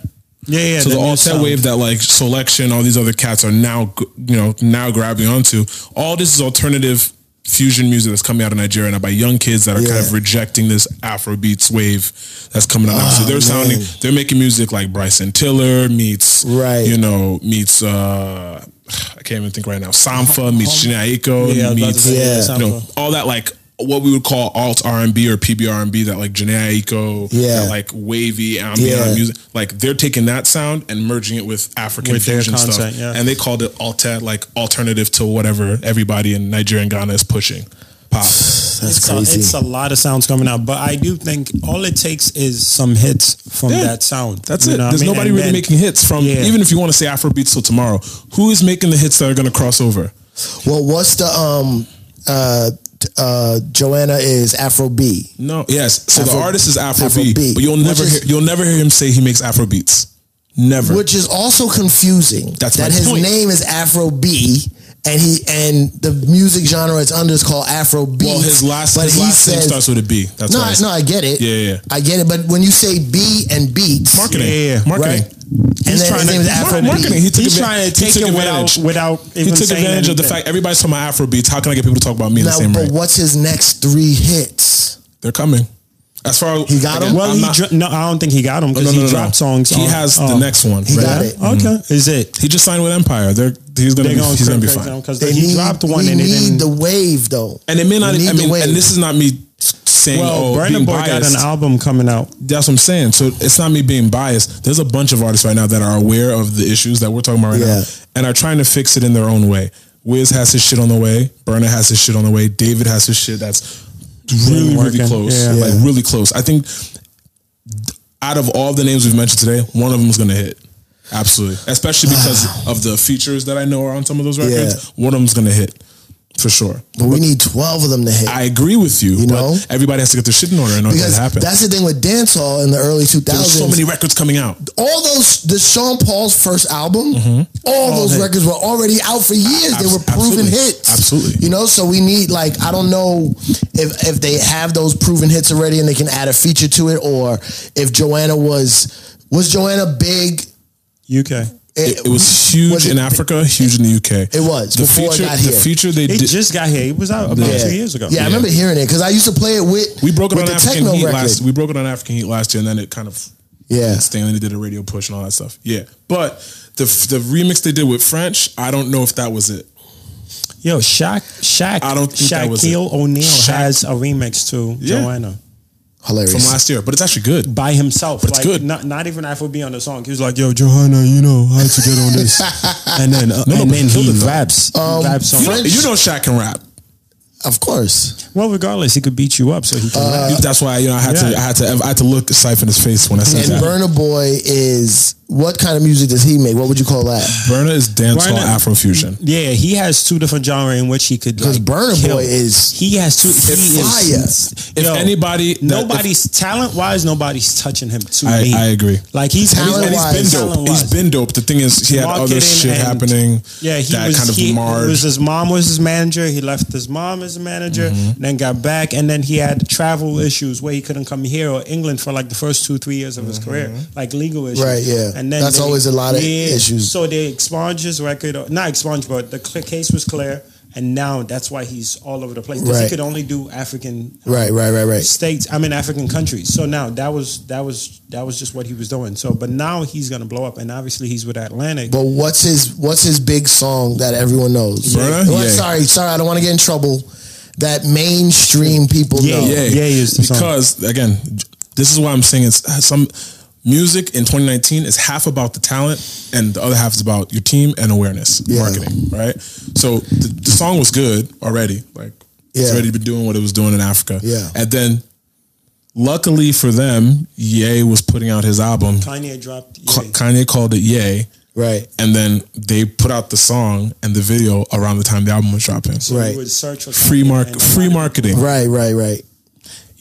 S4: Yeah, yeah.
S1: So the
S4: that new
S1: Alta
S4: sound.
S1: wave that like selection, all these other cats are now, g- you know, now grabbing onto. All this is alternative fusion music that's coming out of Nigeria now by young kids that are kind of
S3: Yeah.
S1: rejecting this Afrobeats wave that's coming out. now. so they're sounding,
S3: man.
S1: they're making music like Bryson Tiller meets,
S3: Right.
S1: you know, meets, uh, I can't even think right now, Samfa meets Jhené Aiko
S4: Yeah, I was about to
S1: meets,
S4: say,
S3: yeah,
S1: you know,
S4: Samfa.
S1: all that like, what we would call alt R and B or PB R and B, that like Jhené Aiko,
S3: Yeah.
S1: that like wavy ambient
S3: Yeah.
S1: music. Like they're taking that sound and merging it with African
S4: With their
S1: fusion stuff,
S4: content, yeah.
S1: and they called it alta, like alternative to whatever everybody in Nigeria and Ghana is pushing. Pop.
S3: That's
S4: it's
S3: crazy.
S4: A, it's a lot of sounds coming out, but I do think all it takes is some hits from
S1: Yeah.
S4: that sound.
S1: That's
S4: You
S1: it.
S4: know what I
S1: There's
S4: mean?
S1: nobody
S4: And
S1: really
S4: then-
S1: making hits from.
S4: Yeah.
S1: Even if you want to say Afrobeats till tomorrow, who is making the hits that are going to cross over?
S3: well, what's the um uh t- uh Joanna is Afro B.
S1: No. Yes. So
S3: Afro-
S1: the artist is Afrobeat,
S3: Afrobeat,
S1: but you'll
S3: which
S1: never
S3: is-
S1: hear, you'll never hear him say he makes Afrobeats. Never.
S3: Which is also confusing.
S1: That's
S3: that
S1: my
S3: his
S1: point.
S3: name is Afro B, and he and the music genre it's under is called Afro B.
S1: well, his last his last name starts with a B. That's
S3: no,
S1: why.
S3: I-
S1: it's-
S3: no, I get it.
S1: Yeah, yeah, yeah.
S3: I get it. But when you say B and beats,
S1: Marketing.
S4: Yeah, yeah, yeah.
S1: Marketing.
S3: Right. and then his name is
S1: Mar-
S3: Afro
S1: marketing. He took
S4: He's
S1: advan-
S4: trying to
S1: he
S4: take
S1: took
S4: it
S1: advantage.
S4: without without even
S1: he took
S4: saying
S1: advantage of the
S4: anything.
S1: fact everybody's talking about Afrobeats. How can I get people to talk about me in the
S3: Now,
S1: same
S3: but
S1: rate?
S3: what's his next three hits?
S1: They're coming. As far as
S3: He got 'em?
S4: Well,
S1: I'm
S4: he
S1: not-
S4: dro- no, I don't think he got him
S1: no,
S4: because
S1: no, no,
S4: he
S1: no.
S4: dropped songs.
S1: He
S4: on-
S1: has
S4: oh.
S1: the next one.
S3: He got it.
S4: Okay, is it?
S1: He just signed with Empire. They're he's gonna
S4: They're
S1: be,
S4: going
S1: he's gonna be
S4: crazy
S1: fine.
S4: because
S3: They
S4: he
S3: need,
S4: dropped one
S3: we
S4: and it
S3: need
S4: didn't.
S3: the wave though.
S1: And it may not.
S3: We need
S1: I
S3: the
S1: mean,
S3: wave.
S1: and this is not me saying
S4: well,
S1: oh
S4: Burna
S1: being
S4: Boy got
S1: biased.
S4: an album coming out.
S1: That's what I'm saying. So it's not me being biased. There's a bunch of artists right now that are aware of the issues that we're talking about right
S3: Yeah.
S1: now and are trying to fix it in their own way. Wiz has his shit on the way. Burner has his shit on the way. David has his shit that's really, really
S4: working.
S1: close.
S4: Yeah.
S1: Like
S3: Yeah.
S1: really close. I think out of all the names we've mentioned today, one of them is going to hit. Absolutely. Especially because of the features that I know are on some of those records. One of them's going to hit for sure.
S3: but we need twelve of them to hit.
S1: I agree with you.
S3: You
S1: but
S3: know?
S1: everybody has to get their shit in order in order for that
S3: because
S1: to happen.
S3: that's the thing with dancehall in the early two
S1: There's
S3: thousands.
S1: so many records coming out.
S3: all those the Sean Paul's first album,
S1: Mm-hmm.
S3: all those records were already out for years. they
S1: abs-
S3: were
S1: absolutely.
S3: proven hits.
S1: Absolutely.
S3: You know, so we need like I don't know if if they have those proven hits already and they can add a feature to it or if Joanna was was Joanna big
S4: UK.
S1: It, it was huge
S3: was it-
S1: in Africa, huge in the UK.
S3: It was,
S1: the
S3: before it
S1: feature.
S3: got
S1: The
S3: here.
S1: feature they
S4: He
S1: did.
S4: just got here. He was out about
S3: yeah.
S4: two years ago.
S3: Yeah, I remember hearing it because I used to play it with
S1: we broke it
S3: with
S1: on
S3: the
S1: African
S3: techno
S1: Heat
S3: record.
S1: last. We broke it on African Heat last year, and then it kind of
S3: yeah,
S1: Stanley did a radio push and all that stuff. Yeah, but the the remix they did with French, I don't know if that was it.
S4: Yo, Shaq, Shaq,
S1: I don't think that was
S4: Shaquille
S1: it.
S4: O'Neal
S1: Shaq-
S4: has a remix to
S1: Yeah.
S4: Joanna
S3: hilarious.
S1: from last year, but it's actually good.
S4: by himself.
S1: it's
S4: like,
S1: good.
S4: Not, not even Afrobeat on the song. He was like, "Yo, Joanna, you know how to get on this," and then
S1: but
S4: uh, and then
S1: he killed
S4: he
S1: it, though.
S4: raps,
S3: Um,
S4: he raps on.
S1: You know, you know Shaq can rap.
S3: of course.
S4: Well, regardless, he could beat you up, so he
S1: Uh,
S4: can.
S3: Uh,
S4: rap.
S1: That's why you know I had to
S4: yeah.
S1: I had to I had to look siphon his face when I said
S3: And
S1: that.
S3: Burna Boy is what kind of music does he make? What would you call that?
S1: Burner is dancehall
S4: Burna-
S1: Afrofusion.
S4: Yeah, he has two different genres in which he could.
S3: 'Cause
S4: like,
S3: Burna
S4: kill.
S3: Boy is
S4: he has two. He
S3: fire.
S4: is
S1: If
S4: Yo,
S1: anybody, that-
S4: nobody's talent wise, nobody's touching him. To
S1: I-
S4: me,
S1: I agree.
S4: Like he's
S1: And he's- and
S3: Talent-wise.
S1: he's been dope.
S4: Talent-wise.
S1: He's been dope. The thing is, he had other
S4: Marketing
S1: shit
S4: and-
S1: happening.
S4: Yeah, he
S1: that
S4: was,
S1: kind of
S4: he,
S1: marred.
S4: it was his mom was his manager. He left his mom as a manager,
S3: Mm-hmm.
S4: then got back, and then he had travel issues where he couldn't come here or England for like the first two three years of his career, like legal issues.
S3: Mm-hmm. Right, yeah.
S4: and then
S3: That's always a lot of
S4: yeah,
S3: issues.
S4: So they expunged his record, or, not expunged, but the cl- case was clear, and now that's why he's all over the place because he
S3: Right.
S4: could only do African
S3: Right, right, right, right.
S4: states i mean african countries so now that was that was that was just what he was doing so but now he's gonna blow up and obviously he's with atlantic
S3: But what's his what's his big song that everyone knows?
S1: Bruh,
S3: Well,
S1: yeah.
S3: Sorry, sorry, I don't want to get in trouble. That mainstream people know.
S4: Yeah. is the song.
S1: because again, this is why I'm saying it's some music in 2019 is half about the talent and the other half is about your team and awareness
S3: Yeah.
S1: marketing, right? So the, the song was good already, like it's
S3: Yeah.
S1: already been doing what it was doing in Africa,
S3: Yeah.
S1: And then, luckily for them, Ye was putting out his album.
S4: kanye dropped yeah.
S1: Ka- Kanye called it Ye,
S3: Right.
S1: and then they put out the song and the video around the time the album was dropping.
S3: Right.
S4: You would search for
S1: Free
S4: something
S1: mark,
S4: and
S1: free marketing.
S3: Right. Right. Right.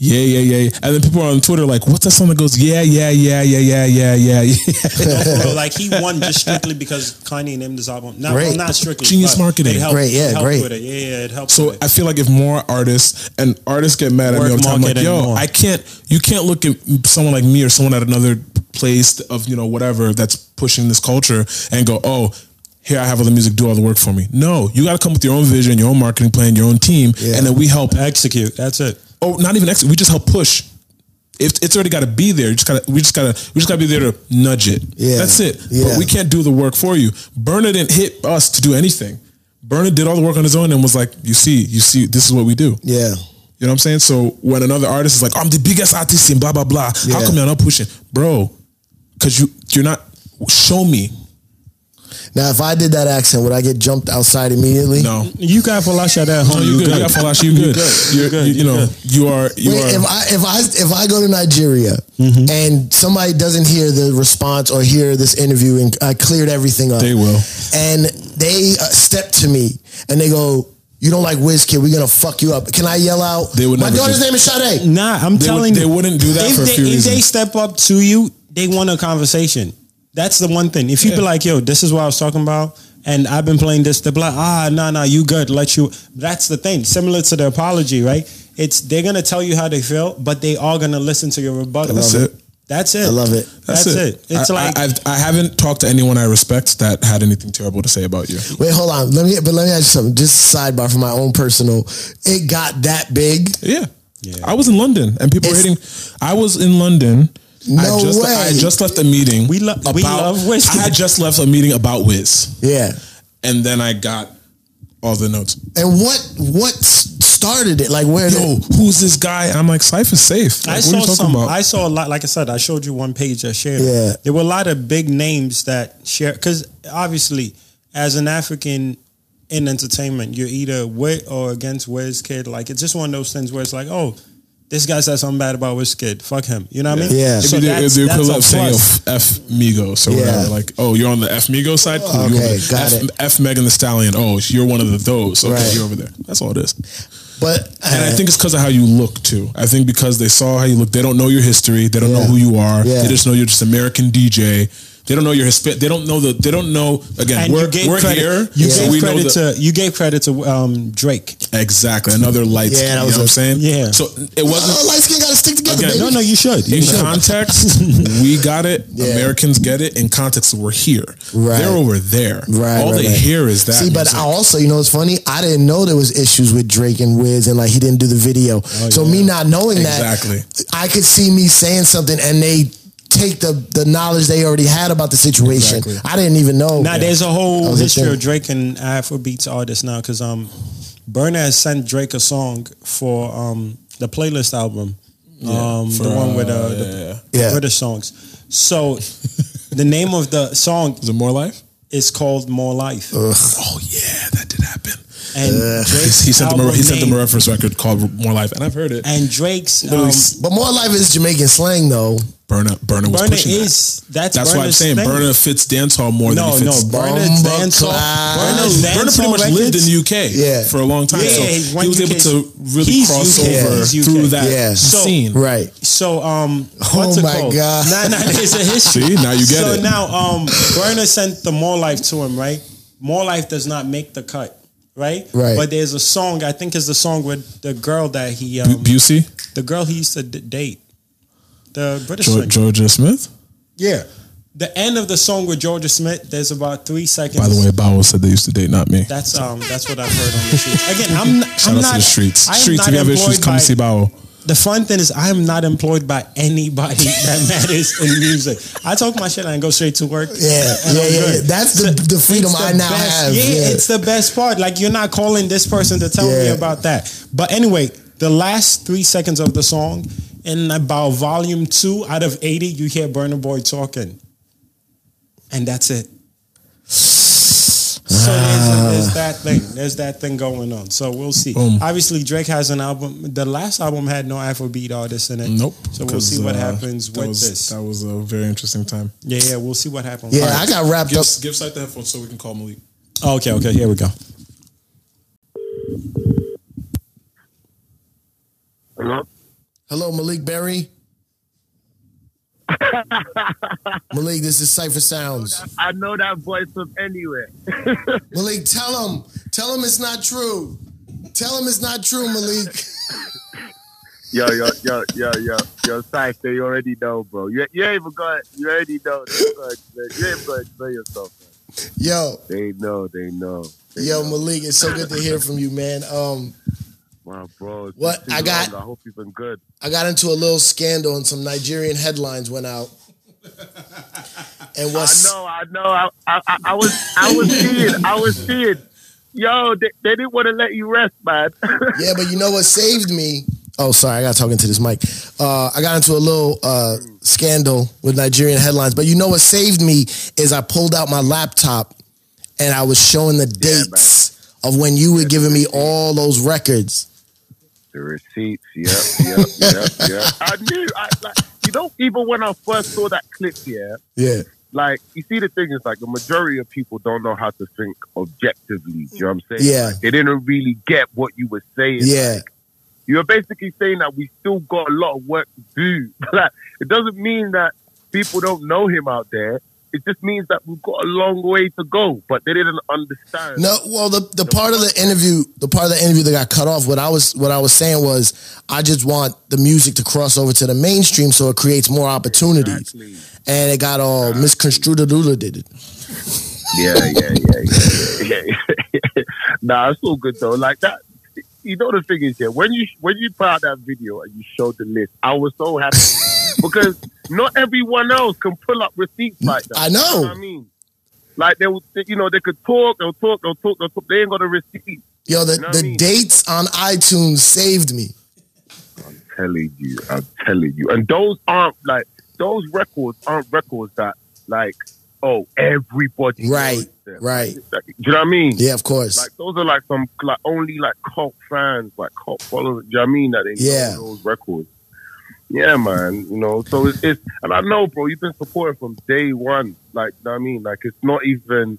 S1: Yeah, yeah, yeah. And then people are on Twitter like, "What's that song that goes? Yeah, yeah, yeah, yeah, yeah, yeah, yeah, yeah."
S4: But like he won just strictly because Kanye named his album. Not,
S3: Great.
S4: well, not strictly.
S1: Genius
S4: but
S1: marketing.
S4: It helped,
S3: Great, yeah,
S4: it helped
S3: great.
S4: With it. Yeah, yeah, it helped.
S1: So
S4: with it.
S1: I feel like if more artists and artists get mad at me
S4: Work
S1: all the time, like,
S4: market
S1: yo,
S4: anymore.
S1: I can't. You can't look at someone like me or someone at another place of you know whatever that's pushing this culture and go, oh. Here I have all the music, do all the work for me. No, you got to come with your own vision, your own marketing plan, your own team,
S3: Yeah.
S1: and then we help
S4: execute. That's it.
S1: oh, not even exit. We just help push. If it's already got to be there, you just gotta, we just gotta, we just gotta be there to nudge it.
S3: Yeah.
S1: that's it.
S3: Yeah.
S1: But we can't do the work for you. Burner didn't hit us to do anything. Burner did all the work on his own and was like, "You see, you see, this is what we do."
S3: Yeah.
S1: You know what I'm saying? So when another artist is like, "I'm the biggest artist in blah blah blah,"
S3: Yeah.
S1: how come you're not pushing, bro? Because you you're not. Show me.
S3: Now, if I did that accent, would I get jumped outside immediately?
S1: No,
S4: You got Falasha at home.
S1: no, you, good. You got Falash. You good. You're, you You, know, you are. You Mm-hmm.
S3: Wait,
S1: are.
S3: if I if I if I go to Nigeria and somebody doesn't hear the response or hear this interview and I cleared everything up,
S1: They will.
S3: and they uh, step to me and they go, "You don't like Wizkid? We're gonna fuck you up." Can I yell out?
S1: They would
S3: My
S1: never
S3: daughter's
S1: do-
S3: name is Sade.
S4: Nah,
S1: They
S4: I'm
S1: would-
S4: telling
S1: they
S4: you,
S1: wouldn't do that
S4: If
S1: for a
S4: they,
S1: few
S4: if they
S1: reasons.
S4: step up to you, they want a conversation. That's the one thing. If you be
S1: Yeah.
S4: like, "Yo, this is what I was talking about," and I've been playing this, they're like, "Ah, nah, nah, you good? Let you." That's the thing. Similar to the apology, right? It's they're gonna tell you how they feel, but they are gonna listen to your rebuttal.
S1: That's it.
S4: That's it.
S3: I love it.
S4: That's, it. It's
S1: I,
S4: like
S1: I, I've, I haven't talked to anyone I respect that had anything terrible to say about you.
S3: Wait, hold on. Let me. But let me ask you something. Just a sidebar for my own personal. It got that big.
S1: Yeah. I was in London and people were
S3: It's-
S1: hitting. I was in London.
S3: No
S1: I just,
S3: way.
S1: I had just left a meeting.
S4: We lo- we love Wiz.
S1: I had just left a meeting about Wiz,
S3: Yeah.
S1: and then I got all the notes.
S3: And what what s- started it? Like where?
S1: Yo, who's this guy? And I'm like, Cypher's safe. Like,
S4: I
S1: what
S4: saw
S1: are you talking
S4: some.
S1: about?
S4: I saw a lot. Like I said, I showed you one page I shared.
S3: Yeah.
S4: there were a lot of big names that share because obviously, as an African in entertainment, you're either with or against Wiz Kid. Like it's just one of those things where it's like, oh, this guy said something bad about Wiz Kid. Fuck him. You know what I mean?
S3: Yeah.
S1: If
S4: So
S1: you do,
S4: that's,
S1: if you
S4: that's
S1: could
S4: a
S1: love saying
S4: plus.
S1: F, F Migos or
S3: Yeah.
S1: whatever, like, oh, you're on the F Migos side. Cool. You're
S3: Okay,
S1: on the
S3: got
S1: F,
S3: it.
S1: F Megan the Stallion. Oh, you're one of the those. Okay,
S3: Right.
S1: you're over there. That's all it is.
S3: But uh,
S1: And I think it's because of how you look too. I think because they saw how you look, they don't know your history. They don't know
S3: Yeah.
S1: who you are.
S3: Yeah.
S1: They just know you're just American DJ. They don't know your Hispanic. They don't know the. They don't know again.
S4: And
S1: we're
S4: you gave
S1: we're
S4: credit.
S1: here.
S4: You
S1: so
S4: gave
S1: we know
S4: credit
S1: the,
S4: to you gave credit to um, Drake.
S1: exactly another light.
S3: Yeah,
S1: skin,
S3: that
S1: you know
S3: was
S1: what
S3: a-
S1: I'm saying.
S4: Yeah.
S1: So it
S3: oh,
S1: wasn't.
S3: light skin got to stick together,
S1: Again,
S3: baby.
S4: No, no, you should. You
S1: In
S4: should.
S1: context, we got it.
S3: Yeah.
S1: Americans get it. In context, we're here.
S3: Right.
S1: They're over there.
S3: Right.
S1: All
S3: right,
S1: they
S3: right.
S1: hear is that.
S3: See, but
S1: music.
S3: I also, you know, it's funny. I didn't know there was issues with Drake and Wiz, and like he didn't do the video.
S4: Oh,
S3: so me not knowing
S1: Exactly.
S3: that, I could see me saying something, and they take the the knowledge they already had about the situation.
S1: Exactly.
S3: I didn't even know.
S4: Now there's a
S3: That
S4: whole
S3: was a
S4: history
S3: thing.
S4: of Drake and Afrobeats artists now because um, Burner has sent Drake a song for um the playlist album, um
S1: for,
S4: the one with
S1: uh,
S4: uh, the
S3: yeah, yeah.
S4: British songs. So the name of the song
S1: Is it more life?
S4: is called More Life,
S1: Oh yeah, that did happen.
S4: and Drake's
S1: He sent them. A,
S4: album
S1: he sent them a
S4: name-
S1: reference record called More Life, and I've heard it.
S4: and Drake's
S1: Literally
S4: um,
S3: But more life is Jamaican slang, though.
S1: Burner, Burner was
S4: Burner
S1: pushing that.
S4: is that's
S1: That's why I'm
S4: Burner's
S1: saying
S4: thing.
S1: Burner fits dancehall more
S4: No,
S1: than he
S4: no,
S1: fits.
S4: Burner
S3: Bumba
S4: dance
S3: clap.
S4: Burner's
S1: Burner
S4: dance
S1: pretty much lived in the UK
S3: Yeah.
S1: for a long time,
S4: Yeah,
S1: so
S4: yeah, he's
S1: he was
S4: UK.
S1: able to really
S4: He's
S1: cross
S4: UK.
S1: over
S4: He's UK.
S1: through that
S3: Yeah.
S4: So-
S1: scene.
S3: Right.
S4: So um,
S3: Oh
S4: what's it
S3: my
S4: called?
S3: God.
S4: Nah, nah, it's a history.
S1: See, now you get
S4: so
S1: it.
S4: now um, Burner sent the More Life to him, right? More Life does not make the cut, right?
S3: Right.
S4: But there's a song. I think is the song with the girl that he,
S1: Bu-
S4: um,
S1: Busey,
S4: the girl he used to d- date, the British
S1: jo-
S4: singer.
S1: Georgia Smith.
S4: yeah. The end of the song with Georgia Smith. There's about three seconds.
S1: By the way, Bowel said they used to date, not me.
S4: That's um. That's what I've heard on the streets. Again, I'm. n-
S1: Shout
S4: I'm
S1: out
S4: not
S1: to the streets.
S4: I am
S1: Streets,
S4: not
S1: if you have issues,
S4: employed
S1: come
S4: by-
S1: see Bowel.
S4: the fun thing is I'm not employed by anybody that matters in music. I talk my shit and go straight to work.
S3: Yeah,
S4: And
S3: yeah,
S4: I'm
S3: yeah.
S4: good.
S3: That's the, the freedom
S4: It's the
S3: I now
S4: best-
S3: have.
S4: Yeah,
S3: Yeah,
S4: it's the best part. Like you're not calling this person to tell me
S3: Yeah.
S4: about that. But anyway, the last three seconds of the song, in about volume two out of eighty, you hear Burner Boy talking, and that's it. so there's, there's that thing. There's that thing going on. So we'll see.
S1: Boom.
S4: Obviously, Drake has an album. The last album had no Afrobeat artist in it.
S1: Nope.
S4: So we'll
S1: 'Cause,
S4: see what
S1: uh,
S4: happens
S1: that
S4: with
S1: was,
S4: this.
S1: That was a very interesting time.
S4: Yeah, yeah. We'll see what happens.
S3: Yeah,
S4: All right.
S3: I got wrapped
S1: Give,
S3: up.
S1: give Sight the headphones so we can call Malik.
S4: okay, okay. Here we go.
S3: Hello, Malik Berry. Malik, this is Cypher Sounds.
S10: I know that voice from anywhere.
S3: Malik, tell him. Tell him it's not true. Tell him it's not true, Malik.
S10: Yo, yo, yo, yo, yo, yo, Cypher, you already know, bro. You, you ain't even going you already know. You gonna- you ain't going to explain yourself. Man.
S3: Yo,
S10: They know, they know. They
S3: yo,
S10: know.
S3: Malik, it's so good to hear from you, man. Um,
S10: my bro. it's
S3: What?
S10: been
S3: I
S10: too
S3: got-
S10: long. I hope you've been good.
S3: I got into a little scandal and some Nigerian headlines went out. And
S10: I
S3: what's
S10: know, I know. I, I, I- I was, I was seeing, I was seeing. Yo, they, they didn't want to let you rest, man.
S3: Yeah, but you know what saved me? Oh, sorry, I got talking to this mic. Uh, I got into a little uh, scandal with Nigerian headlines, but you know what saved me is I pulled out my laptop and I was showing the
S10: Yeah,
S3: dates of when you were giving me all those records.
S10: The receipts, yep, yep, yep, yep. I knew, I, like, you know, even when I first saw that clip, yeah,
S3: Yeah,
S10: like, you see, the thing is, like, the majority of people don't know how to think objectively. You know what I'm saying?
S3: Yeah.
S10: Like, they didn't really get what you were saying.
S3: yeah,
S10: You're basically saying that we still got a lot of work to do. like, it doesn't mean that people don't know him out there. It just means that we've got a long way to go, but they didn't understand.
S3: No, well, the, the part of the interview, the part of the interview that got cut off. What I was what I was saying was, I just want the music to cross over to the mainstream, so it creates more opportunities.
S10: Exactly.
S3: And it got all misconstrued. did it.
S10: yeah, yeah, yeah, yeah, yeah, yeah. nah, it's all good though. Like that, you know the thing is, yeah. When you when you put out that video and you showed the list, I was so happy because not everyone else can pull up receipts like that.
S3: I know.
S10: You what I mean, like they, would, you know, they could talk, they'll talk, they'll talk, they'll talk. They ain't got a receipt.
S3: Yo, the,
S10: You know what I
S3: the
S10: mean?
S3: dates on iTunes saved me.
S10: telling you, I'm telling you. And those aren't like those records aren't records that like oh everybody knows
S3: Right,
S10: them.
S3: right.
S10: Like, do you know what I mean?
S3: Yeah, of course.
S10: Like those are like some like only like cult fans, like cult followers. Do you know what I mean that they
S3: Yeah.
S10: know those records? Yeah, man. You know, so it's, it's and I know, bro. You've been supporting from day one. Like, you know what I mean, like it's not even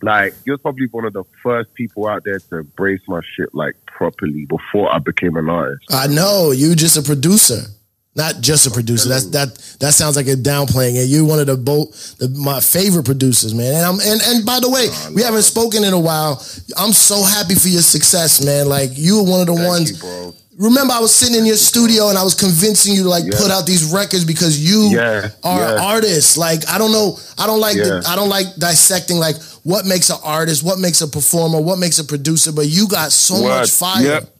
S10: like you're probably one of the first people out there to embrace my shit like properly before I became an artist.
S3: I know you just a producer, not just a producer. That's that. That sounds like a downplaying it. You're one of the both the, my favorite producers, man. And I'm and and by the way, we haven't spoken in a while. I'm so happy for your success, man. Like you were one of the
S10: Thank
S3: ones.
S10: you, bro.
S3: Remember, I was sitting in your studio and I was convincing you to like
S10: Yeah.
S3: put out these records because you
S10: Yeah,
S3: are
S10: yeah.
S3: artists. Like I don't know, I don't like the,
S10: Yeah.
S3: I don't like dissecting like what makes an artist, what makes a performer, what makes a producer. But you got so
S10: Word.
S3: much fire.
S10: Yep.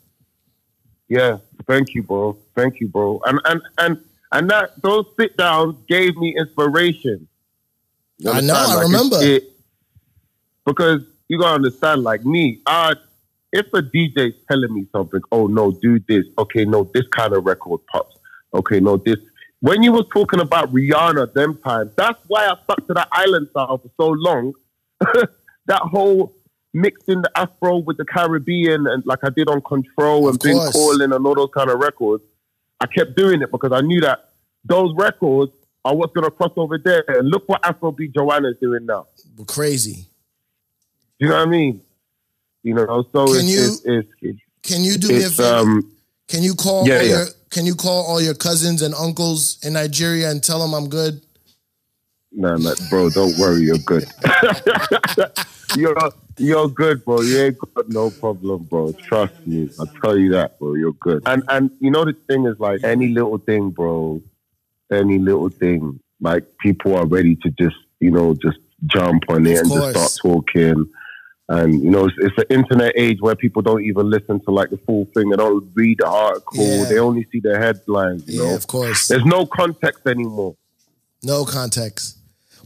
S10: Yeah, thank you, bro. Thank you, bro. And and and and that those sit downs gave me inspiration. You
S3: I know,
S10: understand?
S3: I
S10: Like,
S3: remember.
S10: it- it- because you gotta understand, like me, I if a DJ's telling me something, oh no, do this. Okay, no, this kind of record pops. Okay, no, this. When you was talking about Rihanna, them time, that's why I stuck to that island style for so long. that whole mixing the Afro with the Caribbean and like I did on Control and
S3: Of
S10: Been
S3: course.
S10: Calling and all those kind of records, I kept doing it because I knew that those records are what's going to cross over there. And look what Afrobeat Joanna's doing now.
S3: We're crazy.
S10: Do you know what I mean? You know, so
S3: Can
S10: it's,
S3: you-
S10: it's, it's, it's,
S3: Can you do me a favor?
S10: um,
S3: Can you call
S10: Yeah,
S3: all
S10: yeah.
S3: your Can you call all your cousins and uncles in Nigeria and tell them I'm good?
S10: No, no, bro, don't worry, you're good. you're you're good, bro. You ain't got no problem, bro. Trust me. I'll tell you that, bro. You're good. And and you know the thing is like any little thing, bro, any little thing, like people are ready to just, you know, just jump on it
S3: Of
S10: and
S3: course.
S10: just start talking. And you know, it's, it's an internet age where people don't even listen to like the full thing. They don't read the article.
S3: Yeah.
S10: They only see the headlines. You
S3: yeah,
S10: know,
S3: of course.
S10: there's no context anymore.
S3: No context.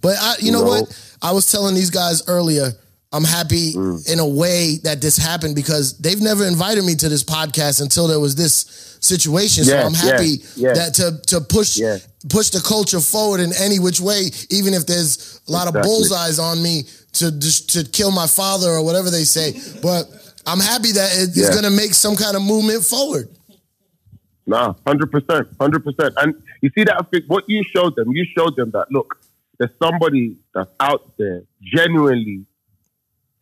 S3: But I, you know
S10: No.
S3: what? I was telling these guys earlier. I'm happy
S10: Mm.
S3: in a way that this happened because they've never invited me to this podcast until there was this situation. So
S10: Yeah,
S3: I'm happy
S10: yeah, yeah.
S3: that to to push push the culture forward in any which way, even if there's a lot of
S10: Exactly.
S3: bullseyes on me to just to kill my father or whatever they say. But I'm happy that it,
S10: Yeah.
S3: it's gonna make some kind of movement forward.
S10: Nah, hundred percent, hundred percent. And you see that thing- what you showed them. You showed them that look, there's somebody that's out there genuinely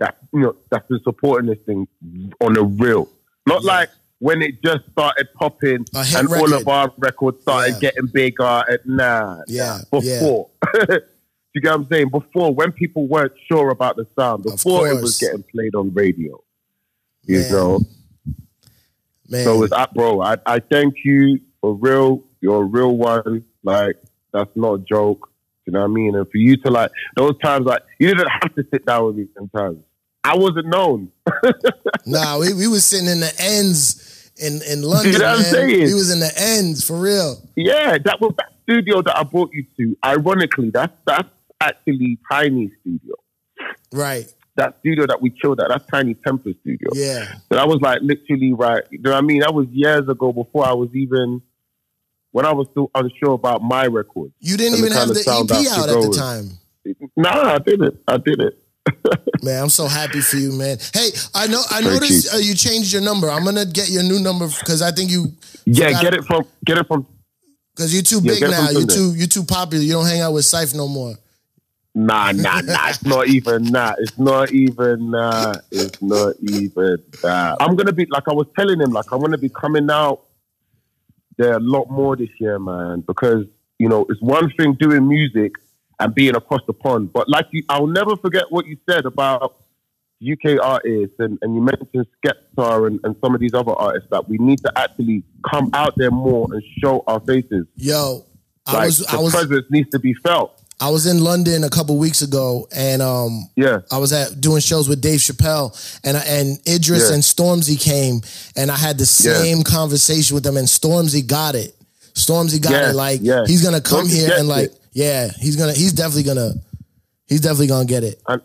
S10: that you know that's been supporting this thing on the real. Not like when it just started popping
S3: A hit
S10: and all of
S3: record.
S10: our records started getting bigger. And nah,
S3: Yeah,
S10: nah,
S3: yeah.
S10: before. you get what I'm saying? Before, when people weren't sure about the sound, before it was
S3: course.
S10: getting played on radio. You
S3: Man.
S10: know,
S3: Man.
S10: so it's I, bro. I, I thank you for real. You're a real one. Like that's not a joke. You know what I mean? And for you to like those times, like you didn't have to sit down with me sometimes. I wasn't known.
S3: nah, we, we was sitting in the ends in, in London.
S10: what I'm
S3: man.
S10: saying?
S3: We was in the ends for real.
S10: Yeah, that was that studio that I brought you to. Ironically, that's that's actually Tiny Studio.
S3: Right.
S10: That studio that we chilled at. That's Tiny Temper Studio.
S3: Yeah.
S10: So that was like literally right. You know what I mean? That was years ago before I was even when I was still unsure about my record.
S3: You didn't
S10: And the
S3: even have
S10: kind
S3: the
S10: of sound
S3: EP
S10: that
S3: out
S10: should
S3: at
S10: go
S3: the
S10: with-
S3: time.
S10: Nah, I didn't. I didn't.
S3: Man, I'm so happy for you, man. Hey, I know I
S10: Thank
S3: noticed
S10: you.
S3: you. Uh, you changed your number. I'm gonna get your new number because I think you
S10: Yeah,
S3: Got
S10: get
S3: it.
S10: it from get it from.
S3: because you're too
S10: Yeah,
S3: big
S10: get
S3: now.
S10: from
S3: You're
S10: Sunday.
S3: too you're too popular. You don't hang out with Syph no more.
S10: Nah, nah, nah. It's not even that. It's not even that. It's not even that. I'm gonna be like I was telling him. Like I'm gonna be coming out there a lot more this year, man. Because you know it's one thing doing music and being across the pond, but like you, I'll never forget what you said about UK artists and, and you mentioned Skepta and, and some of these other artists that we need to actually come out there more and show our faces.
S3: Yo,
S10: Like
S3: I was
S10: the
S3: I was
S10: presence needs to be felt.
S3: I was in London a couple weeks ago, and um,
S10: Yeah.
S3: I was at doing shows with Dave Chappelle, and and Idris
S10: Yeah.
S3: and Stormzy came, and I had the
S10: Yeah.
S3: same conversation with them, and Stormzy got it. Stormzy got
S10: Yeah,
S3: it. Like
S10: yeah.
S3: he's gonna come
S10: Stormzy
S3: here
S10: gets
S3: and like
S10: it.
S3: yeah, he's gonna he's definitely gonna he's definitely gonna get it.
S10: and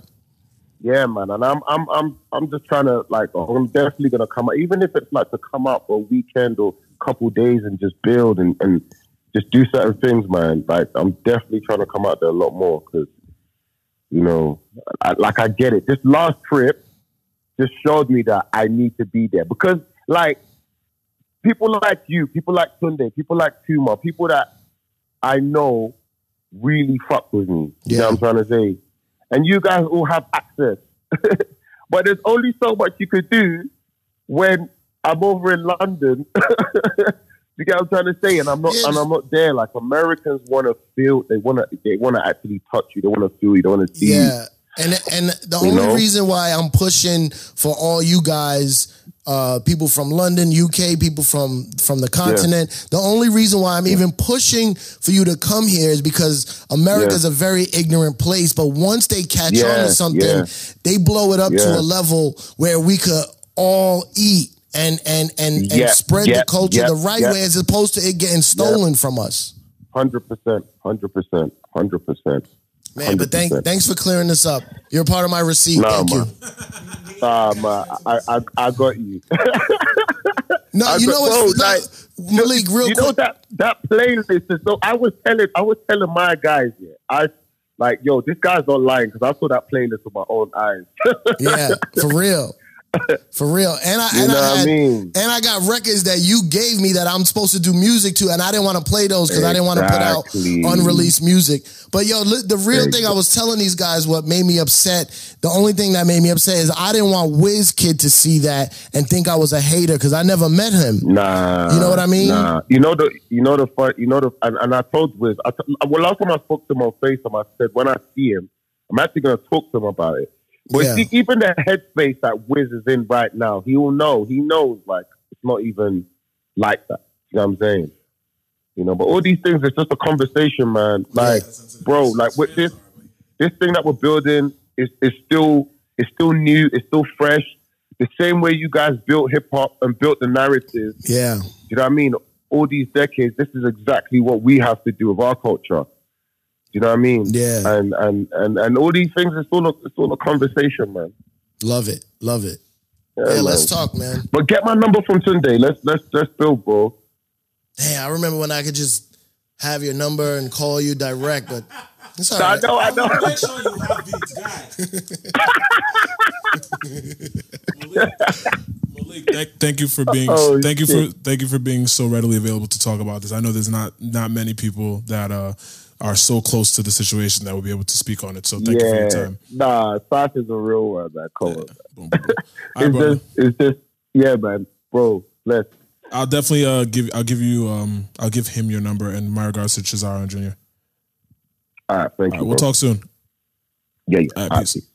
S10: yeah, man, and I'm I'm I'm I'm just trying to like I'm definitely gonna come out, even if it's like to come out for a weekend or couple days and just build and and just do certain things, man. Like I'm definitely trying to come out there a lot more because you know, I, like I get it. This last trip just showed me that I need to be there because like people like you, people like Tunde, people like Tuma, people that I know really fuck with me. You know what I'm trying to say? and you guys all have access. but there's only so much you could do when I'm over in London. you get what I'm trying to say? And I'm not and I'm not there. Like Americans wanna feel they wanna they wanna actually touch you, they wanna feel you, they wanna see you.
S3: Yeah. And and the
S10: You
S3: only
S10: know?
S3: reason why I'm pushing for all you guys, uh, people from London, UK, people from from the continent, the only reason why I'm even pushing for you to come here is because America's
S10: Yeah.
S3: a very ignorant place. But once they catch on
S10: Yeah,
S3: to something,
S10: yeah.
S3: they blow it up to
S10: Yeah.
S3: a level where we could all eat and and and, and
S10: Yeah,
S3: spread
S10: yeah,
S3: the culture
S10: yeah,
S3: the right
S10: yeah.
S3: way as opposed to it getting stolen from us.
S10: Hundred percent, hundred percent, hundred percent.
S3: Man, but thank,
S10: 100%.
S3: thanks for clearing this up. You're part of my receipt.
S10: Nah,
S3: thank you.
S10: man. Ah man, I, I I got you.
S3: No,
S10: I
S3: you
S10: got-
S3: know what's
S10: bro, like,
S3: no, Malik, real
S10: you know
S3: quick.
S10: that that playlist is so. I was telling, I was telling my guys, yeah, I like, yo, this guy's not lying because I saw that playlist with my own eyes.
S3: yeah, for real. For real. And I
S10: You
S3: and
S10: know
S3: I,
S10: what I
S3: had,
S10: mean?
S3: and I got records that you gave me that I'm supposed to do music to, and I didn't want to play those because I didn't want to
S10: Exactly.
S3: put out unreleased music. But yo, li- the real thing I was telling these guys what made me upset. The only thing that made me upset is I didn't want Wiz Kid to see that and think I was a hater because I never met him.
S10: Nah,
S3: You know what I mean?
S10: Nah, you know the, you know the fun, you know the, and, and I told Wiz, I t- well, last time I spoke to him on FaceTime, I said when I see him, I'm actually gonna talk to him about it. But
S3: Yeah.
S10: see, even the headspace that Wiz is in right now, he will know. He knows, like it's not even like that. You know what I'm saying? You know, but all these things, it's just a conversation, man. Like, bro, like with this, this thing that we're building is is still it's still new, it's still fresh. The same way you guys built hip hop and built the narrative
S3: Yeah.
S10: you know what I mean? All these decades, this is exactly what we have to do with our culture. You know what I mean? Yeah. And and and and all these things it's all a, it's all a conversation, man.
S3: Love it, love it.
S10: Yeah,
S3: Yeah, let's talk, man.
S10: But get my number from Tunde. Let's let's let's build, bro.
S3: Damn, I remember when I could just have your number and call you direct, but it's all
S10: I
S3: right.
S10: know, I know.
S1: Thank, thank you for being
S10: Oh,
S1: thank you
S10: shit.
S1: for thank you for being so readily available to talk about this. I know there's not not many people that uh, are so close to the situation that will be able to speak on it. So thank you for your time.
S10: Nah, Sasha's is a real one, man. Come on.
S1: man.
S10: it's
S1: brother.
S10: just it's just yeah, man. Bro, let's
S1: I'll definitely uh, give I'll give you um, I'll give him your number and my regards to Cesaro Jr.
S10: all right, thank
S1: All
S10: you.
S1: right, we'll
S10: bro.
S1: talk soon.
S10: Yeah, yeah.
S1: All right,
S10: All right.
S1: peace.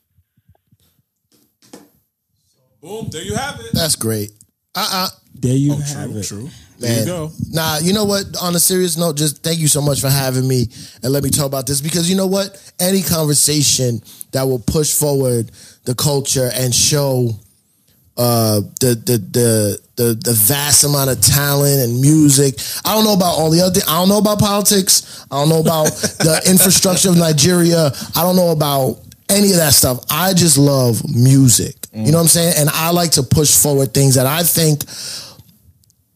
S1: Boom, there you have it.
S3: That's great. Uh uh
S4: There you
S1: Oh,
S4: have
S1: true,
S4: it.
S1: true. There
S3: Man,
S1: you go.
S3: nah, you know what? On a serious note, just thank you so much for having me and let me talk about this because you know what? Any conversation that will push forward the culture and show uh, the, the the the the vast amount of talent and music. I don't know about all the other. I don't know about politics. I don't know about the infrastructure of Nigeria. I don't know about any of that stuff. I just love music. You know what I'm saying? And I like to push forward things that I think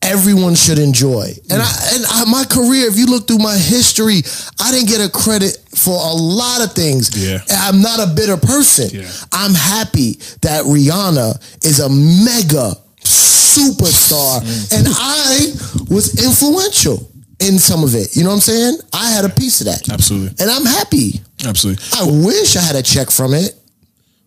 S3: everyone should enjoy. And
S1: Mm.
S3: I, and I, my career, if you look through my history, I didn't get a credit for a lot of things.
S1: Yeah.
S3: And I'm not a bitter person.
S1: Yeah.
S3: I'm happy that Rihanna is a mega superstar
S1: Mm.
S3: and I was influential in some of it. You know what I'm saying? I had a piece of that.
S1: Absolutely,
S3: And I'm happy.
S1: absolutely.
S3: I wish I had a check from it.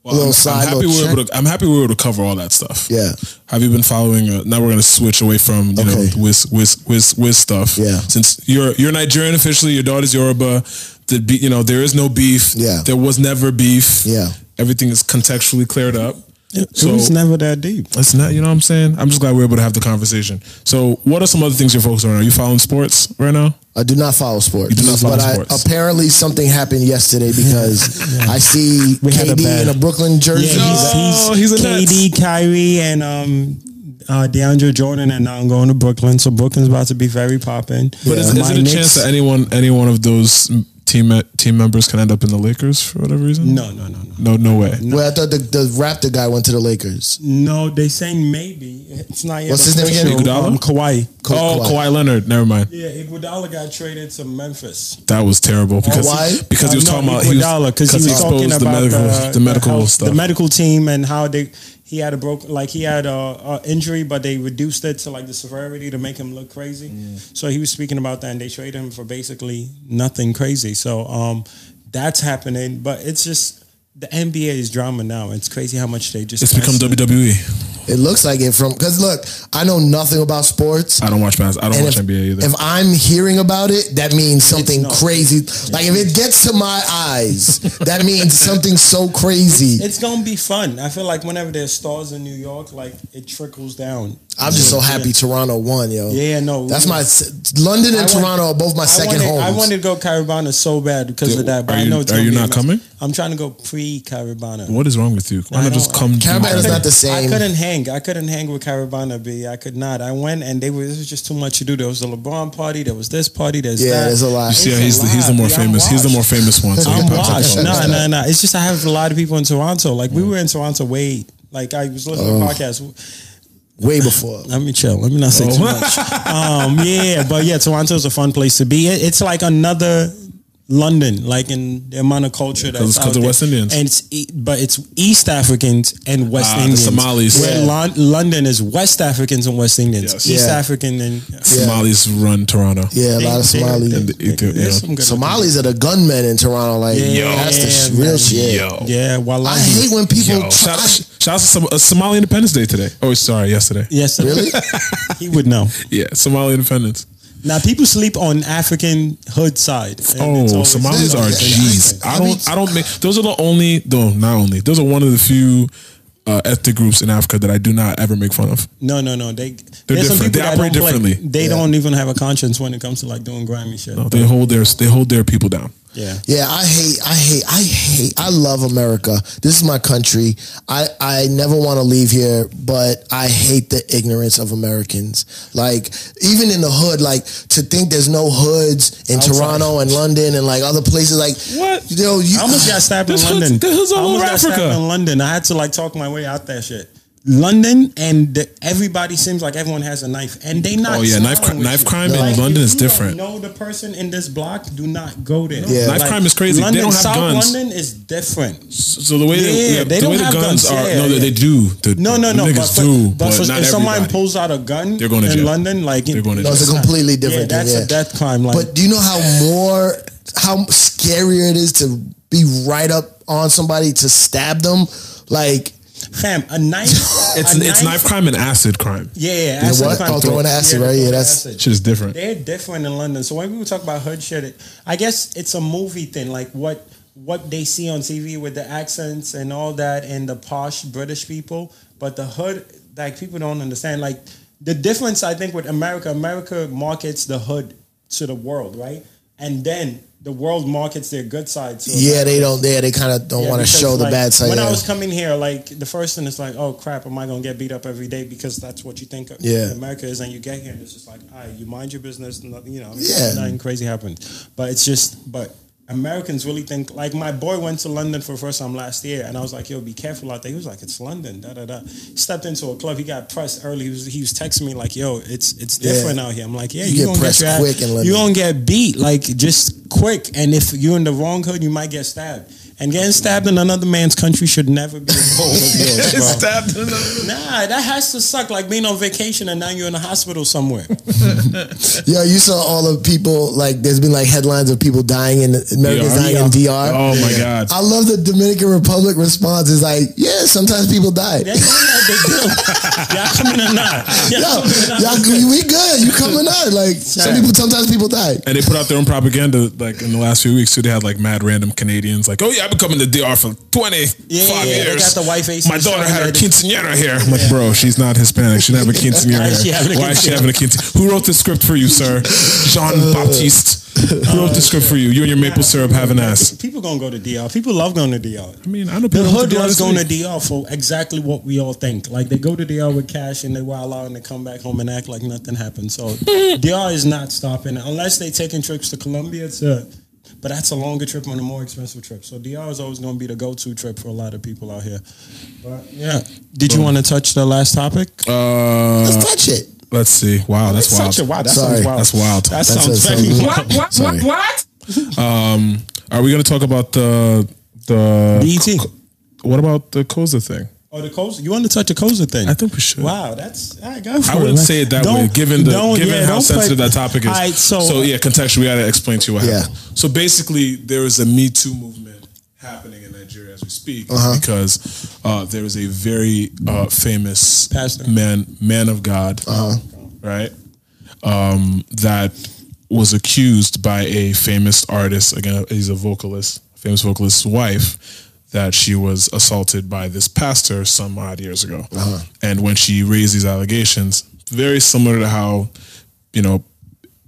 S1: Well,
S3: Little
S1: I'm,
S3: side,
S1: I'm happy
S3: little
S1: we were
S3: check.
S1: able to. I'm happy we were able to cover all that stuff.
S3: Yeah.
S1: Have you been following? Uh, now we're going to switch away from you know
S3: Okay.
S1: whiz, whiz, whiz, whiz stuff.
S3: Yeah.
S1: Since you're you're Nigerian officially, your daughter's Yoruba. The be, you know there is no beef.
S3: Yeah.
S1: There was never beef.
S3: Yeah.
S1: Everything is contextually cleared up.
S4: It,
S1: So-
S4: it was never that deep.
S1: It's not. You know what I'm saying? I'm just glad we were able to have the conversation. So, what are some other things you're focused on? Are you following sports right now?
S3: I do not follow sports.
S1: You do not follow
S3: but
S1: sports.
S3: I, apparently something happened yesterday because I see
S4: We had a
S3: KD
S4: bad-
S3: in a Brooklyn jersey.
S1: No, he's a nuts.
S4: KD, Kyrie, and um, uh, DeAndre Jordan are now going to Brooklyn. So Brooklyn's about to be very popping.
S1: But is, is
S4: My
S1: it a
S4: Knicks-
S1: chance that anyone any one of those team team members can end up in the Lakers for whatever reason?
S4: No, no, no, no.
S1: No, no way.
S3: Well, I thought the, the Raptor guy went to the Lakers.
S4: No, they saying maybe. It's not yet.
S3: What's his name again?
S4: official.
S1: Iguodala?
S4: Um, Kawhi.
S3: Ka-
S1: oh,
S3: Kawhi.
S1: Kawhi. Leonard. Never mind.
S4: Yeah, Iguodala got traded to Memphis.
S1: That was terrible because
S3: Kawhi?
S1: because he was
S4: Uh,
S1: talking
S4: no,
S1: about he was-
S4: Iguodala because he was, talking
S1: exposed
S4: about
S1: the medical the, medical
S4: health-
S1: stuff.
S4: the medical team, and how they he had a broke like he had a, a injury, but they reduced it to like the severity to make him look crazy. So he was speaking about that, and they traded him for basically nothing crazy. So um, that's happening, but it's just the NBA is drama now. It's crazy how much they just
S1: it's become E.
S4: cancel.
S1: WWE.
S3: It looks like it from because look, I know nothing about sports.
S1: I don't watch bass. I don't
S3: And
S1: watch
S3: if,
S1: NBA either.
S3: if I'm hearing about it, that means something
S4: not.
S3: crazy. Like if it gets to my eyes, that means something so crazy.
S4: It's gonna be fun. I feel like whenever there's stars in New York, like it trickles down.
S3: I'm just so
S4: Yeah.
S3: happy Toronto won, yo.
S1: Oh.
S4: Yeah, no,
S3: That's
S4: we-
S3: my s- London and
S4: I want-
S3: Toronto are both my
S4: I
S3: second
S4: wanted,
S3: homes.
S4: I wanted to go Carabana so bad because of that, but
S1: Are
S4: I
S1: you-
S4: know it's
S1: are
S4: gonna
S1: you
S4: be a
S1: not
S4: mess.
S1: coming?
S4: I'm trying to go pre Carabana.
S1: what is wrong with you? Why
S4: I
S1: not just
S4: don't-
S1: come?
S3: Carabana's
S1: to-
S3: not the same.
S4: I couldn't hang. I couldn't hang with Carabana B. I could not. I went and they were. This was just too much to do. There was the LeBron party. There was this party. There's
S3: Yeah,
S4: that.
S3: there's a lot. You
S1: See,
S4: It's
S1: yeah, he's the, he's the
S4: lot.
S1: more
S4: Yeah, I'm
S1: famous. He's the
S4: washed.
S1: more famous one. So he
S4: I'm
S1: pops up
S4: washed.
S1: on
S4: No,
S1: that.
S4: no, no. It's just I have a lot of people in Toronto. Like we were in Toronto way. Like I was listening
S3: Oh.
S4: to podcasts.
S3: Way before.
S4: Let me chill. Let me not say too much. Um, yeah, but yeah, Toronto's a fun place to be. It, it's like another London, like in the amount of culture that's
S1: it's 'cause
S4: out
S1: of
S4: there.
S1: West Indians.
S4: and it's e- but it's East Africans and West
S1: Ah, the
S4: Indians.
S1: Somalis.
S4: Where
S1: Yeah.
S4: Lon- London is West Africans and West Indians.
S1: Yes.
S4: East
S3: Yeah.
S4: African and
S1: Somalis run Toronto.
S3: Yeah, a lot of
S4: They- they-
S3: Somali.
S1: And the Ethiopia.
S4: There's some good-
S3: Somalis are the gunmen in Toronto. Like
S4: Yeah,
S3: that's the sh-
S4: man.
S3: real shit.
S1: Yo.
S4: Yeah,
S3: I
S4: Wallahi.
S3: hate when people.
S1: Yo.
S3: try-
S1: Shout, shout out to some, uh, Somali Independence Day today. Oh, sorry, yesterday.
S4: Yes, sir.
S3: really?
S4: he would know.
S1: Yeah, Somali Independence.
S4: Now people sleep on African hood side. and it's
S1: Oh,
S4: always-
S1: Somalis are G's. I
S3: I mean-
S1: don't. I don't make. Those are the only. No, not only. Those are one of the few uh, ethnic groups in Africa that I do not ever make fun of.
S4: No, no, no. They there's some
S1: different.
S4: people
S1: They
S4: that
S1: operate
S4: don't play.
S1: differently.
S4: They don't even have a conscience when it comes to like doing grimy shit.
S1: No, they hold their they hold their people down.
S4: Yeah.
S3: Yeah, I hate, I hate, I hate, I love America. This is my country. I, I never want to leave here, but I hate the ignorance of Americans. Like, even in the hood, like, to think there's no hoods in
S4: Outside.
S3: Toronto and London and like other places, like,
S4: What?
S3: You know, you,
S4: I almost got stabbed in
S3: This hood's-
S4: London.
S3: this hood's all
S4: I almost
S3: over
S4: got stabbed
S3: Africa.
S4: in London. I had to like talk my way out that shit. London and the, everybody seems like everyone has a knife, and they not.
S1: Oh, yeah, knife
S4: smiling
S1: cri-
S4: with
S1: knife
S4: you.
S1: crime in
S4: Like,
S1: London
S4: if
S1: is
S4: you don't
S1: different.
S4: Know the person in this block? Do not go there.
S1: Yeah. Knife crime is crazy. They
S4: London,
S1: don't have
S4: South
S1: guns.
S4: London is different.
S1: So the way
S4: Yeah,
S1: they, yeah,
S4: they
S1: the
S4: don't
S1: way the
S4: have
S1: guns,
S4: guns.
S1: are
S4: Yeah,
S1: no,
S4: yeah.
S1: they, they do. The,
S4: No, no, no. But,
S1: Niggas
S4: for,
S1: do,
S4: but,
S1: but,
S4: for,
S1: not
S4: if someone
S1: everybody.
S4: pulls out a gun
S1: They're going to
S4: in
S1: jail.
S4: London, like
S1: They're going to
S3: No, it's a
S4: that's
S3: completely
S4: not-
S3: different
S4: Yeah,
S3: thing,
S4: that's
S3: yeah.
S4: a death crime. Like,
S3: but do you know how more, how scarier it is to be right up on somebody to stab them? Like,
S4: fam, a knife.
S1: It's
S4: a
S1: it's knife crime and acid crime.
S4: Yeah, yeah.
S3: You know
S4: acid
S3: what?
S4: crime.
S3: Oh, throwing acid,
S4: Yeah,
S3: right?
S4: throwing
S3: Yeah, that's-
S4: acid.
S1: Shit is different.
S4: They're different in London. So when people talk about hood shit, it- I guess it's a movie thing, like what what they see on TV with the accents and all that, and the posh British people. But the hood, like people don't understand. Like the difference, I think, with America, America markets the hood to the world, right? And then the world markets their good side. To
S3: yeah,
S4: America.
S3: they don't, yeah, they kind of don't
S4: Yeah,
S3: want to
S4: because,
S3: show the
S4: like,
S3: bad side.
S4: When
S3: yeah.
S4: I was coming here, like the first thing is like, oh crap, am I gonna get beat up every day? Because that's what you think
S3: Yeah.
S4: America is, and you get here and it's just like, ah, you mind your business, nothing, you know,
S3: Yeah.
S4: nothing crazy happens. But it's just, but Americans really think like my boy went to London for the first time last year, and I was like, yo, be careful out there. He was like, it's London, da da da. He stepped into a club, he got pressed early. He was, he was texting me like, yo, it's it's
S3: Yeah.
S4: different out here. I'm like, yeah,
S3: You
S4: you,
S3: get
S4: gonna
S3: pressed
S4: get your ass-
S3: quick in London.
S4: You gonna get beat like just quick, and if you're in the wrong hood, you might get stabbed. And getting stabbed in another man's country should never be a goal of yours, bro.
S6: Stabbed in
S4: Nah, that has to suck. Like being on vacation and now you're in a hospital somewhere.
S3: Yo, you saw all the people like there's been like headlines of people dying in Americans
S1: DR.
S3: dying in DR.
S1: Oh my god.
S3: I love the Dominican Republic response. Is like, yeah, sometimes people die.
S4: That's not a big deal. Y'all coming or not? Y'all
S3: Yo,
S4: coming or not?
S3: y'all, we good. You coming out? Like some people, sometimes people die.
S1: And they put out their own propaganda like in the last few weeks too. They had like mad random Canadians like, oh yeah, I've been coming to DR for twenty five
S4: Yeah, yeah, yeah. They
S1: years.
S4: got the white faces
S1: My daughter
S4: showing
S1: had her
S4: that-
S1: quinceanera here. I'm like, bro, she's not Hispanic. She didn't have a
S4: Why is
S1: quinceanera.
S4: she
S1: here.
S4: having a
S1: Why is she
S4: quinceanera?
S1: having a quinceanera? Who wrote the script for you, sir? Jean Baptiste. Who wrote the script for you? You and your maple syrup have an ass.
S4: People gonna go to DR. People love going to DR.
S1: I mean, I know
S4: The
S1: people
S4: hood loves going to
S1: to
S4: DR for exactly what we all think. Like they go to DR with cash and they were allowing to come back home and act like nothing happened. So DR is not stopping unless they taking trips to Colombia. To, but that's a longer trip and a more expensive trip. So DR is always going to be the go-to trip for a lot of people out here. But yeah, did you want to touch the last topic?
S1: Uh,
S3: Let's touch it.
S1: let's see. Wow, that's wild.
S4: Such a wow. That
S3: Sorry.
S4: sounds wild.
S1: That's wild.
S4: That
S1: That's
S4: sounds
S3: what it
S4: very wild.
S3: sounds
S7: What?
S3: Sorry.
S7: What? What?
S1: Are we going to talk about the the
S4: BET.
S1: What about the Koza thing?
S4: Oh, the Koza. You want to touch a Koza thing?
S1: I think we should.
S4: Wow, that's I go for
S1: I
S4: it,
S1: wouldn't
S4: man.
S1: say it that
S4: Don't-
S1: way, given the
S4: don't-
S1: given
S4: yeah,
S1: how
S4: don't
S1: sensitive
S4: play-
S1: that topic is.
S4: All right, so,
S1: yeah, contextually, we got to explain to you what
S3: Yeah.
S1: happened. So basically, there is a Me Too movement happening in Nigeria as we speak
S4: Uh-huh.
S1: because uh, there is a very uh, famous
S4: Pastor. Uh-huh.
S1: man man of God, right? Um, that was accused by a famous artist. Again, he's a vocalist, famous vocalist's wife. That she was assaulted by this pastor some odd years ago,
S3: Uh-huh.
S1: and when she raised these allegations, very similar to how, you know,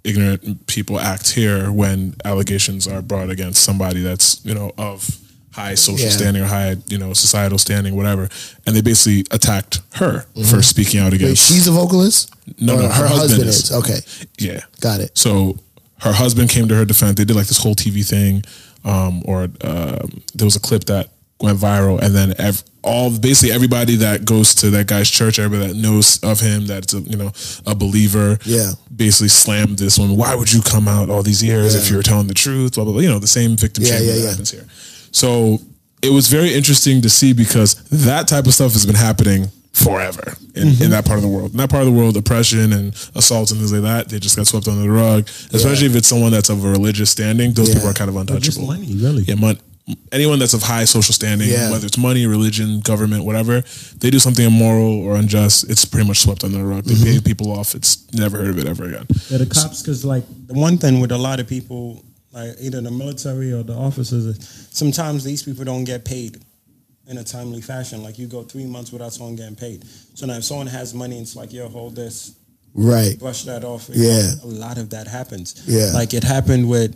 S1: ignorant people act here when allegations are brought against somebody that's you know of high social
S3: Yeah.
S1: standing or high you know societal standing whatever and they basically attacked her for speaking out
S3: Mm-hmm. Wait,
S1: against
S3: she's a vocalist.
S1: no
S3: Or
S1: no her, husband, is,
S3: Okay,
S1: yeah
S3: got it.
S1: so her husband came to her defense they did like this whole tv thing um, or um there was a clip that went viral and then ev- all basically everybody that goes to that guy's church everybody that knows of him that's a you know a believer
S3: Yeah.
S1: basically slammed this woman. Why would you come out all these years if you were telling the truth? Blah blah. blah. You know the same victim
S3: Yeah,
S1: shaming
S3: yeah,
S1: that
S3: yeah.
S1: happens here. So it was very interesting to see because that type of stuff has been happening forever in, in that part of the world. In that part of the world, oppression and assaults and things like that, they just got swept under the rug. Especially if it's someone that's of a religious standing, those people
S3: Yeah.
S1: are kind of untouchable.
S4: money, really.
S1: Yeah, money. Anyone that's of high social standing,
S3: Yeah.
S1: whether it's money, religion, government, whatever, they do something immoral or unjust, it's pretty much swept under the rug. They pay people off. It's never heard of it ever again.
S4: Yeah, the cops, because like the one thing with a lot of people, like either the military or the officers, is sometimes these people don't get paid in a timely fashion. Like you go three months without someone getting paid. So now if someone has money, it's like, yo, hold this,
S3: Right.
S4: brush that off.
S3: Yeah.
S4: a lot of that happens.
S3: Yeah.
S4: like it happened with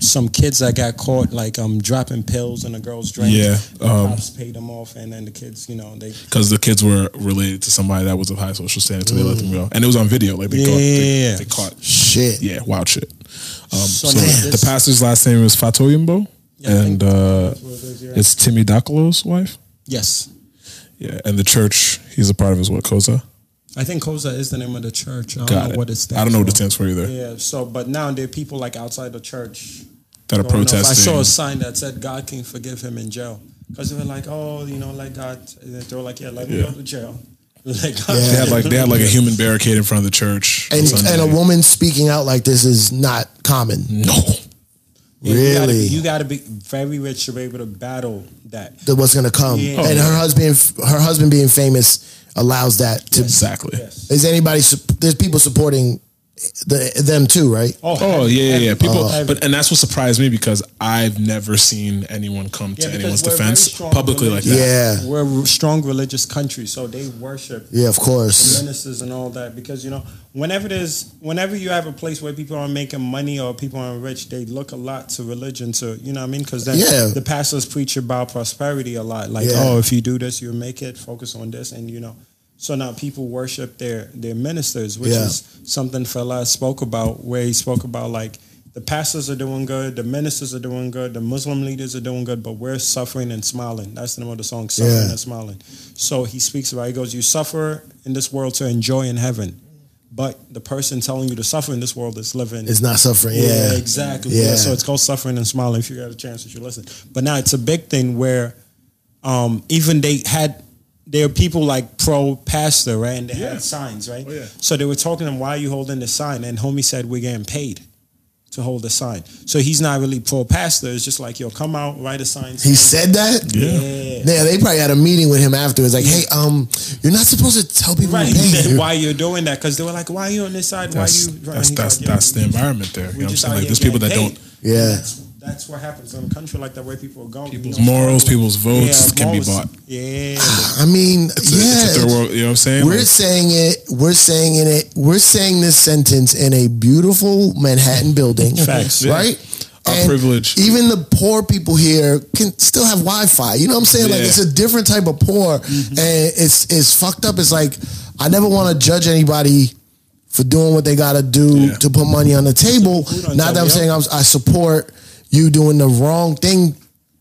S4: some kids that got caught like um dropping pills in a girl's drink.
S1: Yeah,
S4: the
S1: um,
S4: cops paid them off, and then the kids, you know, they
S1: because the kids were related to somebody that was of high social standing, so they let them go, and it was on video. Like they
S4: Yeah,
S1: caught,
S4: yeah,
S1: they,
S4: yeah.
S1: they caught
S3: shit.
S1: Yeah, wild shit. Um, so
S4: So now
S1: the
S4: this-
S1: pastor's last name is Fatoyimbo,
S4: Yeah, I
S1: and
S4: think
S1: uh,
S4: that's what it is, yeah.
S1: it's Timmy Dakolo's wife.
S4: yes,
S1: Yeah, and the church he's a part of is what Koza.
S4: I think Koza is the name of the church. I don't
S1: Got
S4: know
S1: it.
S4: what it stands.
S1: I don't know what it
S4: for.
S1: stands for either.
S4: Yeah. So, but now there are people like outside the church
S1: That are
S4: going off. I
S1: protesting.
S4: saw a sign that said God can forgive him in jail because they were like, oh, you know, like God. They were like, yeah, let me
S1: Yeah.
S4: go to jail. Like
S1: They had like they had like a human barricade in front of the church. on
S3: And
S1: Sunday.
S3: and a woman speaking out like this is not common.
S1: no,
S4: Yeah, you gotta be-
S3: Really?
S4: You got to be very rich to be able to battle that.
S3: That what's gonna come.
S4: Yeah.
S3: And her husband her husband being famous allows that to
S1: exactly.
S4: Yes.
S3: is anybody su- there's people supporting the, them too, right?
S1: Oh yeah, yeah, yeah.
S4: every-
S1: People,
S4: every-
S1: but and that's what surprised me because I've never seen anyone come
S4: Yeah,
S1: to
S4: because
S1: anyone's
S4: we're very
S1: defense
S4: strong
S1: publicly like
S4: religious-
S1: that.
S3: Yeah.
S4: We're a strong religious country, so they worship
S3: Yeah, of
S4: the
S3: course.
S4: ministers and all that because you know whenever there's whenever you have a place where people aren't making money or people aren't rich they look a lot to religion to you know what i mean because then
S3: Yeah.
S4: the pastors preach about prosperity a lot like
S3: Yeah.
S4: oh if you do this you'll make it focus on this and you know so now people worship their their ministers which
S3: Yeah.
S4: is something fella spoke about where he spoke about like the pastors are doing good, the ministers are doing good, the Muslim leaders are doing good, but we're suffering and smiling. That's the name of the song, suffering
S3: Yeah.
S4: and smiling. So he speaks about. He goes, "You suffer in this world to enjoy in heaven, but the person telling you to suffer in this world is living
S3: It's not suffering. Yeah.
S4: exactly.
S3: Yeah.
S4: Yeah. so it's called suffering and smiling. If you got a chance, you should listen. But now it's a big thing where um, even they had there are people like pro pastor, right? And they had signs, right?
S1: Oh, yeah.
S4: So they were talking to him, why are you holding the sign? And homie said, We're getting paid to hold the sign. So he's not really pro pastor. It's just like, yo, come out, write a sign.
S3: He said that?
S4: Yeah.
S3: Yeah, they probably had a meeting with him afterwards. Like, hey, um, you're not supposed to tell people
S4: Right.
S3: to pay you.
S4: why you're doing that? Because they were like, "Why are you on this side? Why
S1: That's
S4: you?" Right.
S1: that's
S4: He's
S1: that's,
S4: like, "Yo,
S1: that's the
S4: we-
S1: environment there. You
S4: we
S1: know what I'm
S4: just
S1: saying?
S4: out
S1: Like
S4: here
S1: there's people that
S4: getting
S1: don't
S4: paid.
S3: Yeah.
S4: That's, that's what happens in a country like that where people are going.
S1: People's morals, people's votes can be bought.
S4: Yeah.
S3: I mean,
S1: It's,
S3: yeah.
S1: a, it's a third world. You know what I'm saying?
S3: We're
S1: Like,
S3: saying it. We're saying in it. We're saying this sentence in a beautiful Manhattan building.
S4: Facts.
S3: right?
S1: Our privilege.
S3: Even the poor people here can still have Wi-Fi. You know what I'm saying? Like
S1: Yeah. Mm-hmm.
S3: it's a different type of poor, and it's it's fucked up. It's like I never want to judge anybody for doing what they got to do
S1: Yeah.
S3: to put money on the table.
S4: Food on
S3: Not that
S4: table,
S3: I'm
S4: yeah.
S3: saying I'm, I support you doing the wrong thing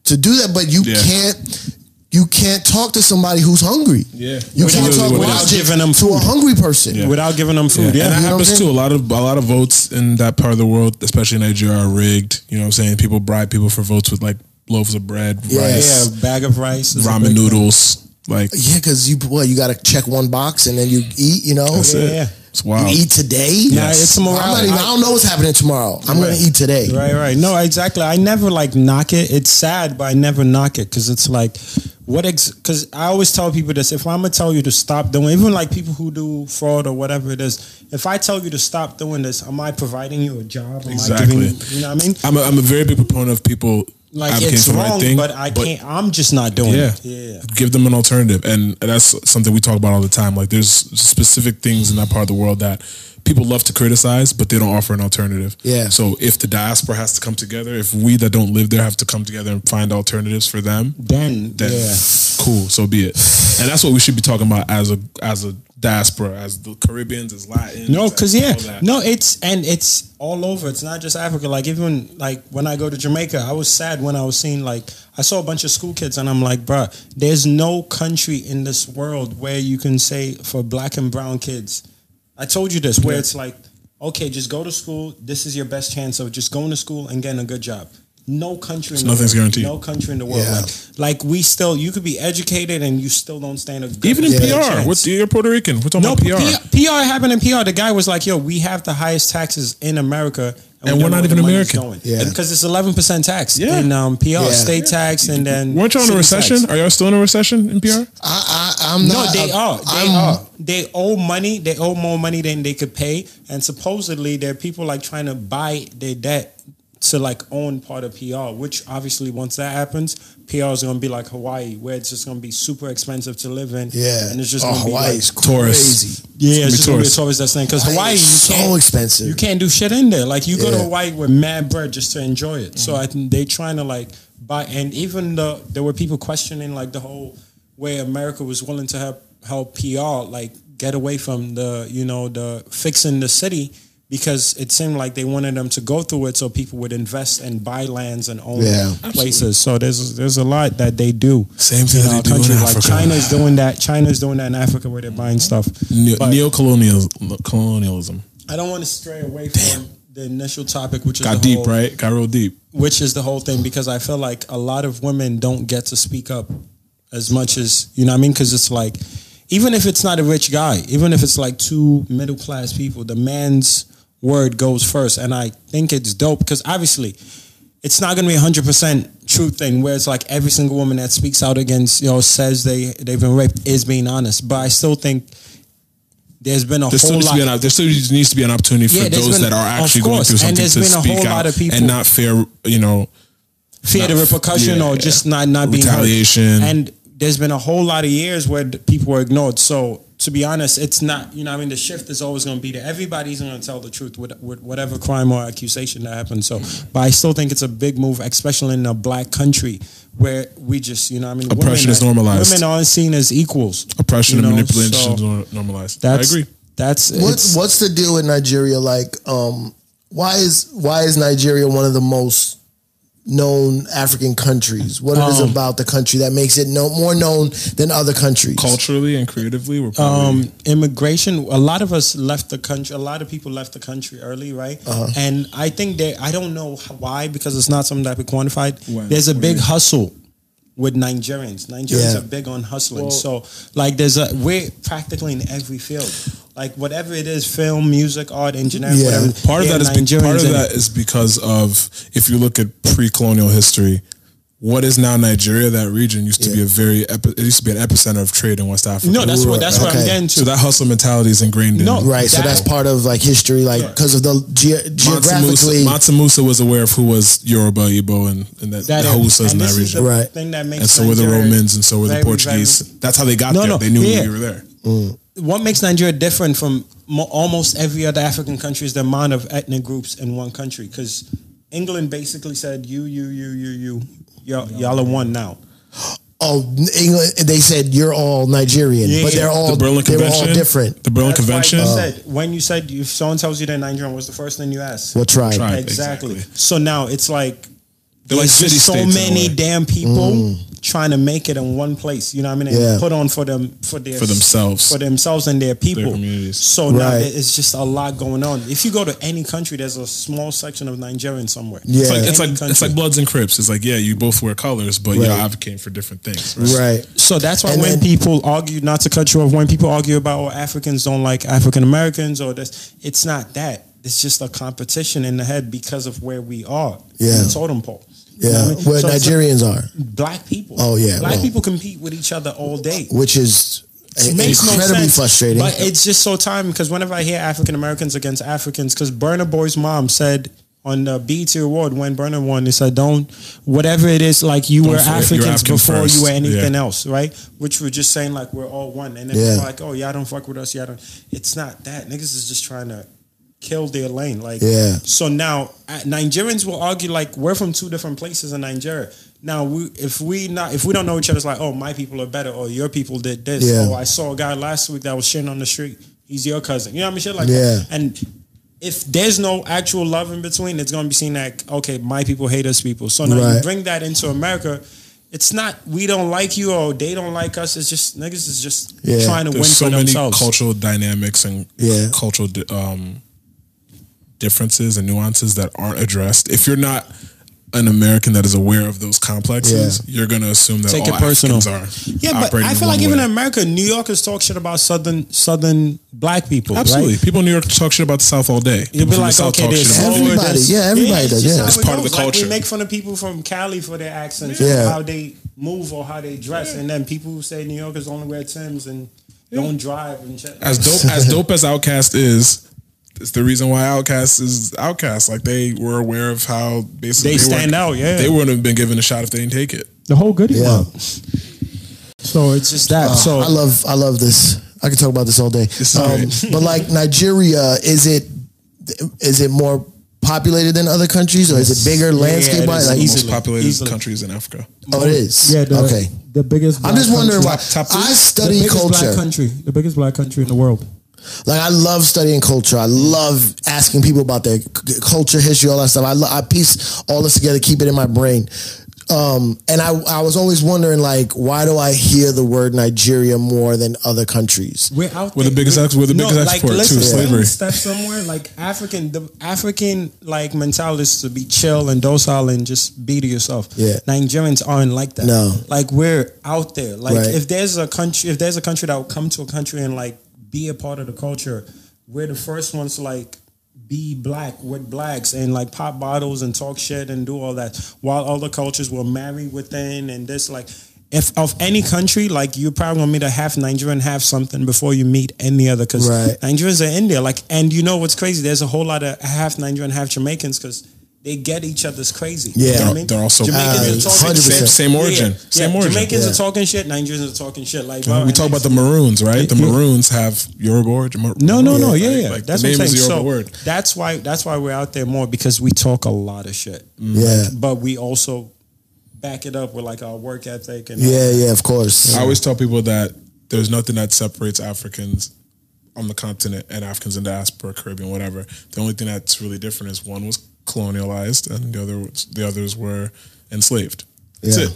S3: to do that, but you
S1: Yeah.
S3: can't. You can't talk to somebody who's hungry.
S1: Yeah.
S3: you
S1: Which
S3: can't
S1: is
S3: talk
S1: what it is.
S3: logic
S4: Giving them
S3: to a
S4: food.
S3: hungry person.
S1: Yeah.
S4: Without giving them food.
S1: Yeah,
S4: Yeah.
S1: and that
S3: You know what I'm
S1: happens too.
S3: saying?
S1: A lot of a lot of votes in that part of the world, especially in Nigeria, are rigged. You know what I'm saying? People bribe people for votes with like loaves of bread, rice,
S4: Yeah, a bag of rice. is a
S1: ramen
S4: big thing.
S1: noodles. Like
S3: Yeah, because you well, you got to check one box and then you eat. You know,
S1: that's it.
S4: yeah.
S1: It's wild.
S3: you eat today.
S4: Nah, it's
S3: I'm
S4: tomorrow.
S3: not even, I don't know what's happening tomorrow. I'm gonna eat today.
S4: Right, right. No, exactly. I never like knock it. It's sad, but I never knock it because it's like, what? Because I always tell people this: if I'm gonna tell you to stop doing, even like people who do fraud or whatever it is, if I tell you to stop doing this, am I providing you a job? Am I giving,
S1: Exactly.
S4: you- you know what I mean?
S1: I'm a, I'm a very big proponent of people
S4: Like
S1: advocating
S4: it's
S1: for the right
S4: wrong,
S1: thing,
S4: but I can't. I'm just not doing
S1: Yeah.
S4: it. Yeah.
S1: Give them an alternative. And that's something we talk about all the time. Like there's specific things in that part of the world that people love to criticize, but they don't offer an alternative.
S3: Yeah.
S1: So if the diaspora has to come together, if we that don't live there have to come together and find alternatives for them,
S4: Then,
S1: then
S4: yeah.
S1: cool, so be it. And that's what we should be talking about as a as a diaspora, as the Caribbeans, as Latin.
S4: No, because yeah, no, it's and it's all over. It's not just Africa. Like even like when I go to Jamaica, I was sad when I was seeing like I saw a bunch of school kids, and I'm like, bruh, there's no country in this world where you can say for black and brown kids. I told you this, where it's like, okay, just go to school. This is your best chance of just going to school and getting a good job. No country, in the
S1: nothing's
S4: world,
S1: guaranteed.
S4: No country in the world,
S3: Yeah.
S4: like, like we still, you could be educated and you still don't stand a good
S1: even in
S3: Yeah.
S1: PR,
S4: chance.
S1: what's you're Puerto Rican? We're talking
S4: No,
S1: about
S4: PR.
S1: PR.
S4: PR happened in PR. The guy was like, "Yo, we have the highest taxes in America,
S1: And
S4: we
S1: we're
S4: don't
S1: not even
S4: know where the money's
S1: American."
S4: going.
S3: Yeah.
S4: because it's eleven percent tax
S1: Yeah.
S4: in um, PR,
S3: Yeah.
S4: state tax, and then
S1: Weren't y'all in a
S4: city tax.
S1: recession? Are y'all still in a recession in PR?
S3: I, I, I'm
S4: No,
S3: not.
S4: they
S3: a-
S4: are. They
S3: I'm-
S4: are. They owe money. They owe more money than they could pay, and supposedly there are people like trying to buy their debt to like own part of PR, which obviously once that happens, PR is gonna be like Hawaii, where it's just gonna be super expensive to live in.
S3: Yeah.
S4: and it's just
S3: Oh,
S4: gonna
S3: Hawaii
S4: be like,
S3: is Tourist. crazy.
S4: Yeah, it's,
S3: It's
S4: just gonna
S3: gonna be
S4: be a
S3: tourist.
S4: tourist that's thing because
S3: Hawaii
S4: Hawaii
S3: is
S4: you
S3: so
S4: can't-
S3: expensive.
S4: You can't do shit in there. Like you go to
S3: Yeah.
S4: Hawaii with mad bread just to enjoy it. So
S1: Mm-hmm.
S4: I think they trying to like buy and even the there were people questioning like the whole way America was willing to help help PR like get away from the you know the fixing the city because it seemed like they wanted them to go through it so people would invest and buy lands and own
S3: Yeah.
S4: places. So there's there's a lot that they do.
S1: Same thing
S4: in
S1: they
S4: our
S1: do in
S4: countries.
S1: Africa. Mm-hmm.
S4: Like China's doing that. China's doing that in Africa where they're buying stuff. But-
S1: Neo colonialism
S4: I don't want to stray away from the initial topic, which is
S1: got
S4: the
S1: deep,
S4: whole,
S1: right? Got real deep.
S4: Which is the whole thing because I feel like a lot of women don't get to speak up as much as you know. what I mean, because it's like even if it's not a rich guy, even if it's like two middle class people, the man's word goes first, and I think it's dope because obviously it's not going to be a hundred percent true thing where it's like every single woman that speaks out against you know says they they've been raped is being honest, but I still think. There's been a
S1: There still,
S4: whole
S1: needs
S4: lot.
S1: to be an, op- there still needs to be an opportunity for
S4: Yeah, there's
S1: those
S4: been-
S1: that are
S4: of
S1: actually going
S4: course,
S1: through
S4: and
S1: something
S4: there's
S1: to
S4: been a
S1: speak
S4: whole
S1: out
S4: lot of people-
S1: and not fear, you know,
S4: fear
S1: Not
S4: the
S1: f-
S4: repercussion
S1: yeah,
S4: or just not not being
S1: Retaliation.
S4: Heard. And there's been a whole lot of years where d- people were ignored. So to be honest, it's not you know I mean the shift is always going to be there. Everybody's going to tell the truth with, with whatever crime or accusation that happens. So, but I still think it's a big move, especially in a black country where we just you know I mean women
S1: Oppression is
S4: are-
S1: normalized.
S4: Women aren't seen as equals.
S1: oppression
S4: you
S1: and
S4: know,
S1: manipulation
S4: so
S1: is nor- normalized.
S4: That's,
S1: I agree.
S4: That's
S3: What's what's the deal with Nigeria? Like, um, why is why is Nigeria one of the most known African countries? What it is
S4: Um,
S3: about the country that makes it no more known than other countries?
S1: Culturally and creatively, we're probably
S4: um, immigration. A lot of us left the country. A lot of people left the country early, right?
S3: Uh-huh.
S4: And I think that I don't know h- why because it's not something that we quantified.
S1: When?
S4: There's a
S1: What do you
S4: big
S1: mean?
S4: hustle with Nigerians. Nigerians
S3: Yeah.
S4: are big on hustling.
S1: Well-
S4: so like, there's a we're practically in every field. Like whatever it is, film, music, art, engineering,
S3: Yeah.
S4: whatever.
S1: part of
S4: they're
S1: that is be- part
S4: Nigerians
S1: of
S4: in
S1: that
S4: it.
S1: is because of if you look at pre-colonial history, what is now Nigeria? That region used to be
S3: Yeah.
S1: a very epi- it used to be an epicenter of trade in West Africa.
S4: No, that's what that's what I'm
S3: Okay.
S4: getting to.
S1: so that hustle mentality is ingrained.
S4: No,
S1: in.
S3: Right, so
S4: That-
S3: that's part of like history, like because of the ge-
S1: Mansa Musa,
S3: geographically.
S1: Mansa Musa was aware of who was Yoruba, Igbo, and, and that,
S4: That
S1: the
S4: is-
S1: Hausas in
S4: and
S1: that
S4: this is
S1: region.
S4: the
S3: Right.
S4: thing that makes
S1: and so were the
S4: Nigeria
S1: Romans, and so were
S4: very,
S1: the Portuguese.
S4: very-
S1: that's how they got
S4: No,
S1: there.
S4: no,
S1: they knew
S4: yeah.
S1: we were there.
S4: what makes Nigeria different from mo- almost every other African country is the amount of ethnic groups in one country. Because England basically said, "You, you, you, you, you, y'all, y'all are one now."
S3: oh, England! They said you're all Nigerian,
S4: Yeah,
S3: but they're
S4: yeah.
S3: all
S1: the Berlin
S3: they were
S1: Convention,
S3: all different.
S1: The Berlin
S4: That's why
S1: Convention.
S4: you said, when you said if someone tells you they're Nigerian, what's the first thing you ask?
S3: What tribe?
S1: Tribe,
S4: Exactly.
S1: exactly.
S4: So now it's like
S1: They're like
S4: there's
S1: city
S4: just so
S1: states in a
S4: many
S1: way.
S4: damn people trying to make it in one place. You know what I mean? And
S3: Yeah.
S4: put on for them for their
S1: For themselves.
S4: for themselves and their people.
S1: communities.
S4: So now
S3: Right.
S4: it's just a lot going on. If you go to any country, there's a small section of Nigerians somewhere.
S3: Yeah.
S1: It's like it's
S4: Any
S1: like it's
S4: country.
S1: like Bloods and Crips. It's like yeah, you both wear colors, but you're
S3: Right.
S1: advocating for different things.
S3: Right.
S4: So that's why
S3: And
S4: when
S3: then-
S4: people argue, not to cut you off, when people argue about oh Africans don't like African Americans or this, it's not that. It's just a competition in the head because of where we are.
S3: Yeah.
S4: The totem pole. You know
S3: Yeah,
S4: what I mean?
S3: where
S4: So it's like
S3: Nigerians are,
S4: black people.
S3: Oh, yeah,
S4: Black
S3: well.
S4: people compete with each other all day.
S3: which is
S4: It makes no
S3: incredibly
S4: sense,
S3: frustrating.
S4: But it's just so time because whenever I hear African Americans against Africans, because Burna Boy's mom said on the BET Award when Burna won, they said, "Don't whatever it is, like you
S1: Don't
S4: were
S1: forget you're
S4: Africans
S1: African
S4: before you were
S1: first."
S4: anything
S1: Yeah.
S4: else, right?" Which we're just saying like we're all one, and then
S3: Yeah.
S4: people are like, "Oh yeah, I don't fuck with us, yeah, I don't." It's not that niggas is just trying to kill their lane, like
S3: Yeah.
S4: so now uh, Nigerians will argue like we're from two different places in Nigeria. Now we if we not if we don't know each other, it's like oh my people are better or your people did this.
S3: Yeah.
S4: Oh I saw a guy last week that was shitting on the street. He's your cousin. You know what I mean? Shit like
S3: Yeah.
S4: that. And if there's no actual love in between, it's gonna be seen like okay my people hate us people. So now you
S3: Right.
S4: bring that into America. It's not we don't like you or they don't like us. It's just niggas is just
S3: Yeah.
S4: trying to win
S1: There's so
S4: for
S1: many
S4: themselves.
S1: cultural dynamics and
S3: Yeah.
S1: cultural di- um, differences and nuances that aren't addressed. If you're not an American that is aware of those complexes, you're going to assume that
S4: Take
S1: all
S4: it personal.
S1: Africans are.
S4: Yeah, but
S1: operating
S4: I
S1: in
S4: feel like
S1: one
S4: even
S1: way.
S4: in America, New Yorkers talk shit about southern southern black people. right?
S1: absolutely people in New York talk shit about the South all day. People
S4: You'd be
S1: from the
S4: like,
S1: South
S4: okay,
S1: talk
S4: they're
S1: shit about
S4: slower,
S1: people.
S3: Everybody,
S4: that's-
S3: yeah, everybody
S4: it's
S3: does,
S4: just
S3: yeah.
S4: how
S1: It's
S4: it
S1: part of
S4: goes.
S1: the
S4: Like,
S1: culture.
S4: we make fun of people from Cali for their accents,
S3: Yeah.
S4: or how they move or how they dress, and then people who say New Yorkers only wear Tims and don't drive and shit.
S1: as dope as dope as Outcast is. it's the reason why Outcast is Outcast. Like they were aware of how basically
S4: They stand
S1: weren't-
S4: out, yeah.
S1: they wouldn't have been given a shot if they didn't take it.
S4: The whole goodie mob. So it's just that.
S3: Uh,
S4: so
S3: I love I love this. I could talk about this all day. Um, but like Nigeria, is it is it more populated than other countries, or is it bigger landscape
S1: It's
S3: wise?
S1: one
S3: Like,
S1: of the most populated countries in Africa.
S3: Oh, it is.
S4: Yeah, the,
S3: okay.
S4: The biggest.
S3: I'm
S4: black
S3: just wondering
S4: country.
S3: why. I study
S4: the biggest
S3: culture.
S4: Black country, the biggest black country in the world.
S3: Like I love studying culture. I love asking people about their c- culture, history, all that stuff. I, lo- I piece all this together, keep it in my brain. Um, and I, I was always wondering, like, why do I hear the word Nigeria more than other countries?
S4: We're out.
S1: We're the
S4: there.
S1: biggest ex- we're the biggest
S4: like,
S1: export to
S4: listen,
S1: slavery.
S4: when we Step somewhere like African. The African like mentality is to be chill and docile and just be to yourself.
S3: Yeah.
S4: Nigerians aren't like that.
S3: No.
S4: Like we're out there. Like
S3: Right.
S4: if there's a country, if there's a country that will come to a country and like be a part of the culture, we're the first ones to like be black with blacks and like pop bottles and talk shit and do all that while other cultures will marry within and this like if of any country like you're probably gonna meet a half nigerian half something before you meet any other because
S3: Right.
S4: nigerians are in there like and you know what's crazy there's a whole lot of half nigerian half jamaicans because they get each other's crazy You know what
S3: Yeah.
S4: I
S1: They're,
S4: mean?
S1: they're also
S4: Jamaicans
S3: Uh,
S4: are talking
S3: 100%.
S1: same,
S4: shit.
S1: same
S4: Yeah,
S1: origin.
S4: yeah.
S1: Same
S4: yeah,
S1: origin.
S4: Jamaicans
S3: Yeah.
S4: are talking shit. Nigerians are talking shit. Like
S1: we talk about the Maroons, right? The Maroons have Yoruba origin. Mar-
S4: no, no, no,
S1: Maroon,
S4: yeah,
S1: right?
S4: yeah.
S1: Like,
S4: that's
S1: the name
S4: what I'm
S1: is
S4: saying.
S1: Yoruba
S4: So
S1: word.
S4: that's why that's why we're out there more because we talk a lot of shit.
S3: Yeah.
S4: but we also back it up with like our work ethic and
S3: Yeah, yeah, of course.
S1: I always tell people that there's nothing that separates Africans on the continent and Africans in diaspora, Caribbean, whatever. The only thing that's really different is one was colonialized and the other was, the others were enslaved. That's
S3: Yeah.
S1: it.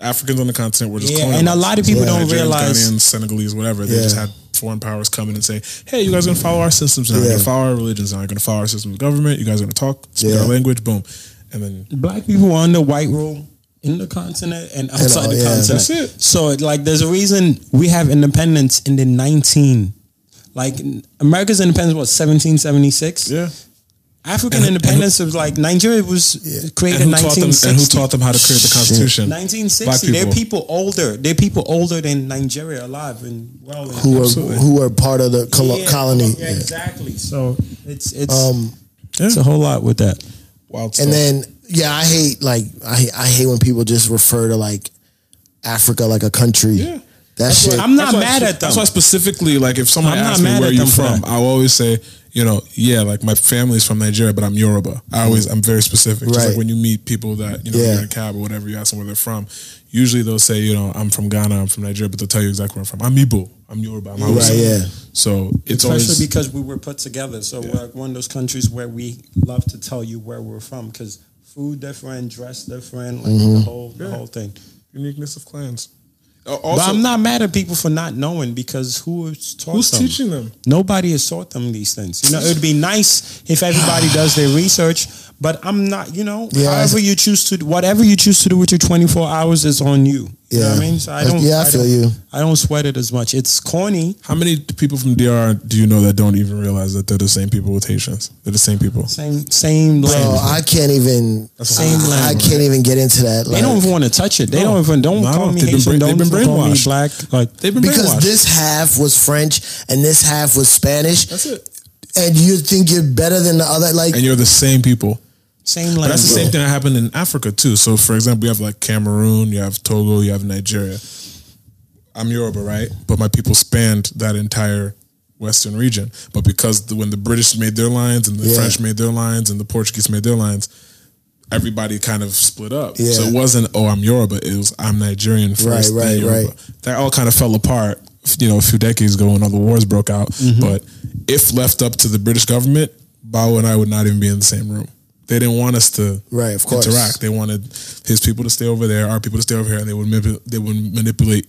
S1: Africans on the continent were just
S4: Yeah,
S1: colonized.
S4: and a lot of people
S1: Yeah.
S4: don't
S1: Nigerians,
S4: realize-
S1: Ghanaians, Senegalese, whatever. They just
S3: Yeah.
S1: had foreign powers come in and say, "Hey, you guys are gonna follow our systems now. You're
S3: Yeah.
S1: gonna follow our religions now. You're gonna follow our system of government. You guys are gonna talk, speak
S3: Yeah.
S1: our language, boom." And then
S4: black people are under white rule in the continent and outside
S3: all,
S4: the
S3: yeah.
S4: continent.
S1: That's it.
S4: So it, like there's a reason we have independence in the 19 like n- America's independence was 1776.
S1: yeah,
S4: African
S1: And- and
S4: independence was like Nigeria was created
S1: and
S4: in
S1: who taught them?
S4: 1960.
S1: And who taught them how to create the constitution?
S4: 1960.
S1: Black
S4: They're people older. They're people older than Nigeria alive and well. and-
S3: who
S1: absolutely.
S3: are who are part of the colo-
S4: Yeah,
S3: colony.
S4: yeah,
S3: Yeah.
S4: exactly. So it's it's
S3: Um,
S4: it's a whole lot with that.
S1: Wild stuff.
S3: And then yeah, I hate like I I hate when people just refer to like Africa like a country.
S1: Yeah.
S3: That shit.
S4: I'm not
S1: That's why-
S4: mad at them.
S1: That's why specifically, like, if someone
S4: I'm not
S1: asks me
S4: mad
S1: where
S4: at
S1: you
S4: them for
S1: from,
S4: that.
S1: I'll always say, you know, yeah, like my family's from Nigeria, but I'm Yoruba.
S4: Mm.
S1: I always, I'm very specific. Just
S3: Right.
S1: like when you meet people that you know
S3: Yeah.
S1: you're in a cab or whatever, you ask them where they're from. Usually they'll say, you know, I'm from Ghana, I'm from Nigeria, but they'll tell you exactly where I'm from. I'm Igbo, I'm Yoruba, I'm Hausa.
S3: Right, yeah.
S1: So it's
S4: Especially
S1: always
S4: because we were put together. So we're like one of those countries where we love to tell you where we're from because food different, dress different, like
S3: Mm-hmm.
S4: the whole the whole thing.
S1: uniqueness of clans. Uh,
S4: but
S1: Also,
S4: I'm not mad at people for not knowing because who's taught
S1: who's
S4: them?
S1: teaching them?
S4: Nobody has taught them these things. You know, it would be nice if everybody does their research, but I'm not, you know,
S3: Yeah.
S4: however you choose to, whatever you choose to do with your 24 hours is on you. You know what I
S3: Yeah.
S4: mean? So I
S3: That's-
S4: don't,
S3: yeah, I
S4: don't-
S3: feel you.
S4: I don't sweat it as much. It's corny.
S1: How many people from DR do you know that don't even realize that they're the same people with Haitians? They're the same people.
S4: Same, same
S3: Bro,
S4: language.
S3: I can't even.
S4: Same
S3: I, I
S4: language.
S3: can't even get into that.
S4: they
S3: like-
S4: don't even want to touch it. They
S1: No.
S4: don't even, don't
S1: No, I
S4: call
S1: don't-
S4: me
S1: they've been
S4: Haitian.
S1: bra-
S4: Don't
S1: they've been
S4: call me
S1: brainwashed.
S4: black. Like,
S1: They've been
S3: because
S1: brainwashed.
S3: this half was French and this half was Spanish.
S1: That's it.
S3: And you think you're better than the other? Like
S1: And you're the same people.
S4: same language.
S1: But that's the same thing that happened in Africa too. So, for example, you have like Cameroon, you have Togo, you have Nigeria. I'm Yoruba, right? But my people spanned that entire Western region. But because the, when the British made their lines and the
S3: Yeah.
S1: French made their lines and the Portuguese made their lines, everybody kind of split up.
S3: Yeah.
S1: So it wasn't oh I'm Yoruba. It was I'm Nigerian first.
S3: Right,
S1: then
S3: right,
S1: Yoruba.
S3: right.
S1: That all kind of fell apart. You know, a few decades ago when all the wars broke out.
S3: Mm-hmm.
S1: But if left up to the British government, Bao and I would not even be in the same room. They didn't want us to
S3: Right, of course.
S1: interact. They wanted his people to stay over there, our people to stay over here, and they would manip- they would manipulate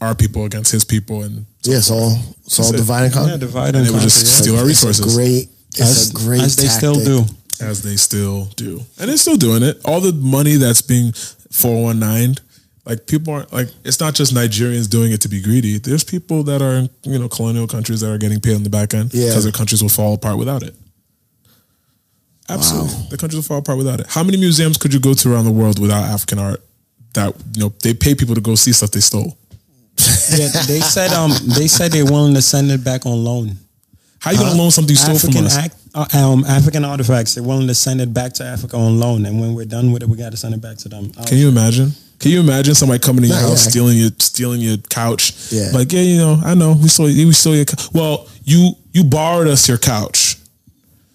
S1: our people against his people, and
S3: yeah, it's all it's all
S1: That's it.
S3: divine and
S4: Yeah,
S3: conquer.
S4: divide
S1: and
S4: and
S1: they would
S4: conquer,
S1: just
S4: yeah.
S1: steal our
S3: It's a
S1: resources.
S3: great. It's
S4: As-
S3: a great.
S4: as they still
S3: tactic.
S4: do.
S1: as they still do, and they're still doing it. All the money that's being four one nine, like people aren't like it's not just Nigerians doing it to be greedy. There's people that are in you know colonial countries that are getting paid on the back end
S3: Yeah.
S1: because their countries will fall apart without it. Absolutely, the countries will fall apart without it. How many museums could you go to around the world without African art? That you know they pay people to go see stuff they stole.
S4: Yeah, they said, um, they said they're willing to send it back on loan.
S1: How you gonna
S4: Huh?
S1: loan something you stole
S4: African
S1: from us?
S4: act- uh, um, African artifacts. They're willing to send it back to Africa on loan, and when we're done with it, we got to send it back to them. Uh, I
S1: Can you imagine? Can you imagine somebody coming to your
S4: Yeah,
S1: house
S4: yeah.
S1: stealing your stealing your couch?
S4: Yeah.
S1: Like, yeah, you know, I know we stole we stole your cou- well, you you borrowed us your couch.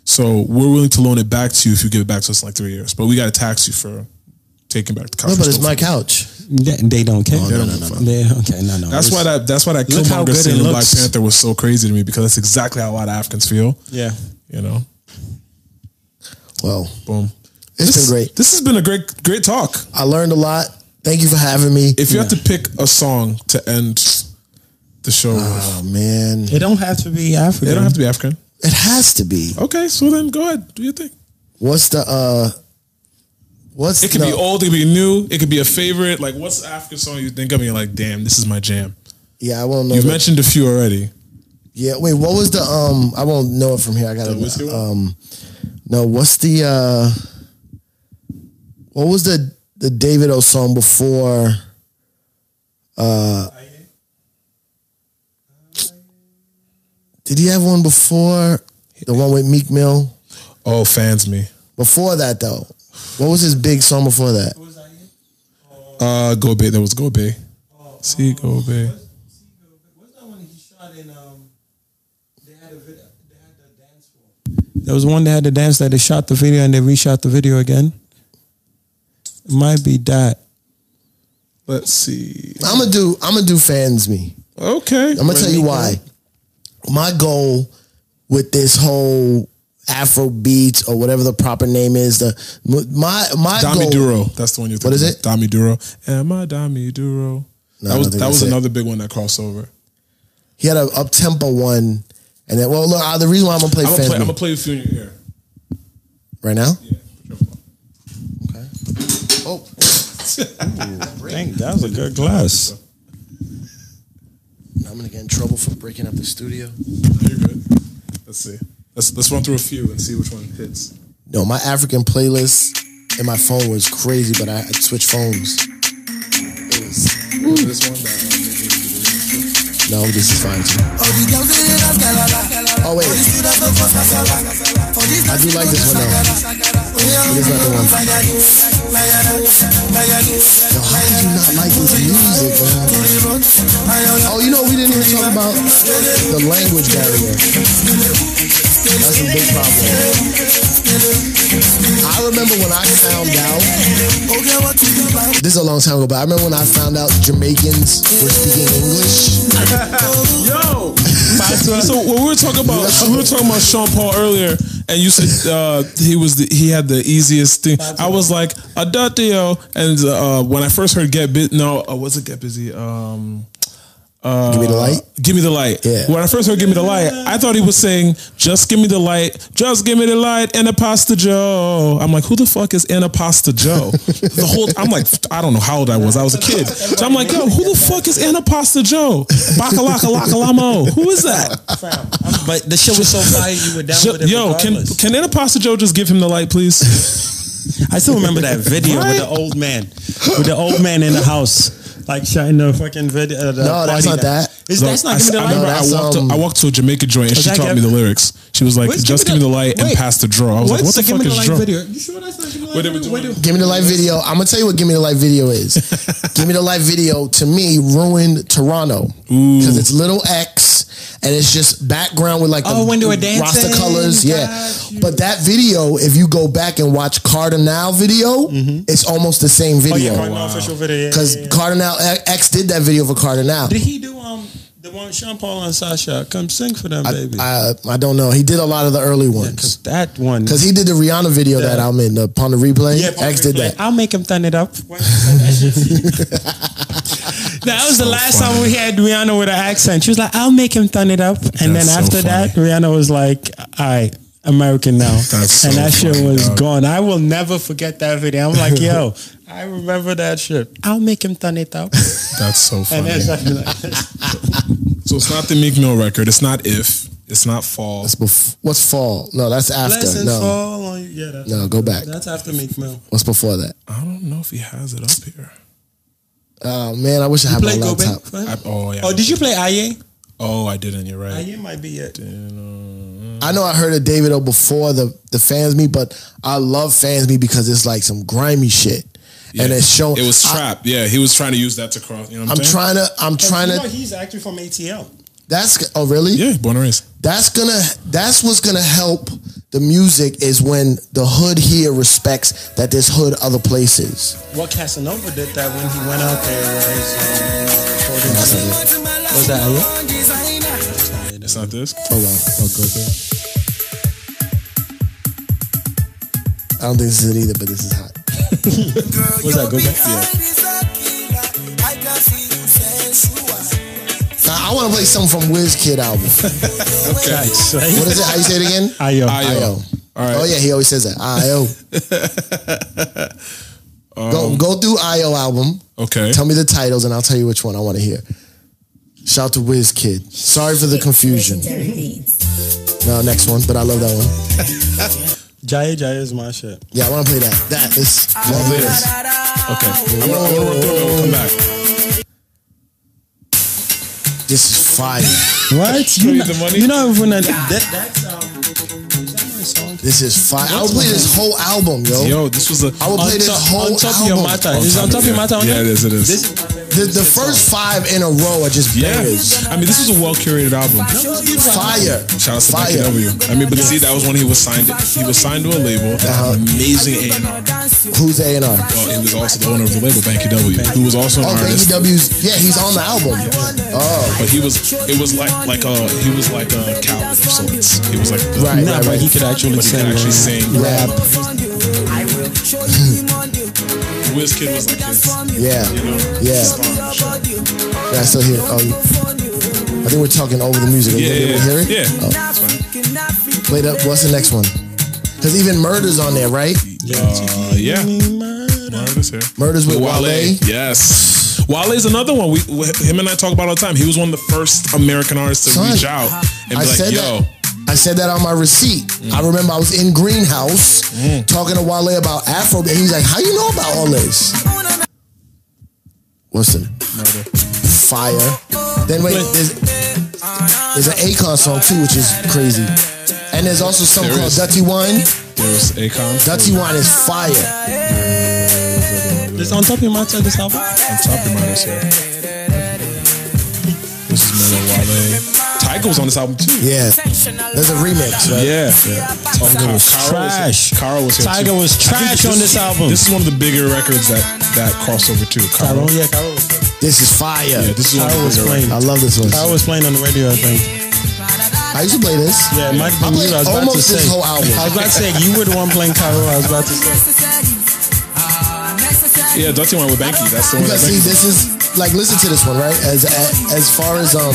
S1: So we're willing to loan it back to you if you give it back to us in like three years. But we gotta tax you for taking back the couch.
S3: No,
S1: you
S3: but it's
S1: stole
S3: my
S1: from us.
S3: couch.
S4: They, they don't care.
S1: They don't give a fuck.
S4: They, okay, no, no.
S1: That's
S4: it's-
S1: why that that's why that
S4: Look how
S1: Killmonger
S4: good
S1: scene
S4: it
S1: in Black
S4: looks.
S1: Panther was so crazy to me because that's exactly how a lot of Africans feel.
S4: Yeah.
S1: You know?
S3: Well,
S1: boom. This-
S3: It's been great.
S1: This has been a great great talk.
S3: I learned a lot. Thank you for having me.
S1: If you have to pick a song to end the show
S3: Oh man.
S4: It don't have to be African.
S1: It don't have to be African.
S3: It has to be.
S1: Okay, so then go ahead. Do your thing.
S3: What's the uh what's
S1: It could be
S3: the-
S1: old, it could be new, it could be a favorite. Like, what's the African song you think of? And you're like, damn, this is my jam.
S3: Yeah, I won't know.
S1: You've
S3: the-
S1: mentioned a few already.
S3: Yeah, wait, what was the um I won't know it from here. I gotta
S1: The whiskey one?
S3: um no, what's the uh what was the the David O song before uh Did he have one before the one with Meek Mill?
S1: Oh, fans me.
S3: Before that though. What was his big song before that?
S1: Uh, Go Bay. There was Go Bay. See Go Bay.
S4: um, There was one that had to dance that they shot the video and they reshot the video again. It might be that.
S1: Let's see.
S3: I'm gonna do. I'm gonna do fans me.
S1: Okay.
S3: I'm gonna tell you why. My goal with this whole Afro beats or whatever the proper name is, the my my
S1: Dami
S3: goal.
S1: Duro. That's the one you're
S3: What
S1: thinking.
S3: is
S1: of. Dami Duro. Am I Dami Duro?
S3: No, I
S1: that
S3: don't
S1: was
S3: think
S1: that was
S3: that's it.
S1: another big one that crossed over.
S3: He had an up tempo one, and then well, look, uh, the reason why I'm gonna play
S1: I'm gonna
S3: fans
S1: play, I'm
S3: Me
S1: gonna play a few in your ear.
S3: right now. Oh.
S4: Dang, that was a good glass.
S3: I'm gonna get in trouble for breaking up the studio.
S1: You're good. Let's see. Let's let's run through a few and see which one hits.
S3: No, my African playlist and my phone was crazy, but I, I switched phones. It was-
S1: This one. That,
S3: no, this is fine. Too. Oh wait, I do like this one though. It is not the one. Yo, how did you not like this music, man? Oh, you know, we didn't even talk about the language barrier. That's a big problem. I remember when I found out. This is a long time ago, but I remember when I found out Jamaicans were speaking English.
S1: Yo, so when we were talking about we were talking about Sean Paul earlier, and you said uh, he was the, he had the easiest thing. I was like adatio, and uh, when I first heard get bit, no, uh, was it get busy? Um, uh,
S3: Give me the light?
S1: Give me the light.
S3: Yeah.
S1: When I first heard "Give me the light," I thought he was saying "Just give me the light, just give me the light." Anna Pasta Joe. I'm like, who the fuck is Anna Pasta Joe? the whole I'm like, I don't know how old I was. I was a kid. So I'm like, yo, who the fuck is Anna Pasta Joe? Bakalaka lakalamo. Who is that?
S4: But the shit was so fire, you were down with it.
S1: Yo, can
S4: regardless.
S1: can Anna Pasta Joe just give him the light, please?
S4: I still remember that video with the old man, with the old man in the house, like shouting the fucking video. Uh, the
S3: No, that's
S4: party
S3: not
S4: down.
S3: that.
S4: Is that's
S1: I,
S4: not giving
S1: I
S4: the light?
S1: remember I
S3: that's,
S1: walked
S3: um,
S1: to, I walked to a Jamaican joint and
S4: Is
S1: she
S4: that
S1: taught
S4: Gab-
S1: me the lyrics. She was like,
S4: Where's
S1: "Just give me the light and
S4: Wait.
S1: pass the draw." I was like, "What the
S4: Give
S1: fuck
S4: me
S1: is
S4: light
S1: draw?"
S4: video? You sure that's not giving the
S1: What they were
S4: light video? Wait,
S1: doing.
S4: wait.
S3: Give me the light video. I'm gonna tell you what give me the light video is. give me the light video to me ruined Toronto because it's little X and it's just background with like
S4: Oh, when they were
S3: Rasta
S4: dancing.
S3: colors. Yeah,
S4: Got you.
S3: but that video, if you go back and watch Cardinal video, it's almost the same
S4: Mm-hmm. Oh
S3: video
S4: yeah, wow. official video. yeah,
S3: because
S4: yeah, yeah.
S3: Cardinal X did that video for Cardinal.
S4: did he do um the one Sean Paul and Sasha? Come sing for them,
S3: I,
S4: baby.
S3: I, I don't know. He did a lot of the early
S4: Cause
S3: ones
S4: that one.
S3: because he did the Rihanna video that I'm in the, upon the replay.
S4: Yeah,
S3: X did that.
S4: I'll make him turn it up. that was the last time we had Rihanna with an accent. She was like, "I'll make him turn it up," and then
S1: That's so
S4: after that, Rihanna was like, "All right." American now,
S1: That's
S4: and
S1: so
S4: that shit
S1: funny,
S4: was
S1: dog.
S4: gone. I will never forget that video. I'm like, yo, I remember that shit. I'll make him turn it up,
S1: That's so
S4: and
S1: funny.
S4: then something like
S1: So it's not the Meek Mill record. It's not if. It's not fall.
S3: That's bef- what's fall? No, that's after.
S4: blessings
S3: no,
S4: fall on you. Yeah, that's,
S3: no, go back.
S4: that's after Meek Mill.
S3: What's before that?
S1: I don't know if he has it up here.
S3: Oh man, I wish I had my
S4: Play Go
S3: laptop.
S4: Back.
S1: I, oh yeah.
S4: Oh, did you play Aye?
S1: Oh, I didn't. You're right.
S6: you might be it.
S3: I know I heard of David O before the the fans me, but I love fans me because it's like some grimy shit, and it's shown.
S1: It was
S3: I-
S1: trap. yeah, he was trying to use that to cross. You know what
S3: I'm
S1: I'm, saying?
S3: trying to. I'm
S11: And
S3: trying
S11: you
S3: to.
S11: know he's actually from ATL.
S3: That's oh really? Yeah,
S1: born and raised.
S3: That's gonna. That's what's gonna help the music is when the hood here respects that there's hood other places.
S11: Well, Casanova did that when he went out there. with his, um, recording.
S3: Was that
S1: It's not this.
S3: Hold on. I'll go there. I don't think this is it either, but this is hot.
S11: What's that? Go back.
S3: Now, I want to play something from Kid album.
S1: okay.
S3: What is it? How you say it again?
S4: Ayo.
S3: Io.
S1: All right.
S3: Oh yeah, he always says that. Io. go go through Io album.
S1: Um, Okay.
S3: Tell me the titles, and I'll tell you which one I want to hear. Shout to Wiz Kid. Sorry for the confusion. No, next one, but I love that one.
S4: Jaya Jaya is my shit.
S3: Yeah, I want to play that. That is love this.
S1: Okay. I'm gonna, I'm gonna run through it. We'll come back.
S3: This is fire.
S4: What? You
S1: Need
S4: not,
S1: the money?
S4: you not even that, that
S11: That's um. is that a song?
S3: This is fire. I'll play this whole album, yo.
S1: Yo, this was a.
S3: I will play this whole
S4: on top of
S3: album.
S4: your matter. It's on top of your matter. on
S1: Yeah, it
S4: that?
S1: is. It is.
S4: This-
S3: The, the first five in a row are just
S1: yeah.
S3: bangers.
S1: I mean, this is a well curated album.
S3: Fire.
S1: Shout out to
S3: Fire.
S1: Becky W. I mean, but see, that was when he was signed. He was signed to a label. that had
S3: Uh-huh.
S1: an Amazing A&R.
S3: Who's A and R?
S1: Well, he was also the owner of the label, Banky W, who was also an
S3: Oh, Frankie
S1: artist.
S3: W's. Yeah, he's on the album. Oh,
S1: But he was, it was like like a he was like a Calvin of sorts. He was like the,
S3: right,
S4: Nah,
S3: right,
S4: but
S3: right.
S4: he could actually
S1: but he could
S4: sing.
S1: actually
S4: man.
S1: sing.
S3: Rap.
S1: Wizkid was like his,
S3: Yeah,
S1: you know,
S3: Yeah.
S1: star.
S3: yeah. I still hear. Oh, you- I think we're talking over the music. Are you
S1: Yeah,
S3: gonna be able to hear
S1: yeah,
S3: it?
S1: yeah.
S3: Oh.
S1: That's fine.
S3: Play that. What's the next one? Because even murder's on there, right?
S1: Uh, yeah. Murder's here.
S3: Murders with Wale.
S1: Yes. Wale is another one. We, we him and I talk about all the time. He was one of the first American artists to
S3: Son,
S1: reach out and be
S3: I
S1: like,
S3: said
S1: "Yo, Mm.
S3: that. I said that on my receipt. I remember I was in Greenhouse talking to Wale about Afro, and he's like, "How you know about all this?" Listen, fire. Then wait, there's, there's an Akon song too, which is crazy, and there's also something
S1: There
S3: called
S1: is.
S3: Dutty Wine.
S1: there's Akon."
S3: Dutty Wine is fire.
S4: This on top of your matter. This album.
S1: on top of mine this year. This is Murder Wale. Tiger was on this album too.
S3: Yeah, there's a remix, right?
S1: Yeah. Tiger was
S4: trash.
S1: Carl was here
S4: Tiger
S1: too.
S4: was
S1: I think
S4: trash on this album.
S1: This is one of the bigger records that that crossover too. Carl.
S4: Tyrone, yeah, Carol was playing.
S3: This is fire.
S1: Yeah, this is one of
S4: Carol was
S1: the bigger records.
S4: playing.
S3: I love this one.
S4: Carol was playing on the radio, I think.
S3: I used to play this.
S4: Yeah, Mike
S3: I played
S4: Bermuda, I was about to
S3: almost this
S4: say.
S3: whole album.
S4: I was about to say you were the one playing Carol. I was about to say.
S1: Yeah, Dutty one with Banky. That's the one. That
S3: Because see,
S1: Banky.
S3: this is like listen to this one, right? As as, as far as um,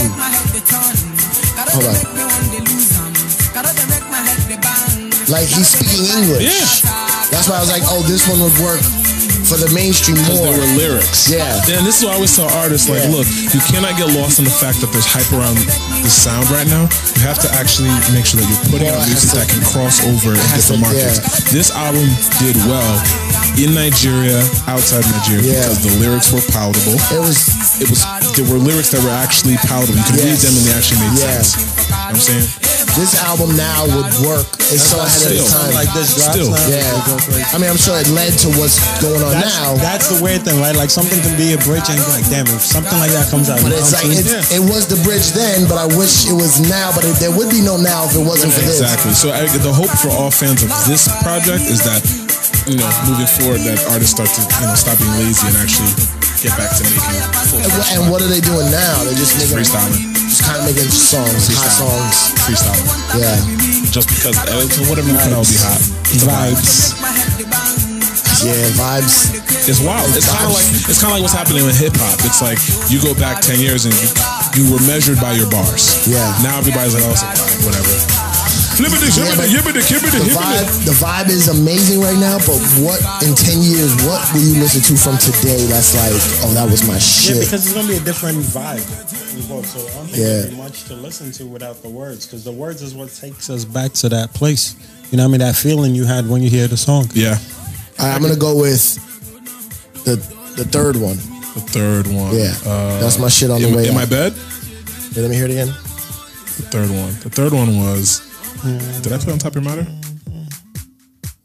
S3: hold on. Like he's speaking English.
S1: Yeah.
S3: That's why I was like, oh, this one would work for the mainstream
S1: Because
S3: more.
S1: there were lyrics.
S3: Yeah.
S1: And this is why I always tell artists, like, look, you cannot get lost in the fact that there's hype around the sound right now. You have to actually make sure that you're putting
S3: Well,
S1: out
S3: I
S1: music
S3: have
S1: that
S3: to-
S1: can cross over in
S3: have
S1: different
S3: to-
S1: markets. This album did well in Nigeria, outside Nigeria,
S3: Yeah.
S1: because the lyrics were palatable.
S3: It was
S1: It was there were lyrics that were actually palatable. You could read
S3: Yes.
S1: them and they actually made
S3: Yeah.
S1: sense. You know what I'm saying?
S3: this album now would work. It's so ahead of
S1: Still.
S3: its time.
S4: Like this drops
S1: Still.
S4: now.
S3: yeah.
S4: it goes crazy.
S3: I mean, I'm sure it led to what's going on
S4: That's,
S3: now.
S4: that's the weird thing, right? Like something can be a bridge, and you're like, damn, if something like that comes out,
S3: but
S4: you
S3: it's
S4: know
S3: like
S4: what I'm
S3: it's,
S4: saying?
S3: it was the bridge then, but I wish it was now. But it, there would be no now if it wasn't for this.
S1: Exactly. So I, the hope for all fans of this project is that you know moving forward that artists start to you know stop being lazy and actually get back to making full
S3: And, wh- and what are they doing now? They're just making
S1: Freestyling.
S3: just kind of making songs, hot songs.
S1: freestyling.
S3: Yeah,
S1: Just because uh, so whatever you put out will be hot.
S4: vibes.
S3: yeah, vibes.
S1: It's wild. It's kind of like it's kind of like what's happening with hip hop. It's like you go back ten years and you you were measured by your bars.
S3: Yeah.
S1: Now everybody's like, oh, it's a vibe, whatever. Flippity, shibbity,
S3: but
S1: yibbity, kibbity,
S3: The
S1: hibbity.
S3: vibe, the vibe is amazing right now. But what in ten years? What will you listen to from today? That's like, oh, that was my
S4: Yeah,
S3: shit.
S4: because it's gonna be a different vibe involved. So I don't think
S3: Yeah.
S4: there'd be much to listen to without the words, because the words is what takes us back to that place. You know, what I mean, that feeling you had when you hear the song.
S1: Yeah.
S3: All right, I'm gonna go with the the third one.
S1: The third one. Uh,
S3: Yeah, that's my shit on the
S1: in,
S3: way.
S1: in
S3: out.
S1: my bed.
S3: Wait, let me hear it again.
S1: The third one. The third one was. Did I play on top of your matter?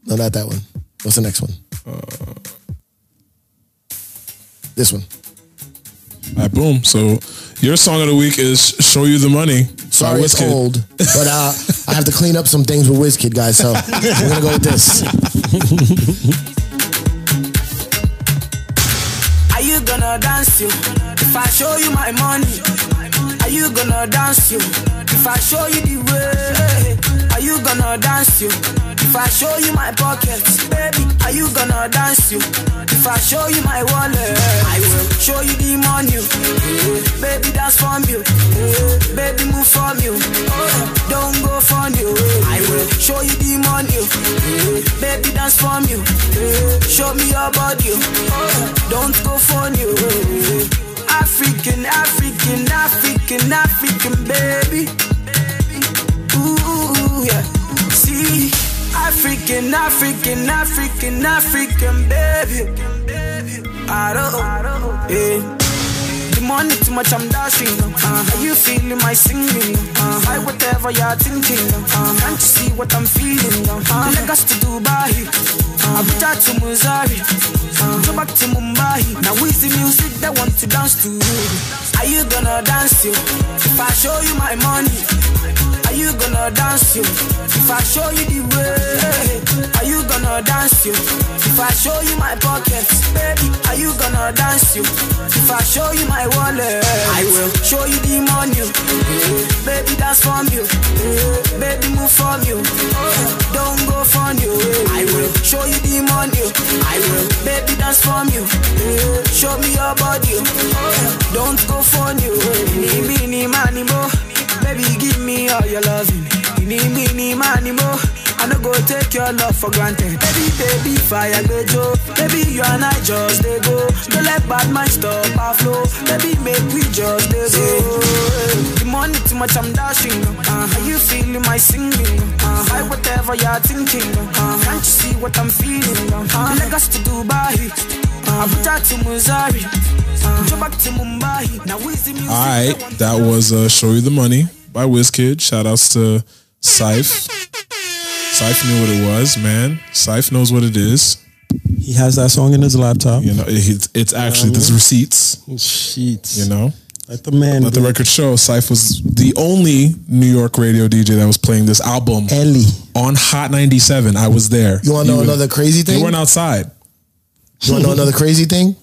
S3: No, not that one. What's the next one? This one.
S1: All right, boom. So your song of the week is "Show You the Money." by
S3: Sorry, it's
S1: Wizkid.
S3: old, but uh, I have to clean up some things with WizKid, guys. So we're gonna go with this.
S12: Are you gonna dance you? If I show you my money, are you gonna dance you? If I show you the way, are you gonna dance you? If I show you my pockets, baby, are you gonna dance you? If I show you my wallet, I will show you the money. Baby, dance from you. Baby, move from you. Oh, Don't go from you. I will show you the money. oh. Baby, dance from you. Show me your body. oh. Don't go from you. African, African, African, African, baby. Ooh, yeah. See, African, African, African, African, baby. I don't, yeah. The money too much, I'm dashing. Uh, are you feeling my singing? Uh, I whatever you're thinking. Uh, can't you see what I'm feeling? Uh, Lagos to Dubai, uh, Abuja to Missouri, uh, go back to Mumbai. Now with the music they want to dance to. Are you gonna dance you? If I show you my money, are you gonna dance you? If I show you the way, are you gonna dance you? If I show you my pockets, baby, are you gonna dance you? If I show you my wallet, I will show you the money. Baby, dance from you. Baby, move from you. Don't go from you. I will show you the money. I will. Baby, dance from you. Show me your body. Don't go from you. Mini, mini, money, mo. Baby, give me all your loving. You need me, need money more. I no go take your love for granted. Baby, baby, fire bejo. Baby, you and I just they go. Don't let bad mind stop our flow. Baby, make we just they go. The money too much, I'm dashing. Uh, are you feeling my singing? Uh, I whatever you're thinking. Uh, can't you see what I'm feeling? Uh, Lagos to Dubai. Uh, Abuja to Missouri. Uh, go back to Mumbai. Now with the music.
S1: All right, that was uh, "Show You the Money" by Wizkid. Shout outs to Syfe. Syfe knew what it was, man. Syfe knows what it is.
S4: He has that song in his laptop.
S1: You know, it- it's, it's actually there's receipts.
S4: Sheets.
S1: You know,
S4: let the man.
S1: Let the record show. Syfe was the only New York radio DJ that was playing this album.
S3: Ellie
S1: on Hot 97. I was there.
S3: You wanna
S1: He
S3: know
S1: was-
S3: another crazy thing?
S1: You weren't outside.
S3: You want to know another crazy thing?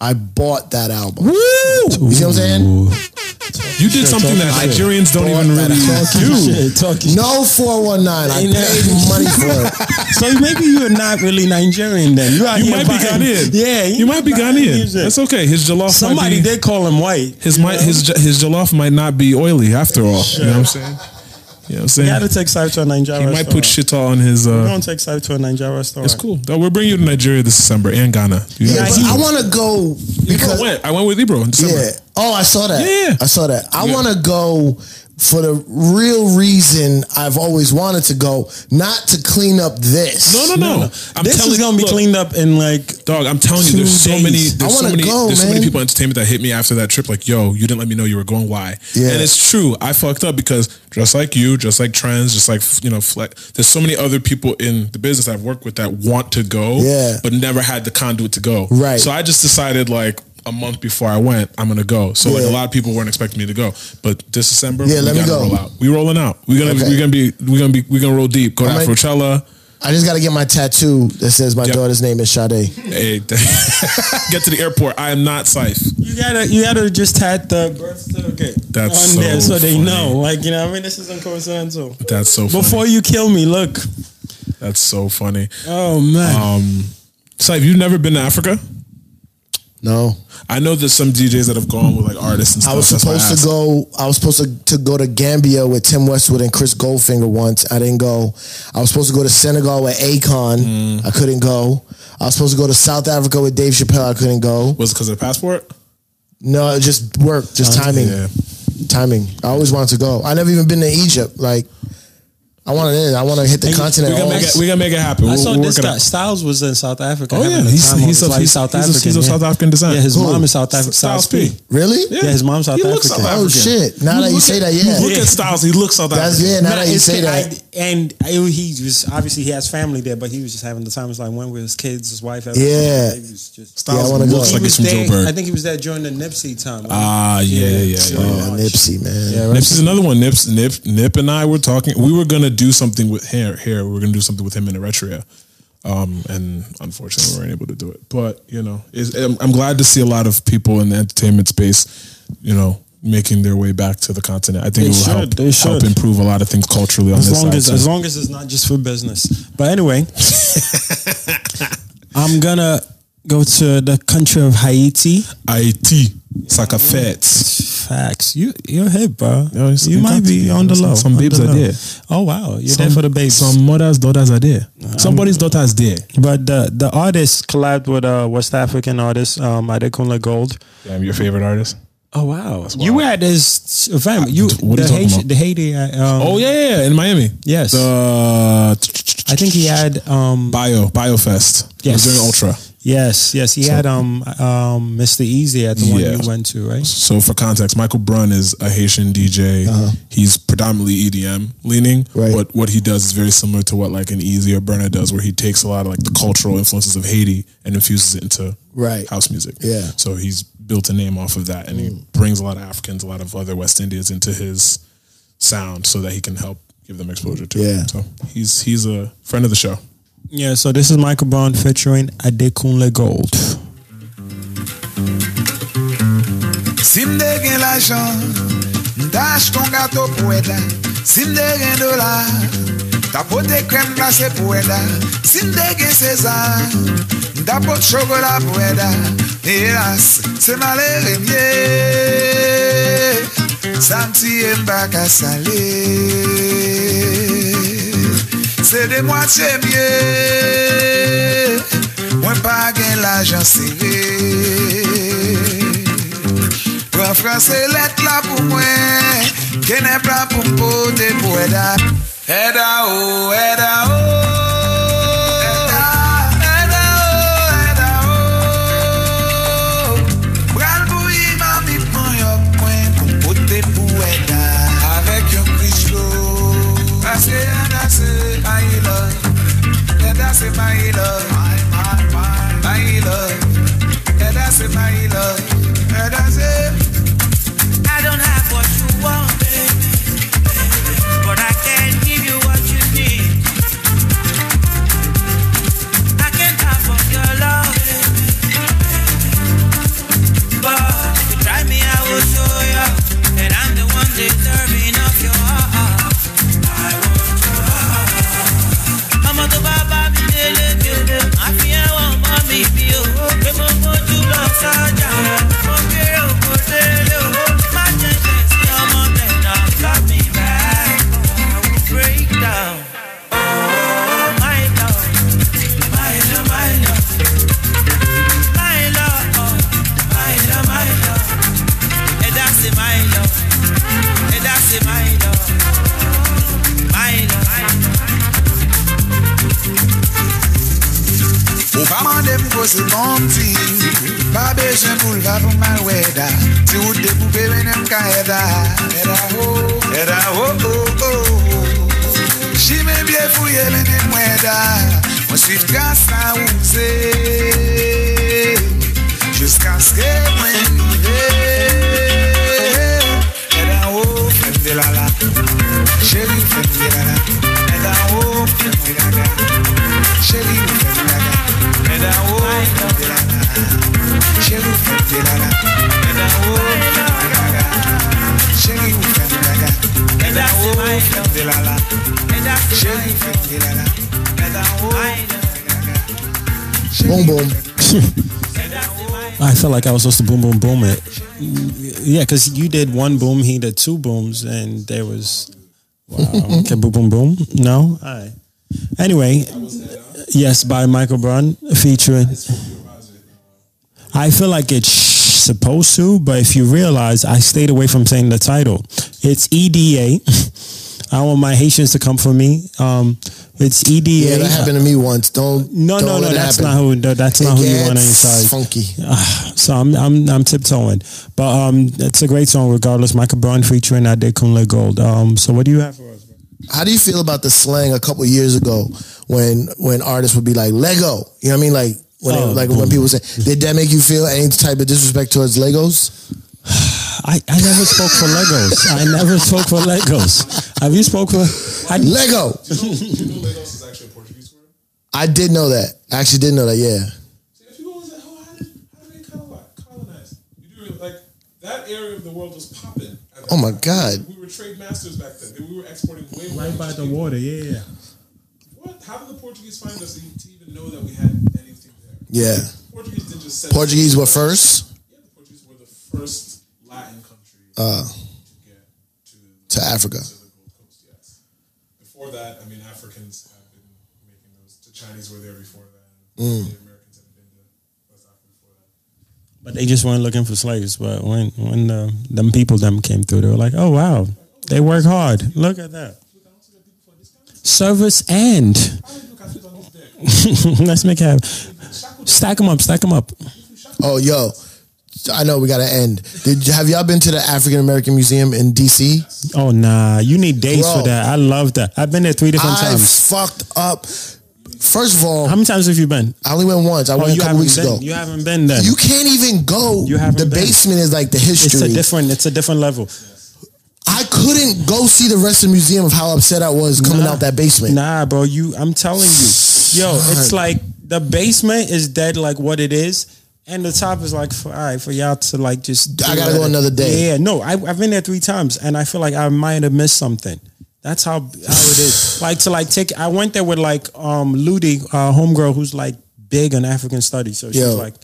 S3: I bought that album.
S1: Woo!
S3: You see what I'm saying?
S1: You did something that
S3: I
S1: Nigerians don't even really do.
S3: No 419. I paid money for it.
S4: So maybe you're not really Nigerian then. You, out
S1: You
S4: here
S1: might be
S4: buying-
S1: Ghanaian.
S4: Yeah,
S1: You might be Ghanaian.
S4: music.
S1: That's okay. His jollof.
S4: Somebody
S1: might be,
S4: did call him white.
S1: His
S4: you
S1: might
S4: know?
S1: his j- his jollof might not be oily after all. You know what I'm saying? You know what I'm
S4: You
S1: saying?
S4: gotta take Syfe to a Nigerian
S1: He might put shit on his.
S4: You
S1: Uh,
S4: don't take Syfe to a Nigerian restaurant.
S1: it's cool. Though, we'll bring you to Nigeria this December and Ghana. You know what
S3: Yeah,
S1: I'm
S3: but
S1: saying?
S3: I want to go
S1: I
S3: because
S1: went. I went with Ebro in December.
S3: Yeah. Oh, I saw that.
S1: Yeah.
S3: I saw that. I
S1: Yeah.
S3: want to go for the real reason I've always wanted to go, not to clean up this.
S1: No, no, no. I'm
S4: this
S1: telling
S4: is gonna be
S1: look,
S4: cleaned up in like
S1: Dog, I'm telling you, there's
S4: Two
S1: so many,
S4: days.
S3: I
S1: there's so
S3: wanna
S1: many,
S3: go,
S1: there's so
S3: man.
S1: many people in entertainment that hit me after that trip. Like, yo, you didn't let me know you were going. Why?
S3: Yeah.
S1: And it's true. I fucked up because just like you, just like trans, just like you know, flex, there's so many other people in the business I've worked with that want to go,
S3: Yeah.
S1: but never had the conduit to go.
S3: Right.
S1: So I just decided like a month before I went, I'm gonna go. So like
S3: Yeah.
S1: a lot of people weren't expecting me to go, but this December,
S3: Yeah,
S1: we
S3: let me
S1: gotta
S3: go.
S1: Roll out. We rolling out. We're gonna
S3: Okay.
S1: we're gonna be we're gonna be we're gonna roll deep. Go to
S3: I'm like-
S1: Afrochella.
S3: I just got to get my tattoo that says my
S1: Yep.
S3: daughter's name is Sade.
S1: Hey, get to the airport. I am not Scythe.
S4: you gotta you gotta just had the birth certificate
S1: That's
S4: on
S1: so
S4: there so they
S1: funny.
S4: know. Like you know, what I mean, this isn't coincidental.
S1: That's so funny.
S4: Before you kill me, look.
S1: That's so funny.
S4: Oh man,
S1: Um, so have you never been to Africa?
S3: No.
S1: I know there's some DJs that have gone with like artists and stuff.
S3: I was
S1: That's why
S3: supposed to
S1: asked.
S3: go. I was supposed to, to go to Gambia with Tim Westwood and Chris Goldfinger once. I didn't go. I was supposed to go to Senegal with Akon. I couldn't go. I was supposed to go to South Africa with Dave Chappelle. I couldn't go.
S1: Was it because of the passport?
S3: No, it just work, just timing,
S1: Yeah.
S3: timing. I always wanted to go. I never even been to Egypt. Like I want it in. I want to hit the
S4: And we
S3: continent. We
S4: can
S3: can
S4: make it- we can
S1: make it happen.
S4: I
S1: We'll-
S4: saw
S1: we'll
S4: this
S1: work it out.
S4: guy. Styles was in South Africa.
S1: Oh,
S4: having
S1: yeah.
S4: the
S1: He's-
S4: time of
S1: he's
S4: his
S1: of-
S4: life,
S1: he's- he's
S4: South
S1: of-
S4: African.
S1: he's of South African descent.
S4: Yeah, his
S1: Who?
S4: mom is South African.
S1: S- Styles P.
S3: Really?
S4: Yeah, his mom's South
S1: He
S4: African.
S1: looks South African.
S3: Oh, shit. Now that you say that, yeah.
S1: Look at Styles. He looks South
S3: That's-
S1: African.
S3: yeah, now that you
S4: it's
S3: say
S4: kid-
S3: that.
S4: I- and I- he was obviously he has family there, but he was just having the time. It's like when with his kids, his wife. everything.
S3: Yeah.
S4: He was just-
S3: Styles Yeah, I wanna looks go. like
S4: He
S3: it's
S4: was
S3: from
S4: there-
S3: Joburg.
S4: I think he was there during the Nipsey time.
S1: Ah, yeah, yeah, yeah. yeah.
S3: Oh, Nipsey, man.
S1: Nipsey's another one. Nips, Nip, Nip, and I were talking. We were gonna do something with here. Here, we were gonna do something with him in Eritrea, um, and unfortunately, we weren't able to do it. But you know, it's, I'm, I'm glad to see a lot of people in the entertainment space, you know, making their way back to the continent. I think
S4: They
S1: it will
S4: should,
S1: help
S4: they should.
S1: help improve a lot of things culturally on
S4: as
S1: this
S4: long
S1: side.
S4: as
S1: too.
S4: as long as it's not just for business. But anyway, I'm gonna go to the country of Haiti.
S1: Haiti, Saka fets.
S4: Facts. You you're hip, bro.
S1: it's-
S4: you
S1: it
S4: might
S1: got to
S4: be
S1: be.
S4: on the
S1: Some-
S4: low.
S1: some
S4: on
S1: babes
S4: the
S1: are
S4: low.
S1: there.
S4: Oh wow, you're there
S1: Some-
S4: for the babes.
S1: Some mothers' daughters are there. Somebody's daughter is there.
S4: But the the artist collabed with a West African artist, um, Adekunle Gold.
S1: Damn, your favorite artist.
S4: Oh wow, you were at this event. You
S1: What are
S4: the,
S1: you talking
S4: Haiti-
S1: about?
S4: the Haiti. uh, Um,
S1: oh yeah, yeah, yeah, in Miami.
S4: Yes.
S1: The
S4: I think he had um
S1: bio biofest. It was
S4: Yes.
S1: during Ultra.
S4: Yes, yes, he
S1: So-
S4: had um um Mr. Easy at the one you went to, right?
S1: So for context, Michael Brun is a Haitian DJ.
S3: Uh-huh.
S1: He's predominantly EDM leaning, but what he does is very similar to what like an Easy or Burner does, where he takes a lot of like the cultural influences of Haiti and infuses it into
S3: Right.
S1: house music.
S3: Yeah. Mm.
S1: So he's built a name off of that, and he brings a lot of Africans, a lot of other West Indians into his sound, so that he can help give them exposure to.
S4: Yeah.
S1: It. So he's he's a friend of the show.
S4: Yeah, so this is Michael Brown featuring Adekunle Gold.
S13: Si mde gen la jan, mdache ton gato pou eda Si mde gen dola, tapote krem glase pou eda Si mde gen sezan, mdapote chokola pou eda Elas, se male remye Sa mtiye mbaka sale Se de mwate mye Mwen pa gen la jan sere Pran franse let la pou mwen Kene plan pou mpote pou eda Eda ou, eda ou Eda ou, eda oh. ou Pral pou ima mi pran yo kwen Pou mpote pou eda Avek yon krish lo Paske eda se my love Eda se my love My love Eda se my love Eda se
S14: I don't have what you want, baby, but I can give you what you need. I can't have all your love, baby, but if you try me, I will show you that I'm the one deserving of your heart. I want your heart. Ọmọ tó bá bá mi délé mi ò lè má fi ẹ̀wọ̀n mọ́ mi bí o. Pé mo mójú lọ sọ́jà, mo kéré òkú délé o. Má jẹ́ ṣe sí ọmọ tẹ̀dá, love me back, I will break down. Oh, my love, my love, my love. My love, oh, my love, my love. Ẹ dá sí my love, ẹ dá sí my love, my love.
S13: Ou pa mande m kose bon ti Pa bejen pou lva pou mal weda Ti ou de pou pe venem ka eda Eda ho, eda ho, ho, ho Jime bie pou ye venem weda Mwen suiv tras la ou se Juska ske mwen vive Eda ho, fem de la la Chéri, fem de la la Eda ho, fem de la la Chéri, fem de la la Eda ho, fem de la la Chéri, fem de la la Eda ho, fem de la la Chéri, fem de la la Eda ho, fem de la la Chéri, fem de la la Eda ho,
S3: Boom, boom.
S4: I felt like I was supposed to boom, boom, boom it. Yeah, because you did one boom, he did two booms, and there was wow. okay, boom, boom, boom. No, all right. Anyway, yes, by Michael Brown featuring. I feel like it's sh- supposed to, but if you realize, I stayed away from saying the title. It's EDA. E I don't want my Haitians to come for me. Um, it's EDA.
S3: Yeah, that happened to me once. Don't
S4: No,
S3: don't
S4: no,
S3: let
S4: no.
S3: it
S4: That's
S3: happen.
S4: not who. no, That's not
S3: It
S4: who you want on your
S3: gets
S4: side.
S3: Funky.
S4: Ah, so I'm I'm I'm tiptoeing, but um, it's a great song regardless. Michael Brown featuring I did come gold. Um, so what do you have? for us?
S3: How do you feel about the slang a couple years ago when when artists would be like Lego? You know what I mean? Like when they-
S4: Oh,
S3: like when
S4: boom.
S3: people say, did that make you feel any type of disrespect towards Legos?
S4: I, I never spoke for Legos. I never spoke for Legos. Have you spoke for I,
S3: Lego? I did know that. I actually did know that. Yeah.
S1: That area of the world was popping.
S3: Oh my god.
S1: We were trade masters back then. We were exporting way more.
S6: Right
S1: than
S6: by
S1: just
S6: the
S1: people.
S6: water, yeah, yeah.
S1: What? How did the Portuguese find us to even know that we had anything there?
S3: Yeah.
S1: Portuguese didn't just set
S3: Portuguese were first.
S1: first Latin country.
S3: Uh, to Africa.
S1: Before that, I mean, Africans have been making those. The Chinese were there before that. The
S4: Mm.
S1: Americans have been to West Africa before
S4: But they just weren't looking for slaves. But when when uh, them people them came through, they were like, oh wow, they work hard. Look at that. Service and let's make it happen. Stack them up. Stack them up.
S3: Oh, yo. I know we gotta end. Did have y'all been to the African American Museum in DC?
S4: Oh nah, you need days
S3: Bro.
S4: for that. I love that. I've been there three different
S3: I
S4: times.
S3: fucked up. First of all, how
S4: many times have you been?
S3: I only went once. I went a couple
S4: haven't
S3: weeks
S4: been,
S3: ago.
S4: Oh, You haven't been there.
S3: You can't even go.
S4: You haven't
S3: the
S4: been.
S3: basement is like the
S4: It's
S3: history.
S4: a different. It's a different level.
S3: I couldn't go see the rest of the museum of how upset I was coming out that basement.
S4: Nah, bro. You, I'm telling you, yo, it's like the basement is dead, like what it is, and the top is like, for, all right, for y'all to like just.
S3: I
S4: do
S3: gotta go
S4: it.
S3: another day.
S4: Yeah, yeah, no, I, I've been there three times, and I feel like I might have missed something. That's how how it is. like to like take. I went there with like um Ludi, uh, homegirl, who's like big on African studies, so she's
S3: Yo.
S4: like,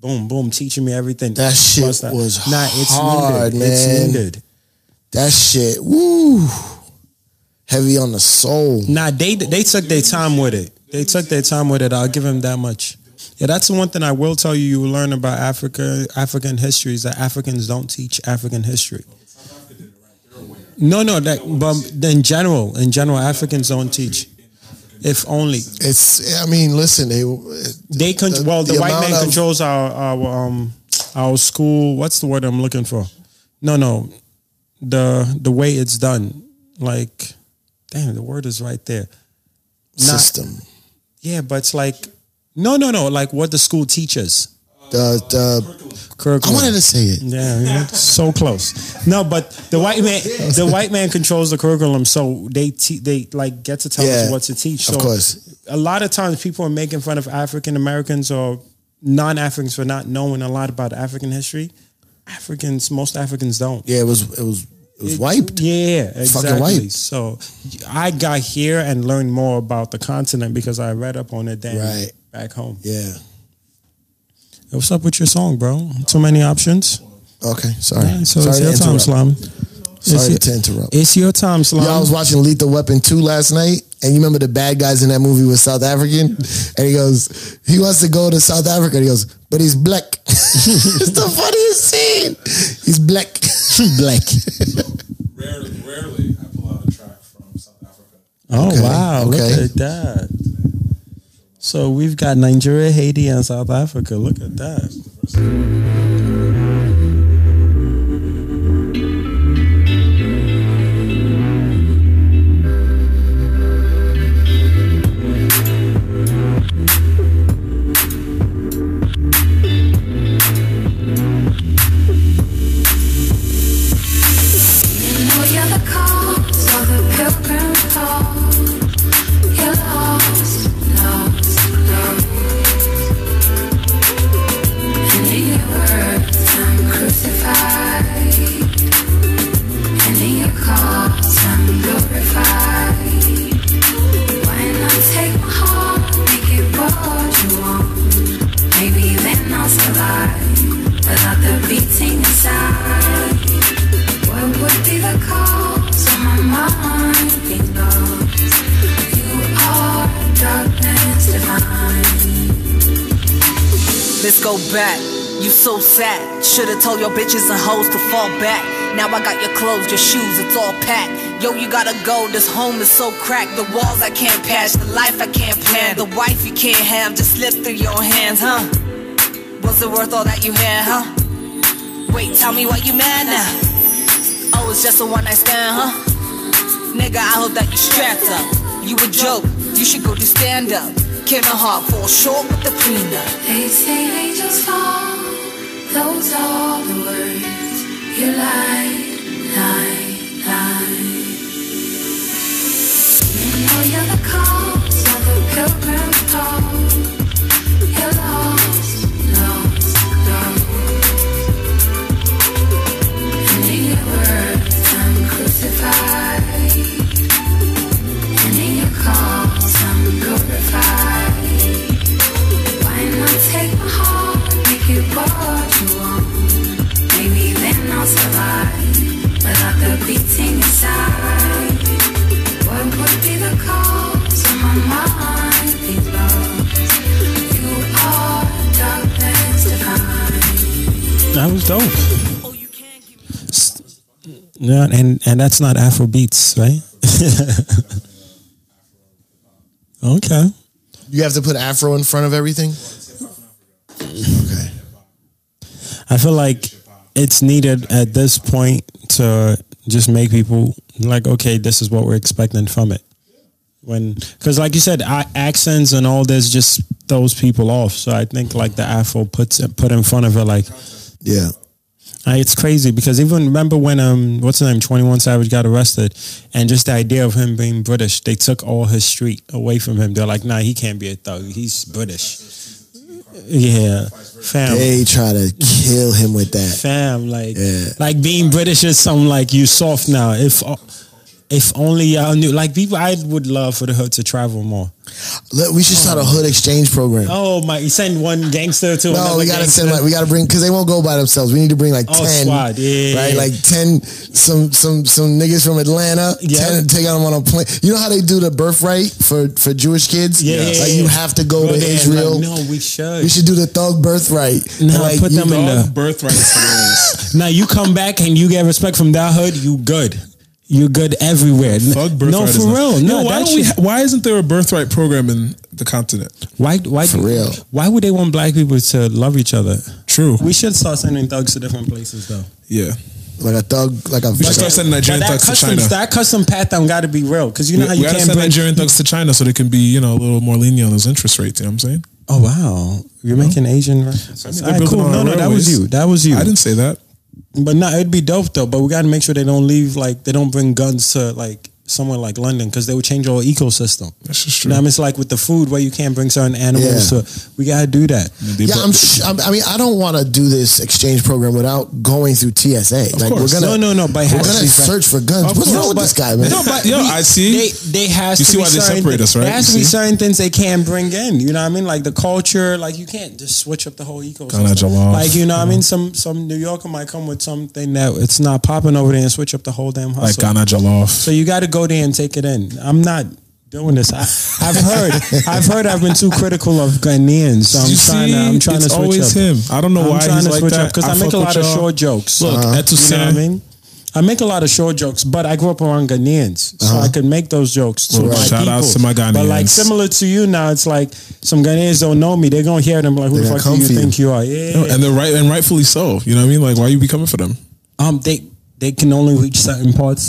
S4: boom, boom, teaching me everything.
S3: That shit
S4: What's that?
S3: was
S4: nah, it's
S3: hard,
S4: needed. It's
S3: man.
S4: needed.
S3: That shit, woo, heavy on the soul.
S4: Nah, they they took their time with it. They took their time with it. I'll give them that much. Yeah, that's the one thing I will tell you. You will learn about Africa, African history is that Africans don't teach African history. No, no, that but in general, in general, Africans don't teach. If only
S3: It's, I mean, listen, they
S4: they con-
S3: the-
S4: well, the,
S3: the
S4: white
S3: amount
S4: man
S3: of-
S4: controls our our um our school. What's the word I'm looking for? No, no, the the way it's done. Like, damn, the word is right there. Not-
S3: system.
S4: yeah, but it's like no, no, no. Like what the school teaches.
S3: The the
S4: curriculum.
S3: I wanted to say it.
S4: Yeah, yeah, so close. No, but the white man, the white man controls the curriculum, so they te- they like get to tell us
S3: Yeah,
S4: what to teach. So
S3: of course.
S4: a lot of times people are making fun of African Americans or non Africans for not knowing a lot about African history. Africans, most Africans don't.
S3: Yeah, it was it was it was wiped.
S4: Yeah, exactly.
S3: Fucking wiped.
S4: So I got here and learned more about the continent because I read up on it then
S3: Right.
S4: back home.
S3: Yeah.
S4: Yo, What's up with your song, bro? Too many options.
S3: Okay, sorry.
S4: Yeah, so
S3: sorry
S4: it's
S3: to
S4: your time,
S3: interrupt.
S4: Slime.
S3: Sorry
S4: It's
S3: to
S4: your-
S3: interrupt.
S4: It's your time, Slime.
S3: Y'all was watching Lethal Weapon 2 last night, and you remember the bad guys in that movie was South African? And he goes, he wants to go to South Africa. And he goes, but he's black. it's the funniest scene. He's black. black.
S1: that. Rarely, rarely I pull out a track from South Africa.
S4: Oh
S3: Okay,
S4: wow! Look
S3: okay.
S4: at that. So we've got Nigeria, Haiti, and South Africa. Look at that.
S15: Maybe then I'll survive without the beating inside. What would be the cause of my mind being lost? You are darkness divine.
S12: Let's go back.
S16: You so sad. Should've told your bitches and hoes to fall back. Now I got your clothes, your shoes, it's all packed. Yo, you gotta go. This home is so cracked. The walls I can't patch, the life I can't plan, the wife you can't have. Just slip through your hands, huh? Was it worth all that you had, huh? Wait, tell me why you mad now? Oh, it's just a one night stand, huh? Nigga, I hope that you strapped up. You a joke, you should go do stand up. Kevin Hart falls short with the prenup.
S15: They say angels fall, those are the words you lied, lied, lied. You know you're the cause of the pilgrim fall. You're lost, lost, lost. Ending your words, I'm crucified. Ending your calls, I'm glorified. Why not take my heart, make it what you want? Maybe then I'll survive without the beating inside. What would be the cause of my mind being lost? You are darkness divine.
S4: That was dope. S- Yeah, and and that's not Afro beats, right? okay.
S3: You have to put Afro in front of everything.
S4: I feel like it's needed at this point to just make people like, okay, this is what we're expecting from it. When, because like you said, I, accents and all this just throws people off. So I think like the Afro puts it put in front of it, like,
S3: yeah,
S4: it's crazy because even remember when um, what's his name, Twenty One Savage got arrested, and just the idea of him being British, they took all his street away from him. They're like, nah, he can't be a thug. He's British. Yeah, fam.
S3: They try to kill him with that.
S4: fam like
S3: Yeah.
S4: like being british is something like you soft now if o- if only i knew like people i would love for the hood to travel more
S3: Look, we should start a hood exchange program.
S4: oh my you send one gangster to
S3: No,
S4: another
S3: we gotta
S4: gangster.
S3: send like we gotta bring because they won't go by themselves. We need to bring like
S4: Oh,
S3: ten,
S4: squad, yeah,
S3: right?
S4: yeah.
S3: Like ten, some some some niggas from Atlanta.
S4: Yeah.
S3: Ten, take them on a plane. You know how they do the birthright for for Jewish kids?
S4: yeah, yeah,
S3: like
S4: yeah.
S3: you have to go, to
S4: there and,
S3: Israel.
S4: like, no we should
S3: We should do the thug birthright.
S4: No,
S3: And, like,
S4: put
S3: you-
S4: them in the Now you come back and you get respect from that hood, you good. You good everywhere. no,
S1: Birthright is
S4: for
S1: not-
S4: real. No,
S1: Yo, why
S4: that
S1: don't we?
S4: shit-
S1: Ha- why isn't there a birthright program in the continent?
S4: Why? Why? For
S3: real.
S4: Why would they want black people to love each other? True. We should start sending thugs to different places, though.
S1: Yeah,
S3: like a thug, like a.
S1: We should start sending Nigerian
S4: But that
S1: thugs to
S4: customs-
S1: China.
S4: That custom path down got to be real because you know
S1: we,
S4: how
S1: we
S4: you
S1: gotta
S4: can't
S1: send
S4: bring.
S1: Nigerian thugs to China so they can be you know a little more lenient on those interest rates. You know what I'm saying?
S4: Oh wow, you're making Asian references.
S1: I mean, they're
S4: All right,
S1: building
S4: cool.
S1: on
S4: No,
S1: our
S4: no, that was
S1: railways.
S4: you. That was you.
S1: I didn't say that.
S4: But no, it'd be dope though. But we got to make sure they don't leave like they don't bring guns to like somewhere like London because they would change our ecosystem.
S1: That's just
S4: You know what I mean? It's like with the food where you can't bring certain animals
S3: Yeah.
S4: to. We gotta do that.
S3: yeah, I'm, sh- I'm. I mean, I don't want to do this exchange program without going through TSA. like
S4: course.
S3: we're gonna
S4: No, no, no, but it
S3: we're
S4: has to
S3: gonna
S4: be-
S3: search for guns.
S4: Of
S3: What's
S4: course.
S3: wrong with
S4: But-
S3: this guy, man?
S1: No, but yo, I see.
S4: They, they has
S1: You
S4: to
S1: see
S4: be
S1: why they
S4: certain-
S1: separate us, right?
S4: There has
S1: You
S4: to be
S1: see?
S4: certain things they can't bring in. You know what I mean? Like the culture, like you can't just switch up the whole
S1: Ghana
S4: ecosystem.
S1: Jollof.
S4: Like you know what I mean?
S1: Uh-huh.
S4: Some some New Yorker might come with something that it's not popping over there and switch up the whole damn hustle.
S1: Like uh, Ghana Jollof.
S4: So you got to go there and take it in. I'm not doing this. I, I've heard. I've heard. I've been too critical of Ghanaians. So I'm
S1: You
S4: trying.
S1: see,
S4: to, I'm trying
S1: it's
S4: to switch
S1: always
S4: up.
S1: him. I don't know
S4: I'm
S1: why
S4: trying
S1: he's
S4: to
S1: like
S4: switch
S1: that.
S4: up because
S1: I
S4: I, make
S1: fuck
S4: a lot
S1: with
S4: of
S1: y'all.
S4: short jokes.
S1: Look, Uh-huh. that's what's
S4: you know what I
S1: saying.
S4: mean? I make a lot of short jokes, but I grew up around Ghanaians, so
S1: Uh-huh.
S4: I could make those jokes. To
S1: Well,
S4: my
S1: shout
S4: people.
S1: outs to my
S4: But like
S1: Ghanaians.
S4: similar to you now, it's like some Ghanaians don't know me. They're gonna hear them like, "Who
S1: They're
S4: the
S1: gonna
S4: fuck
S1: come
S4: do you
S1: for you.
S4: think you are?" Yeah.
S1: No, and they're right, and rightfully so. You know what I mean? Like, why you be coming for them?
S4: um, they they can only reach certain parts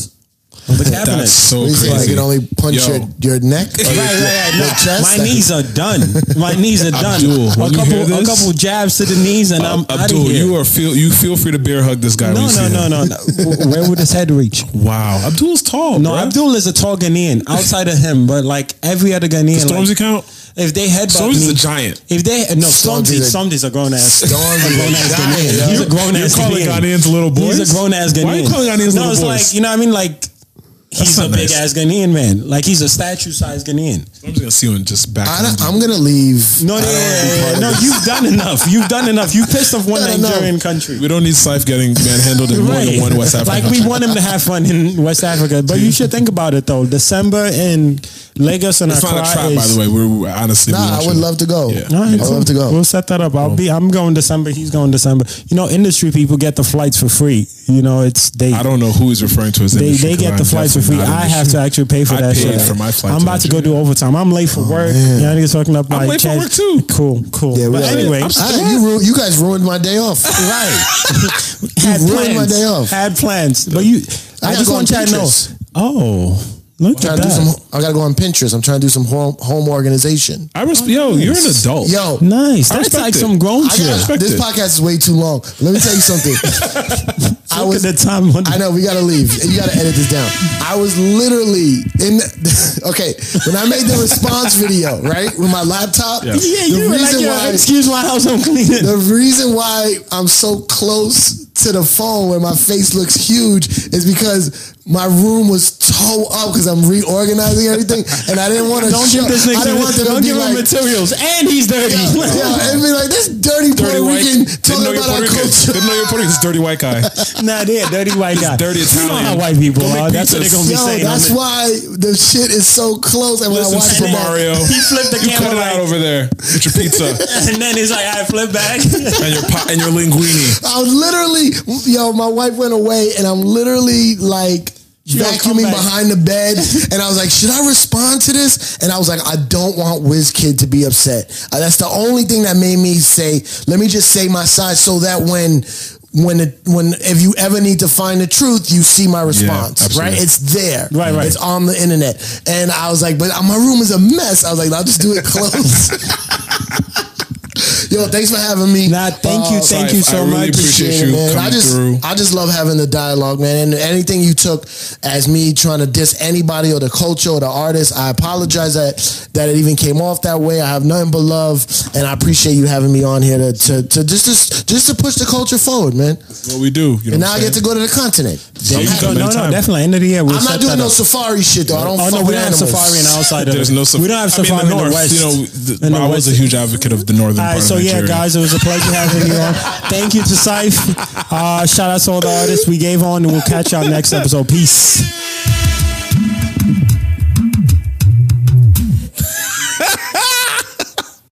S4: of the cabinet.
S1: That's so
S3: What do you think,
S1: crazy.
S3: They can only punch
S1: Yo.
S3: your, your neck. or
S4: Right,
S3: your-
S4: right, right.
S3: your
S4: No,
S3: chest?
S4: my knees are done. My knees are done.
S1: Abdul,
S4: a
S1: when you
S4: couple,
S1: hear
S4: a
S1: this-
S4: couple jabs to the knees, and I'm out
S1: Abdul,
S4: here.
S1: you are feel you feel free to bear hug this guy. when
S4: no,
S1: you see
S4: no,
S1: him.
S4: no, no, no. W- Where would his head reach?
S1: Wow, Abdul's tall.
S4: No,
S1: bruh.
S4: Abdul is a tall Ghanaian outside of him, but like every other Ghanaian.
S1: Does Stormzy
S4: like,
S1: count?
S4: If they headbutt
S1: Stormzy's
S4: me-
S1: a giant.
S4: If they no Stormzy,
S1: Stormzy's a-
S4: Stormzy's a grown ass.
S1: Stormzy's
S4: a grown ass
S1: a giant,
S4: Ghanaian.
S1: yo.
S4: He's a grown
S1: You're
S4: ass.
S1: calling Ghanaians little
S4: He's
S1: boys?
S4: a grown ass Ghanaian.
S1: Why you calling Ghanaians
S4: No,
S1: little
S4: it's
S1: boys?
S4: like you know what I mean. Like he's a
S1: not
S4: big
S1: nice.
S4: ass Ghanaian man. Like he's a statue sized Ghanaian.
S1: I'm just gonna see you and just back.
S3: I don't- I'm gonna leave.
S4: No, yeah, yeah, yeah. no, you've done enough. You've done enough. You pissed off one
S3: No, no.
S4: Nigerian country.
S1: We don't need Sife getting manhandled in more than
S4: Right.
S1: one West African
S4: Like we want him to have fun in West Africa, but you should think about it though. December in Lagos and
S1: It's not
S4: Accra.
S1: a trap,
S4: is,
S1: by the way. We're honestly. we
S4: Nah, I
S1: want
S4: would
S1: you.
S4: love
S3: to go.
S1: Yeah.
S4: No,
S1: Yeah.
S4: it's- We'll set that up. I'll be. I'm going December. He's going December. You know, industry people get the flights for free. You know, it's they.
S1: I don't know who he's referring to as
S4: They,
S1: industry,
S4: they
S1: 'cause
S4: get the
S1: I'm
S4: flights for free.
S1: definitely not
S4: I have to
S1: industry.
S4: actually pay for
S1: I
S4: that
S1: paid
S4: shit.
S1: for my flight
S4: I'm
S1: to
S4: about to go do overtime. I'm late for work. You know, niggas talking about
S3: I'm
S4: my
S3: late for
S4: chance.
S3: work,
S4: too. Cool, cool.
S3: Oh, Yeah,
S4: but
S3: right.
S4: anyway,
S3: I'm sorry, you, ru- you guys ruined my day off.
S4: right.
S3: you
S4: had
S3: ruined my
S4: plans.
S3: day off.
S4: Had plans, but you. I,
S3: gotta
S4: just
S3: go
S4: want
S3: on
S4: y'all to know.
S3: Pinterest.
S4: Oh, look
S3: I'm
S4: at
S3: trying to do
S4: that.
S3: some. I gotta go on Pinterest. I'm trying to do some home, home organization.
S1: I respect. yo,
S3: nice.
S1: you're an adult.
S3: Yo,
S4: nice. That's like some grown
S3: I
S4: shit.
S3: gotta- This podcast is way too long. Let me tell you something. I was the
S4: time.
S3: I know we gotta leave. You gotta edit this down. I was literally in. Okay, when I made the response video, right, with my laptop.
S4: Yeah. Yeah, you were like, "Yo, excuse my house, I'm cleaning."
S3: The reason why I'm so close to the phone where my face looks huge is because. My room was toe up because I'm reorganizing everything, and I didn't want to.
S4: Don't give this nigga-
S3: I didn't want them
S4: don't
S3: to be
S4: give him
S3: like,
S4: materials, and he's dirty.
S3: Yeah, yeah, and be like this dirty,
S1: Dirty
S3: Puerto
S1: white. Didn't
S3: Rican
S1: know
S3: talking
S1: you're
S3: about our
S1: Puerto Rican.
S3: culture.
S1: Didn't know you're Puerto Rican. This dirty white guy.
S4: Nah, they're dirty white guy.
S1: dirty
S4: You know
S1: Italian.
S4: how white people
S1: Go make
S4: are. That's
S1: pizzas.
S4: what they're gonna be
S3: Yo,
S4: saying.
S3: that's
S4: I'm-
S3: why the shit is so close. And when I
S1: Listen,
S3: watch
S1: Super
S3: it,
S1: Mario.
S4: He flipped the
S1: you cut
S4: camera
S1: it out
S4: like-
S1: over there. Get your pizza
S4: and then he's like, I flip back.
S1: and your pot and your linguine.
S3: I was literally, yo, my wife went away, and I'm literally like.
S4: Yo, come
S3: vacuuming
S4: back.
S3: behind the bed, and I was like, "Should I respond to this?" And I was like, "I don't want Kid to be upset." Uh, that's the only thing that made me say, "Let me just say my side," so that when, when, it, when, if you ever need to find the truth, you see my response.
S1: absolutely.
S3: right? It's there.
S4: Right, right.
S3: It's on the internet, and I was like, "But my room is a mess." I was like, "I'll just do it close." Yo, thanks for having me.
S4: Nah, thank you,
S3: Uh,
S4: thank you
S3: Saif,
S4: so
S3: I really
S4: much.
S3: Appreciate it, man. I
S4: coming
S3: just,
S4: through.
S3: I just love having the dialogue, man. And anything you took as me trying to diss anybody or the culture or the artist, I apologize that that it even came off that way. I have nothing but love, and I appreciate you having me on here to to, to just, just just to push the culture forward, man.
S1: That's what we do. You know what
S3: and now I
S1: I'm
S3: get to
S1: saying?
S3: go to the continent.
S1: So you
S3: Don't-
S1: come
S4: No, no,
S1: anytime.
S4: definitely. End of the year, we'll
S3: I'm
S4: set
S3: not doing
S4: that
S3: no
S4: up.
S3: safari shit though. I don't.
S4: Oh,
S3: fuck
S4: no, we
S3: with
S4: don't have
S3: animals.
S4: safari in our side of
S1: There's
S4: it.
S1: no. saf-
S4: We don't have
S1: I mean,
S4: safari
S1: the
S4: in
S1: north,
S4: the west.
S1: You know, the,
S4: In the
S1: I was
S4: west.
S1: a huge advocate of the northern
S4: All right,
S1: part
S4: so
S1: of
S4: yeah,
S1: Nigeria.
S4: guys, it was a pleasure having you on. Thank you to Saif. Uh, shout out to all the artists we gave on, and we'll catch y'all next episode. Peace.